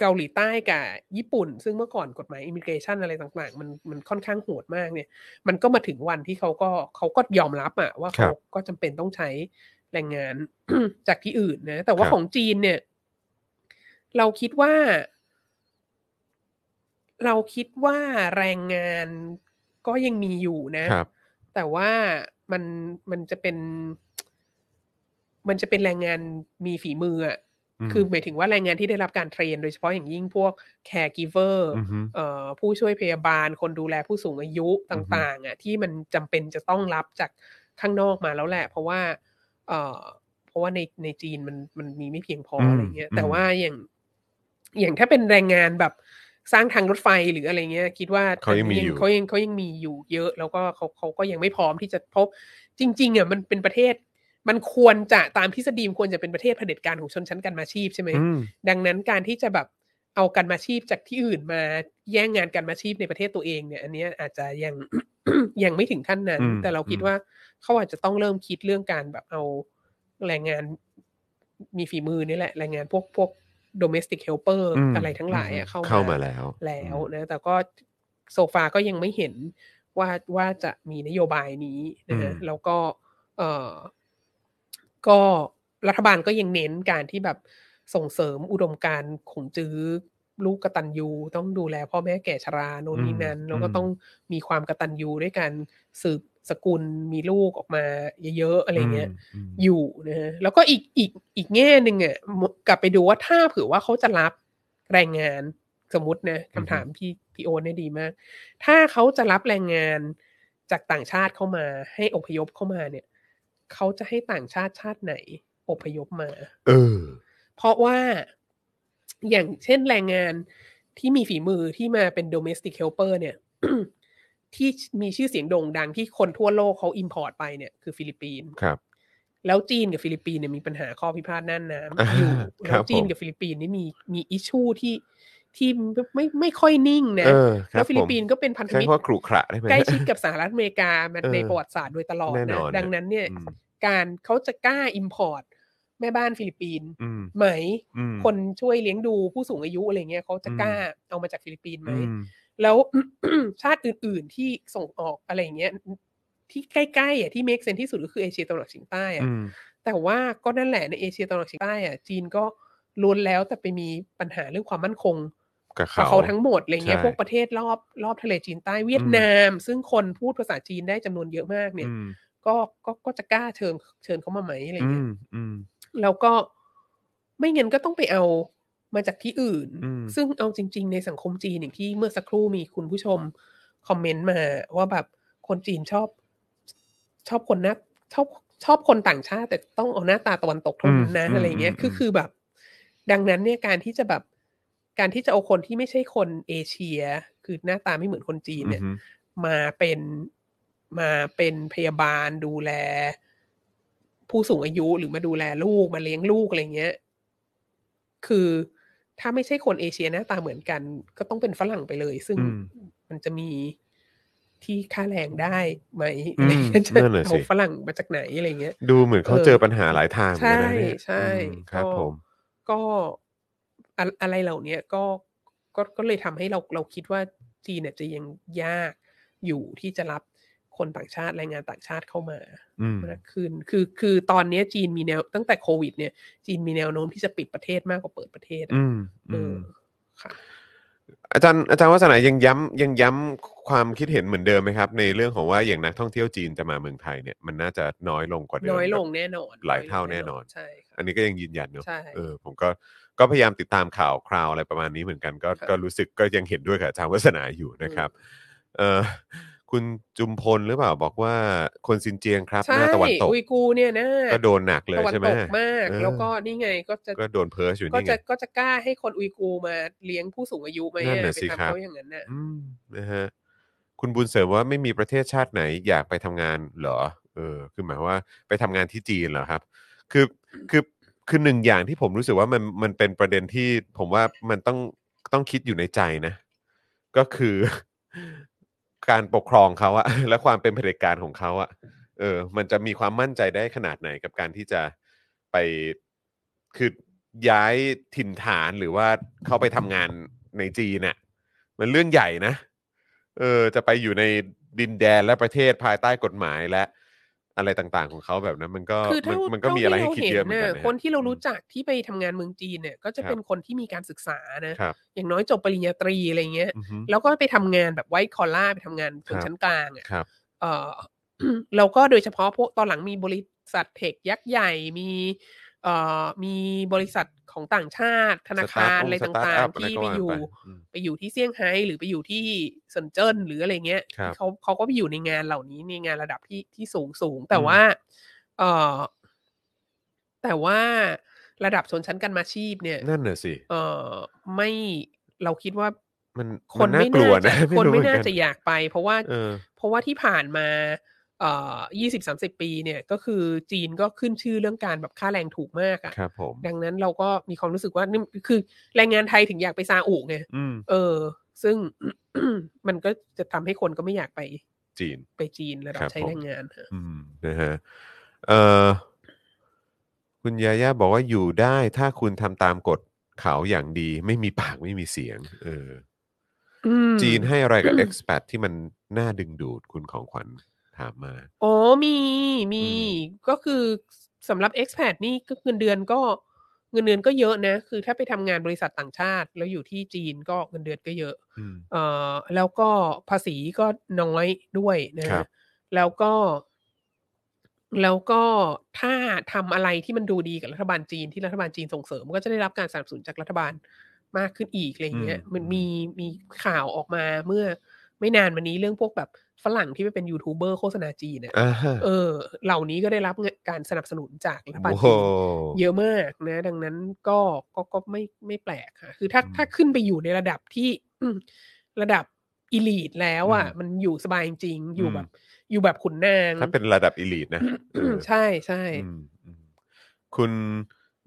เกาหลีใต้กับญี่ปุ่น ซึ่งเมื่อก่อนกฎหมายอิมิเกรชันอะไรต่าง ๆ มันมันค่อนข้างโหดมากเนี่ย มันก็มาถึงวันที่เขาก็เขาก็ยอมรับอะว่า
ครั
เขา
บ
ก็จำเป็นต้องใช้แรงงาน จากที่อื่นนะ แต่
ค
ว่า
รับ
ของจีนเนี่ย เราคิดว่า เราคิดว่าแรงงานก็ยังมีอยู่นะ
ครับ
แต่ว่ามันมันจะเป็น มันจะเป็นแรงงานมีฝีมืออะ
ม
คือหมายถึงว่าแรงงานที่ได้รับการเทรน โดยเฉพาะอย่างยิ่งพวก caregiver
อฮึ
เอ่อผู้ช่วยพยาบาล คนดูแลผู้สูงอายุต่าง ๆอ่ะที่มันจำเป็นจะต้องรับจากข้างนอกมาแล้วแหละ เพราะว่า เอ่อ เพราะว่าในในจีนมันมันมีไม่เพียงพออะไรเงี้ย แต่ว่าอย่าง อย่างถ้าเป็นแรงงานแบบสร้างทางรถไฟหรืออะไรเงี้ย คิดว่า
เขายังมีอยู่
เขายังเขายังมีอยู่เยอะ แล้วก็เขาเขาก็ยังไม่พร้อมที่จะพบ จริงๆอ่ะมันเป็นประเทศ มันควรจะตามทฤษฎีมันควรจะเป็นประเทศเผด็จการของชนชั้นกันมาชีพใช่ไหม
อืม
ดังนั้นการที่จะแบบเอากันมาชีพจากที่อื่นมาแย่งงานกันมาชีพในประเทศตัวเองเนี่ย อันเนี้ยอาจจะยัง ยังไม่ถึงขั้นนั้น
อืม
แต่เราคิด
อืม
ว่าเขาอาจจะต้องเริ่มคิดเรื่องการแบบเอาแรงงานมีฝีมือนี่แหละแรงงานพวกพวก domestic helper
ม
อะไรทั้งหลายอะเข้ามา
เข้ามาแล้ว
แล้ว
อืม
นะแต่ก็โซฟาก็ยังไม่เห็นว่าว่าจะมีนโยบายนี้นะฮะ
อืม
แล้วก็เออก็รัฐบาลก็ยังเน้นการที่แบบส่งเสริมอุดมการณ์ของจื้อลูกกตัญญูต้องดูแลพ่อแม่แก่ชราโน่นนี่นั้นแล้วก็ต้องมีความกตัญญูด้วยการสืบสกุลมีลูกออกมาเยอะๆอะไรเงี้ย
มม
อยู่นะฮะแล้วก็อีกอีกอีกแง่หนึ่งอ่ะมกลับไปดูว่าถ้าเผื่อว่าเขาจะรับแรงงานสมมตินะ
อือฮึ
คำถามพี่พี่โอนเนี่ยดีมาก ถ้าเขาจะรับแรงงานจากต่างชาติเข้ามา ให้อพยพเข้ามาเนี่ยเขาจะให้ต่างชาติชาติไหน อพยพมา
เออ
เพราะว่าอย่างเช่นแรงงานที่มีฝีมือที่มาเป็น domestic helper เนี่ย ที่มีชื่อเสียงโด่งดังที่คนทั่วโลกเขา import ไปเนี่ยคือฟิลิปปินส์
ครับ
แล้วจีนกับฟิลิปปินส์เนี่ยมีปัญหาข้อพิพาทน่านน้ำ
อ่า
อยู่
ค
แล้
รั
ว
บ
จีน
ผม
กับฟิลิปปินส์นี่มีมีอิชชูที่ที่ไม่ไม่ค่อยนิ่งนะ
เออครั
แล้
บ
วฟิลิปปิน
ผ
ส์
ม
ก็เป็นพันธ
ใช้
มิต
คำว่าร ขรุขระได้ไหม
ใกล้ชิดกับสหรัฐอเมริกามา
เออ
ในประวัติศาสตร์โดยตลอด
แน่น
นะ
อน
ดังนั้นเนี่ย
อืม
การเขาจะกล้าอิมพอร์ตแม่บ้านฟิลิปปินส์
อืม
ไหม
อืม
คนช่วยเลี้ยงดูผู้สูงอายุอะไรเงี้ยเขาจะกล้าเอามาจากฟิลิปปินส์ไหม แล้ว ชาติอื่น ๆ ที่ส่งออกอะไรอย่างเงี้ยที่ใกล้ๆอ่ะที่เมกเซนที่สุดก็คือเอเชียตะวันออกเฉียงใต้อ่ะ
อืม
แต่ว่าก็นั่นแหละในเอเชียตะวันออกเฉียงใต้อ่ะจีนก็ล้วนแล้วแต่ไปมีปัญหาเรื่องความมั่นคง
กับ
กับ
เขา
เขาทั้งหมดอะไรเงี้ย
ใช่
พวกประเทศรอบรอบทะเลจีนใต้เวียดนาม ซึ่งคนพูดภาษาจีนได้จำนวนเยอะมากเนี่ย
อืม
ก็ก็ก็จะกล้าเชิญเชิญเขามาไหมอะไร
อื
เงี้ย
มอืม
แล้วก็ไม่งั้นก็ต้องไปเอามาจากที่อื่น
อืม
ซึ่งเอาจริง ๆ ในสังคมจีนอย่างที่เมื่อสักครู่มีคุณผู้ชมคอมเมนต์มาว่าแบบคนจีนชอบ ชอบคนหน้าชอบชอบคนต่างชาติ แต่ต้องเอาหน้าตาตะวันตกเท่านั้นนะ
อืม
อะไรเงี้ย
อืม
คือ
อืม
คือแบบ ดังนั้นเนี่ยการที่จะแบบการที่จะเอาคนที่ไม่ใช่คนเอเชีย คือหน้าตาไม่เหมือนคนจีนเนี่ย
อืม
มาเป็นมาเป็นพยาบาลดูแล ผู้สูงอายุหรือมาดูแลลูกมาเลี้ยงลูกอะไรเงี้ย คือถ้าไม่ใช่คนเอเชียหน้าตาเหมือนกัน ก็ต้องเป็นฝรั่งไปเลย ซึ่ง
อืม
มันจะมีที่ค่าแรงได้ไหม
อืม
อะไรเงี้ยจะ
นั่นน่ะสิ
เอาฝรั่งมาจากไหนอะไรเงี้ย
ดูเหมือนเขา
เออ
เจอปัญหาหลายทางเหมือนกันนะเนี่ย
ใช่ใช่
อืมครับ
ก็
ผม
ก็อะอะไรเหล่าเนี้ยก็ก็ก็เลยทำให้เราเราคิดว่าจีนเนี่ยจะยังยากอยู่ที่จะรับคนต่างชาติแรงงานต่างชาติเข้ามา
อืม
มากขึ้นคือคือตอนเนี้ยจีนมีแนวตั้งแต่โควิด เนี่ย จีนมีแนวโน้มที่จะปิดประเทศมากกว่าเปิดประเทศอะ
อืม
เอ
อื
อ
ม
ค่ะ
อาจารย์อาจารย์วัฒนายังย้ำยังย้ำความคิดเห็นเหมือนเดิมไหมครับ ในเรื่องของว่าอย่างนักท่องเที่ยวจีนจะมาเมืองไทยเนี่ยมันน่าจะน้อยลงกว่าเดิม
น้อยลงแน่นอน
หลายเท่าแน่นอน
ใช่ค่ะ
อันนี้ก็ยังยืนยันเนอะ
ใช่
เออผมก็ก็พยายามติดตามข่าวคราวอะไรประมาณนี้เหมือนกัน ก็
ครับ
ก็รู้สึกก็ยังเห็นด้วยกับอาจารย์วัฒนาอยู่นะครับเออคุณจุมพลหรือเปล่าบอกว่าคนซินเจียงครับห
ใช่
น้าตะวันตก
อุยกูร์เนี่ยนะ
ก็โดนหนักเลย
ตะวัน
ใช่ไหม
ตกมาก
เออ
แล้วก็นี่ไงก็จะ
ก็โดนเพิร์ชอยู่
ก็
นี่ไง
จะก็จะกล้าให้คนอุยกูร์มาเลี้ยงผู้สูงอายุไหม
นั่น
อะ
น่ะ
ไป
สิครั
ทำ
บ
เขาอย่างนั้นน่ะ
อืมนะฮะคุณบุญเสริมว่าไม่มีประเทศชาติไหนอยากไปทำงานเหรอ เออ คือหมายว่าไปทำงานที่จีนเหรอครับ คือคือคือหนึ่งอย่างที่ผมรู้สึกว่ามันมันเป็นประเด็นที่ผมว่ามันต้องต้องคิดอยู่ในใจนะ ก็คือ การปกครองเขาอะ และความเป็นเผด็จการของเขาอะเออ มันจะมีความมั่นใจได้ขนาดไหนกับการที่จะไปคือย้ายถิ่นฐานหรือว่าเข้าไปทำงานในจีนเนี่ยมันเรื่องใหญ่นะ เออ จะไปอยู่ในดินแดนและประเทศภายใต้กฎหมายและ อะไรต่างๆของเขาแบบนั้น มันก็
คือ
มัน
เท่า
มันก็มีอะไรให้คิดเยอะเหมือนกัน
เท่า
นะ
ที่ราเห็
ฮะ
คนที่เรารู้จักที่ไปทำงานเมืองจีนเนี่ย ก็จะเป็นคนที่มีการศึกษานะ
ครับ
อย่างน้อยจบปริญญาตรีอะไรเงี้ย
อือฮึ
แล้วก็ไปทำงานแบบไวท์คอล่าไปทำงาน
ค
ชน
รับ
ชั้นกลางอ่ะ
ครับ
เออ แล้วก็โดยเฉพาะพวกตอนหลังมีบริษัทเทคยักษ์ใหญ่มีเอ่อมีบริษัทของต่างชาติ ธนาคา
Start-up
รอะไรต่าง
Start-up
ๆ ที่
ะรก็
ไป
ว่า
อยู่
อืม
ไปอยู่ที่เซี่ยงไฮ้หรือไปอยู่ที่เซินเจิ้นหรืออะไรเงี้ย
ครับ
เขาเขาก็ไปอยู่ในงานเหล่านี้ในงานระดับที่ที่สูงสูง แต่
อืม
ว่า เออแต่ว่าระดับชนชั้นกันมาชีพเนี่ย
นั่นน่ะสิ
เออไม่เราคิดว่า
มัน
ค
มัน นน่า
ไม่
กลัวนะ
น่าจะคน
รู้
ไม่
เหอ
น่า
กั
จะอยากไป เพราะว่า
เออ
เพราะว่าที่ผ่านมา เอ่อยี่สิบสามสิบปีเนี่ย ก็คือจีนก็ขึ้นชื่อเรื่องการแบบค่าแรงถูกมากอะ
ครับผม
ดังนั้นเราก็มีความรู้สึกว่านี่คือแรงงานไทยถึงอยากไปซาอุไง
อืม
เออ ซึ่ง มันก็จะทำให้คนก็ไม่อยากไป
จีน
ไปจีนระดับ
ครับ
ใช้
ผม
แรงงานฮะ
อืมนะฮะเอ่อคุณยาย่าบอกว่าอยู่ได้ถ้าคุณทำตามกฎเขาอย่างดี ไม่มีปากไม่มีเสียง เออ
อืม
จีนให้อะไรกับ expat ที่มันน่าดึงดูดคุณของขวัญถามมา
อ๋อมีมี
อืม
ก็คือสำหรับ expat นี่ก็เงินเดือนก็เงินเดือนก็เยอะนะ คือถ้าไปทำงานบริษัทต่างชาติ แล้วอยู่ที่จีนก็เงินเดือนก็เยอะ
อืม
เอ่อแล้วก็ภาษีก็น้อยด้วยนะครับ แล้วก็ แล้วก็ถ้าทำอะไรที่มันดูดีกับรัฐบาลจีนที่รัฐบาลจีนส่งเสริมก็จะได้รับการสนับสนุนจากรัฐบาลมากขึ้นอีกอะไรอย่างเงี้ย
อืม
มัน
อืม
มีมีข่าวออกมาเมื่อไม่นานมานี้เรื่องพวกแบบฝรั่งที่ไปเป็นยูทูบเบอร์โฆษณาจีนเนี่ย
อ่าฮะ
เออ เหล่านี้ก็ได้รับเงินการสนับสนุนจากรัฐบาล
โว้โห
จีน เยอะมากนะ ดังนั้นก็ก็ก็ไม่ไม่แปลกค่ะ คือถ้า
อืม
ถ้าขึ้นไปอยู่ในระดับที่ ระดับอีลีทแล้วอ่ะ
อืม
มันอยู่สบายจริงๆอยู่
อืม
แบบ อยู่แบบขุนนาง
ถ้าเป็นระดับอ l ล t e นะเออ
ใช่ใช่
อืมอืมคุณ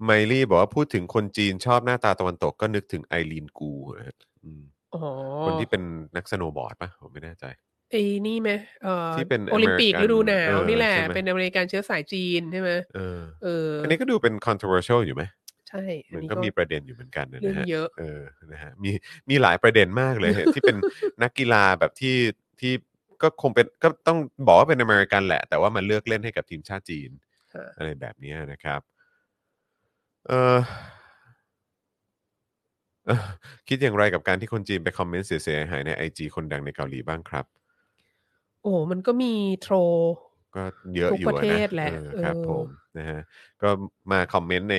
ไมลี่บอกว่าพูดถึงคนจีนชอบหน้าตาตะวันตกก็นึกถึงไอรีนกูนะฮะอืม
อ๋อ
คนที่เป็นนักสโนว์บอร์ดปะผมไม่แน่ใจ
ไอ้นี่ไหมเอ่อ
ที่เป็น
โอลิมปิก
American
ฤดูหนาวนี่แหละ
เออใช่ไหม
เป็นอเมริกันเชื้อสายจีนใช่ไหม
เออ
เออ
อั
อั
นนี้ก็ดูเป็น controversial อยู่ไหม
ใช่อั
มันก็มีประเด็นอยู่เหมือนกันนะ
เรื่อง
ฮะ
เยอะ
เออ นะฮะ มี มีหลายประเด็นมากเลย ที่เป็นนักกีฬาแบบที่ ที่ก็คงเป็น ก็ต้องบอกว่าเป็นอเมริกันแหละ แต่ว่ามันเลือกเล่นให้กับทีมชาติจีน
ฮะ
อะไรแบบเนี้ยนะครับ เออ เอ่อคิดอย่างไรกับการที่คนจีนไปคอมเมนต์เสียหายในไอจคนดังในเกาหลีบ้างครับ
โอ้มันก็มีโทร
ก็เยอะ
ทุก
อยู่อ
ประเทศแหละ
เออครับ
เออ
ผมนะฮะก็มาคอมเมนต์ใน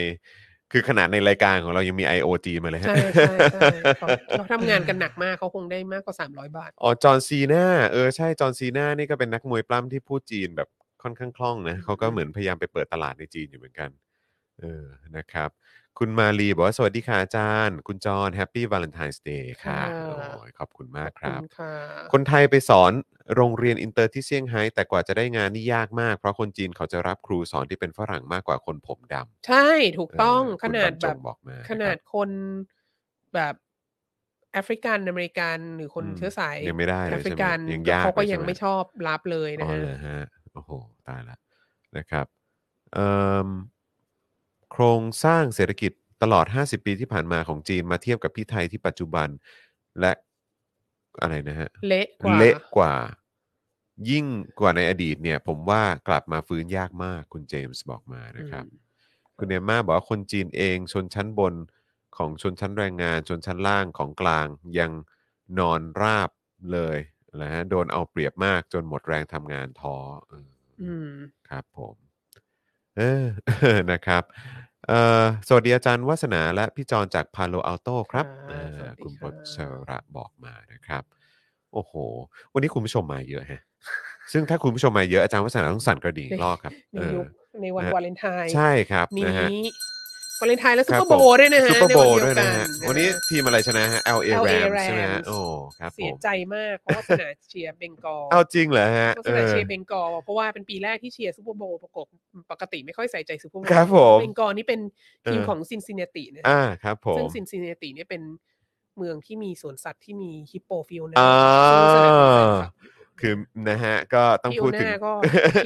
คือขนาดในรายการของเรายังมี IOG มาเลยฮะ
ใช่ใช่ใช่เขาเขาทำงานกันหนักมากเขาคงได้มากกว่าสามร้อยบาท
อ๋อจอห์นซีนาเออใช่จอห์นซีนานี่ก็เป็นนักมวยปล้ำที่พูดจีนแบบค่อนข้างคล่องนะ
อืม
เขาก็เหมือนพยายามไปเปิดตลาดในจีนอยู่เหมือนกัน เออนะครับ คุณมาลีบอกว่า สวัสดีค่ะอาจารย์ คุณจอห์นแฮปปี้วาเลนไทน์สเดย์ค่ะโอ้ยขอบคุณมากครั
ข
บ
อณค่ะ
คนไทยไปสอนโรงเรียนอินเตอร์ที่เซี่ยงไฮ้แต่กว่าจะได้งานนี่ยากมาก เพราะคนจีนเขาจะรับครูสอนที่เป็นฝรั่งมากกว่าคนผมดำ
ใช่ถูกต้อง
เคุณ
ขนาด
รรจ
แบ
ง
บ
บอกมาะครับ
ขนาดคนแบบแอฟริกันอเมริกันหรือคน
อืม
เชื้อสาย
ยังไม่ได้เล
แอยฟริ
ใช่ไหม
กัน
ยังยาก
เขาก็
ล
ยัง
ให
ไม่ชอบรับเลยนะ
อ๋อ
ฮะ
เหรอฮะโอ้โห ตายละนะครับเอิ่มโครงสร้างเศรษฐกิจตลอด 50 ปีที่ผ่านมาของจีนมาเทียบกับพี่ไทยที่ปัจจุบันและอะไรนะฮะ
เละกว่า
เละกว่า ยิ่งกว่าในอดีตเนี่ย ผมว่ากลับมาฟื้นยากมากคุณเจมส์บอกมานะครับ
อืม
คุณเนมมาบอกว่าคนจีนเองชนชั้นบนของชนชั้นแรงงาน ชนชั้นล่างของกลางยังนอนราบเลยนะฮะโดนเอาเปรียบมากจนหมดแรงทำงานท้อเอออ
อืม
ครับผม เอ อ นะครับเอ่อสวัสดีอาจารย์วัสนาและพี่จอนจากพาโลอัลโตครับ
ค่ะ
เอ่อ
สวัสดี
คุณ
ค่ะ
ปชระบอกมานะครับ โอ้โห วันนี้คุณผู้ชมมาเยอะฮะ ซึ่งถ้าคุณผู้ชมมาเยอะอาจารย์วัสนาต้องสั่นกระดิ่งอีกรอบครับ
ใน
เออ
ยุคในวัน
นะ
วาเลนไทน์
ใช่ครับ
นี้
นะฮะ
วาเลนไทน์และซุป
ค
เป
รั
อบ ร์โบ
ผม
ว์ด้วยนะฮะ
ซุปเปอร์โบว์
ใ
ด้วยนะฮะ
กั
วันนี้
ะฮะ
ทีมอะไรชนะฮะ LA
LA
Rams ใช่ไหมฮะ
Rams
โอ้ครับผ
เสีย
ม
ใจมากเพราะว่าสนามเชียร์เบงกอล
เอาจริงเหรอฮะ
โฆษ
เอ
ณา
อ
เชียร์เบงกอลเพราะว่าเป็นปีแรกที่เชียร์ซูเปอร์โบว์ประกบปกติไม่ค่อยใส่ใจซูเปอร์โบว์
ครับผม
เบงกอลนี่เป็นทีม
เออ
ของซินซินนตินะ
อ่าครับผม
ซึ่งซินซินนติเนี่ยเป็นเมืองที่มีสวนสัตว์ที่มีฮิปโปฟิลนา
อ่า
ซึ่งสนามเป็นแฟนคลับ
คือนะฮะ ก็ต้อง
ฟิล
พูดถึง
นา ก็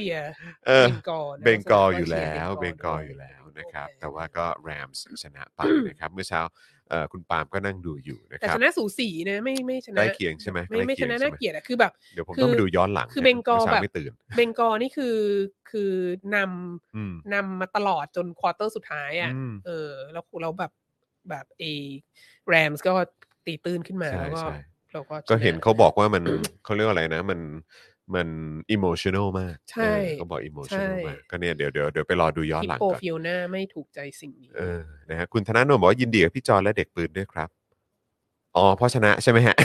เชียร์
เออ
เบงกอลนะ
เบงกอล
สนาม
อยู่
ชี
แล้
ร์
ว เบงกอล
ด้
อยู่แล้วนะครับ แต่ว่าก็แรมส์ชนะไปนะครับ เมื่อเช้าเอ่อคุณปาล์มก็นั่งดูอยู่นะค
แต่
รับ
ชนะสูสีนะไม่ไม่ชนะ
ใกล้เคียงใช่ไหม
ไม่ไม่
ใกล้เคีย
ช
ง
นะ
ใช่ไหม
น่าเกลียดอะคือแบบ
เดี๋ยวผม
คือ
ต้องไปดูย้อนหลัง
คือ
นะ
เบงกอล
มื่ช้า
แบบ
ไม่ตื่น
เบงกอลนี่คือคือนำ
อืม
นำมาตลอดจนควอเตอร์สุดท้ายอ่ะ
อืม
เออแล้วเราแบบแบบเอแรมส์ก็ตีตื้นขึ้นมา
ใช่
แล้วก็
ใช่
เราก็ชะ
ก็เห็นเขาบอก ว่ามัน เขาเรียกว่าอะไรนะ มันมันอิโมชันอลมาก
ใช่
เออเขาบอกอิโมชันอล
ใช่
มากก็เนี่ยเดี๋ยวเดี๋ยวเดี๋ยวไปรอดูย้อน
ฮิป
หลัง
โป
ก่อน
ฟิลนาไม่ถูกใจสิ่งนี้
เออนะฮะคุณธนาโนมบอกว่ายินดีกับพี่จอนและเด็กปืนด้วยครับอ๋อเพราะชนะใช่ไหมฮะ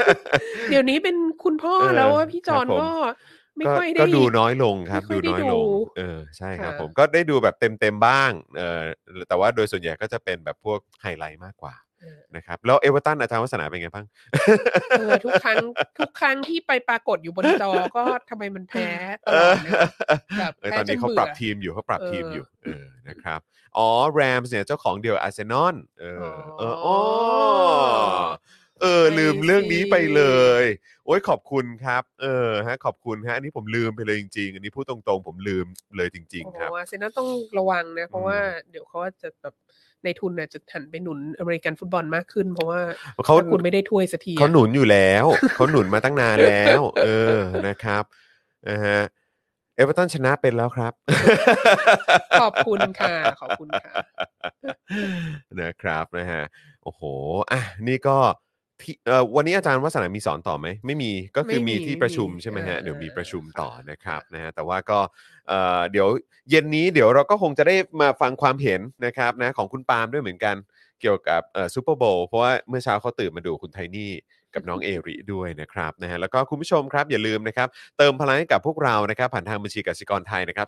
เดี๋ยวนี้เป็นคุณพ่อ
เออ
แล้วว่าพี่จอน
ครับผม
ก็ไม่
ก็
ค่อยได้
ก็ดูน้อยลงครับ
ไม่ค่
ดู
อยได้
น้อยลง
ดู
เออใช่ครับ
ค่ะ
ผมก็ได้ดูแบบเต็มเต็มๆบ้างเออแต่ว่าโดยส่วนใหญ่ก็จะเป็นแบบพวกไฮไลท์มากกว่า
เออ
นะครับ แล้วเอเวอร์ตันอาจารย์วัฒนาเป็นไงบ้าง
เออทุกครั้งทุกครั้งที่ไปปรากฏอยู่บนจอก็ทำไมมันแพ้ต
เอ
ลอ
อ
ดเลยวะ แบบ
เออ
แพ้
ตอนนี้
จน
เขา
เบื่อ
ปรับทีมอยู่เขาปรับทีมอยู่เออนะครับ อ๋อแรมส์เนี่ยเจ้าของเดียวอาร์เซนอลเออเออ
อ๋
อ๋อ
อ
เออ ลืมเรื่องนี้ไปเลย
I
โอ้ยขอบคุณครับ เออฮะขอบคุณฮะอันนี้ผมลืมไปเลยจริงๆ อันนี้พูดตรงๆ ผมลืมเลยจริง
โอ้
ๆ
โห
ครับ
อาร์เซนอลต้องระวังนะ เพ
อื
ราะ
ม
ว่าเดี๋ยวเขาจะแบบในทุนน่ะจะหันไปหนุนอเมริกันฟุตบอลมากขึ้น เพราะว่า
เขา
ถ้คุณไม่ได้ถ้วยสักทีอะ
เขาหนุนอยู่แล้ว เขาหนุนมาตั้งนานแล้ว เออนะครับนะฮะเอเวอร์ตันชนะเป็นแล้วครับ
ขอบคุณค่ะขอบคุณค่ะ
นะครับนะฮะโอ้โหอ่ะนี่ก็ที่เอ่อวันนี้อาจารย์วัฒนามีสอนต่อไหมไม่มีก็คือ
ไม่มี
มีที่ประชุมใช่ไหม
ไม่มี
ฮะ
เออ
เดี๋ยวมีประชุมต่อ
ค่ะ
นะครับนะฮะแต่ว่าก็เอ่อเดี๋ยวเย็นนี้เดี๋ยวเราก็คงจะได้มาฟังความเห็นนะครับนะของคุณปาล์มด้วยเหมือนกันเกี่ยวกับเอ่อซูเปอร์โบว์เพราะว่าเมื่อเช้าเขาตื่นมาดูคุณไทนี่กับน้องเอริด้วยนะครับนะฮะแล้วก็คุณผู้ชมครับอย่าลืมนะครับ เติมพลังให้กับพวกเรานะครับ ผ่านทางบัญชีกสิกรไทยนะครับ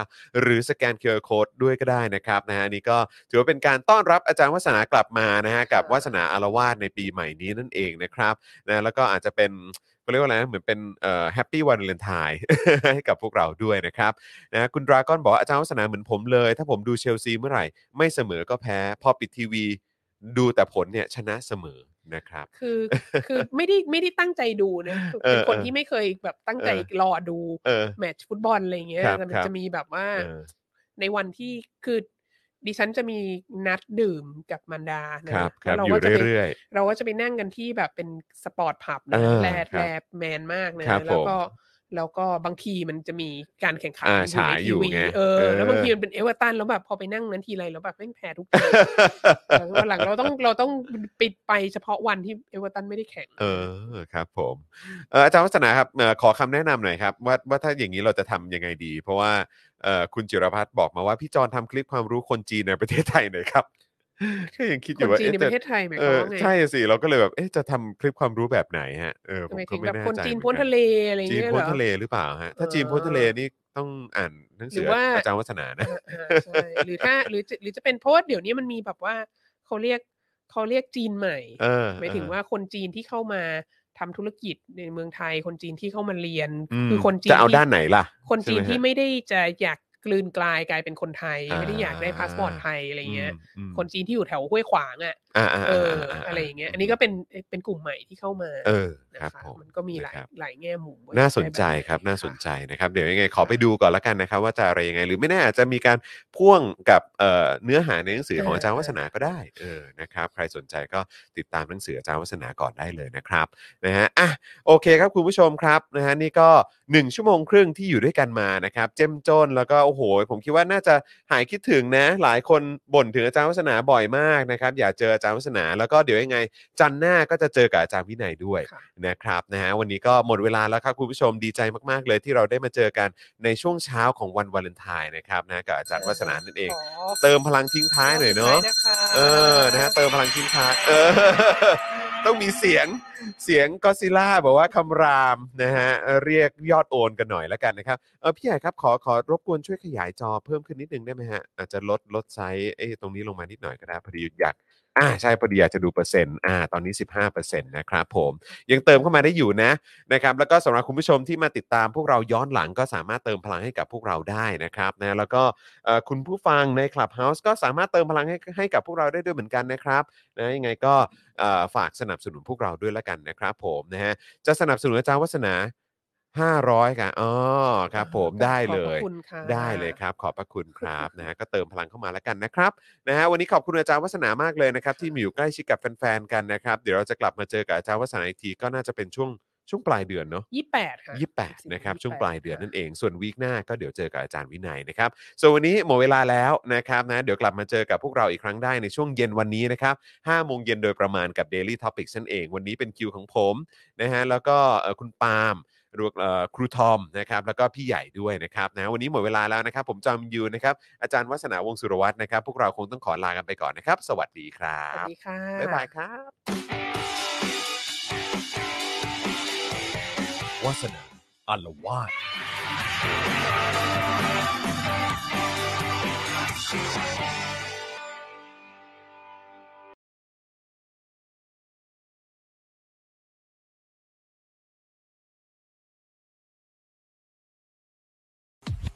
0698975539 หรือสแกน QR Code ด้วยก็ได้นะครับนะฮะอันนี่ก็ถือว่าเป็นการต้อนรับอาจารย์วัฒนากลับมานะฮะกับ
ค่ะ
วัฒนาอารวาสในปีใหม่นี้นั่นเองนะครับนะแล้วก็อาจจะเป็นเขาเรียกว่าอะไรนะเหมือนเป็นแฮปปี้วันเลนไทน์ ให้กับพวกเราด้วยนะครับนะคุณดราก้อนบอกว่าอาจารย์วัฒนาเหมือนผมเลย ถ้าผมดูเชลซีเมื่อไหร่ ไม่เสมอก็แพ้ พอปิดทีวีดูแต่ผลเนี่ยชนะเสมอนะครับ
คือคือไม่ได้ไม่ได้ตั้งใจดูนะคือเป็น
เออ
คนที่ไม่เคยแบบตั้งใจ
เออ
รอดู
เออ
แมตช์ฟุตบอลอะไรอย่างเงี้ย
ครับ
แต่มัน
ครับ
จะมีแบบว่า
เออ
ในวันที่คือ ดิฉันจะมีนัดดื่มกับมันดานะครับ
ค
แล้
รับ
ว
อ
เราก็
ยู่
จะไป
เรื่อย
เราก็จะไปนั่งกันที่แบบเป็นสปอร์ตผับ
เอ
นะ
อ
แลด
ครับ
แลดแมนมากนะครับ แล้วก็
ผม
แล้วก็บางทีมันจะมีการแข่งขัน
อ่าฉายอยู่
ในทีวี
ไง
เอ
เอ
อ
อ
แล้วบางทีมันเป็นเอเวอร์ตันแล้วแบบพอไปนั่งนั้นทีไรแล้วแบบแม่งแพ้ทุกที
ๆ
วันหลังเราต้องเราต้องปิดไปเฉพาะวันที่เอเวอร์ตันไม่ได้แข่ง
เออครับผมเอ่ออาจารย์วัฒนาครับเอ่อขอคำแนะนำหน่อยครับว่าว่าถ้าอย่างนี้เราจะทำยังไงดี เพราะว่าเอ่อคุณจิรพัฒน์บอกมาว่าพี่จอนทำคลิปความรู้คนจีนในประเทศไทยหน่อยครับ ก็ยังคิดอ
ค
ยู่
น
ว่า
จีนใน
เอ๊ะ
ป
จะ
ระเทศไทยหมาย
เอ
ควา
อ
มว่าไง
ใช่สิเราก็เลยแบบเอ๊ะจะทำคลิปความรู้แบบไหนฮะเออผม
หมาย
ก็
ถึง
ไม่
แบบ
แน่ใจ
คนจีน
เหมือ
พ้น
กั
ทะเลอะไรอย่าง
จีน
เงี้ย
พ้น
เหรอ
ทะเลหรือเปล่าฮะถ้า
เออ
จีนพ้นทะเลนี่ต้องอ่านหนังสือ
หรือว่า
อาจารย์วัฒนานะ
อ่าอ่าใช่หรือถ้าหรือจะหรือจะเป็นเพราะว่าเดี๋ยวนี้มันมีแบบว่าเขาเรียกเขาเรียกจีนใหม่
เออ
หมายถึง
เออ
ว่าคนจีนที่เข้ามาทำธุรกิจในเมืองไทย คนจีนที่เข้ามาเรียน
อืม
คือคนจีน
จะเอา
ที่
ด้านไหนล่ะ
คนจีน
ใช่ไหมฮะ
ที่ไม่ได้จะอยากกลืนกลายกลายเป็นคนไทย
อ่า
ไม่ได้อยากได้พาสปอร์ตไทยอะไรเงี้ย
อืม
คนจีนที่อยู่แถวห้วยขวางอ่ะ
อ่าๆๆๆ
เอออะไรอย่างเงี้ย อันนี้ก็เป็นเป็นกลุ่มใหม่ที่เข้ามา
เออ
นะครับ คะ
ผม
มันก็มีหลาย
นะครับ
หลายแง่มุมว่
น่าส
จะ
น
ได้แ
ใจครับ
ไหะ
น่าสนใจนะครับ เดี๋ยวยังไงขอไปดูก่อนละกันนะครับ ว่าจะอะไรยังไง หรือไม่แน่อาจจะมีการพ่วงกับเอ่อเนื้อหาในหนังสือของอาจารย์วัฒนาก็ได้เออนะครับ ใครสนใจก็ติดตามหนังสืออาจารย์วัฒนาก่อนได้เลยนะครับนะฮะอ่ะโอเคครับคุณผู้ชมครับนะฮะนี่ก็ 1 ชั่วโมงครึ่งที่อยู่ด้วยกันมานะครับ เจ้มจนแล้วก็โอ้โห ผมคิดว่าน่าจะหายคิดถึงนะ หลายคนบ่นถึงอาจารย์วัฒนาบ่อยมากนะครับ อย่ากเจออาจารย์วัฒนาแล้วก็เดี๋ยวยังไง จันทร์หน้าก็จะเจอกับอาจารย์วินัยด้วย
ค่ะ
นะครับนะฮะวันนี้ก็หมดเวลาแล้วครับคุณผู้ชมดีใจมาก ๆ เลยที่เราได้มาเจอกันในช่วงเช้าของวันวาเลนไทน์นะครับนะกับอาจารย์วัฒนานั่นเอง
ข
เติมพลังทิ้งท้ายหน่อยเนาะ
ขบคุณ
เออนะฮะเติมพลังทิ้งท้ายเอ อ ต้องมีเสียงเสียงก็ซิล่าบอกว่าคำรามนะฮะเรียกยอดโอนกันหน่อยแล้วกันนะครับเออพี่ใหญ่ครับขอขอรบกวนช่วยขยายจอเพิ่มขึ้นนิดนึงได้ไหมฮะอาจจะลดลดไซส์ไอ้ตรงนี้ลงมานิดหน่อยก็ได้พอดีอยาก อ่าใช่พอดีอยากจะดูเปอร์เซ็นต์อ่าตอนนี้ 15%นะครับผม ยังเติมเข้ามาได้อยู่นะนะครับ แล้วก็สำหรับคุณผู้ชมที่มาติดตามพวกเราย้อนหลังก็สามารถเติมพลังให้กับพวกเราได้นะครับนะแล้วก็เอ่อคุณผู้ฟังใน Clubhouse ก็สามารถเติมพลังให้ให้กับพวกเราได้ด้วยเหมือนกันนะครับนะยังไงก็เอ่อฝากสนับสนุนพวกเราด้วยละกันนะครับผมนะฮะจะสนับสนุนอาจารย์วัฒนา 500ครับอ๋อครับผมได้เลย
ขอบพระคุณค่ะ
ได้เลยครับ ขอบพระคุณครับ นะฮะก็เติมพลังเข้ามาแล้วกันนะครับนะฮะวันนี้ขอบคุณอาจารย์วัฒนามากเลยนะครับ ที่มีอยู่ใกล้ชิดกับแฟนๆกันนะครับ เดี๋ยวเราจะกลับมาเจอกับอาจารย์วัฒนาอีกทีก็น่าจะเป็นช่วงช่วงปลายเดือนเนาะ
ยี่แปดค่ะ
ยี่แปดนะครับช่วงปลายเดือนนั่น
เอง
เองส่วนวีคหน้าก็เดี๋ยวเจอกับอาจารย์วินัยนะครับส่วนวันนี้หมดเวลาแล้วนะครับนะเดี๋ยวกลับมาเจอกับพวกเราอีกครั้งได้ในช่วงเย็นวันนี้นะครับห้าโมงเย็นโดยประมาณกับ Daily Topics นั่นเอง วันนี้เป็นคิวของผมนะฮะแล้วก็เอ่อคุณปาล์ม รวมเอ่อครูทอมนะครับแล้วก็พี่ใหญ่ด้วยนะครับนะวันนี้หมดเวลาแล้วนะครับ ผมจอมยูนะครับอาจารย์วัฒนาวงศ์สุรวัตรนะครับ พวกเราคงต้องขอลากันไปก่อนนะครับ สวัสดีครั
สวัส
บ
ดีค่ะ
บ๊ายบายครับวัฒนาอัลวาด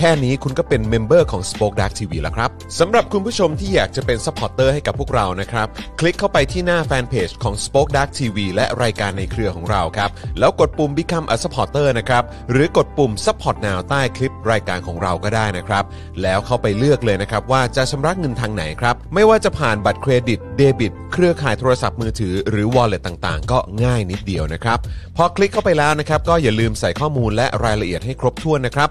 แค่นี้คุณก็เป็นเมมเบอร์ของ Spoke Dark TV แล้วครับ สำหรับคุณผู้ชมที่อยากจะเป็นซัพพอร์ตเตอร์ให้กับพวกเรานะครับ คลิกเข้าไปที่หน้าแฟนเพจของ Spoke Dark TV และรายการในเครือของเราครับ แล้วกดปุ่ม Become a supporter นะครับ หรือกดปุ่ม support now ใต้คลิปรายการของเราก็ได้นะครับ แล้วเข้าไปเลือกเลยนะครับ ว่าจะชำระเงินทางไหนครับ ไม่ว่าจะผ่านบัตรเครดิตเดบิต เครือข่ายโทรศัพท์มือถือหรือ wallet ต่างๆ ก็ง่ายนิดเดียวนะครับ พอคลิกเข้าไปแล้วนะครับ ก็อย่าลืมใส่ข้อมูลและรายละเอียดให้ครบถ้วนนะครับ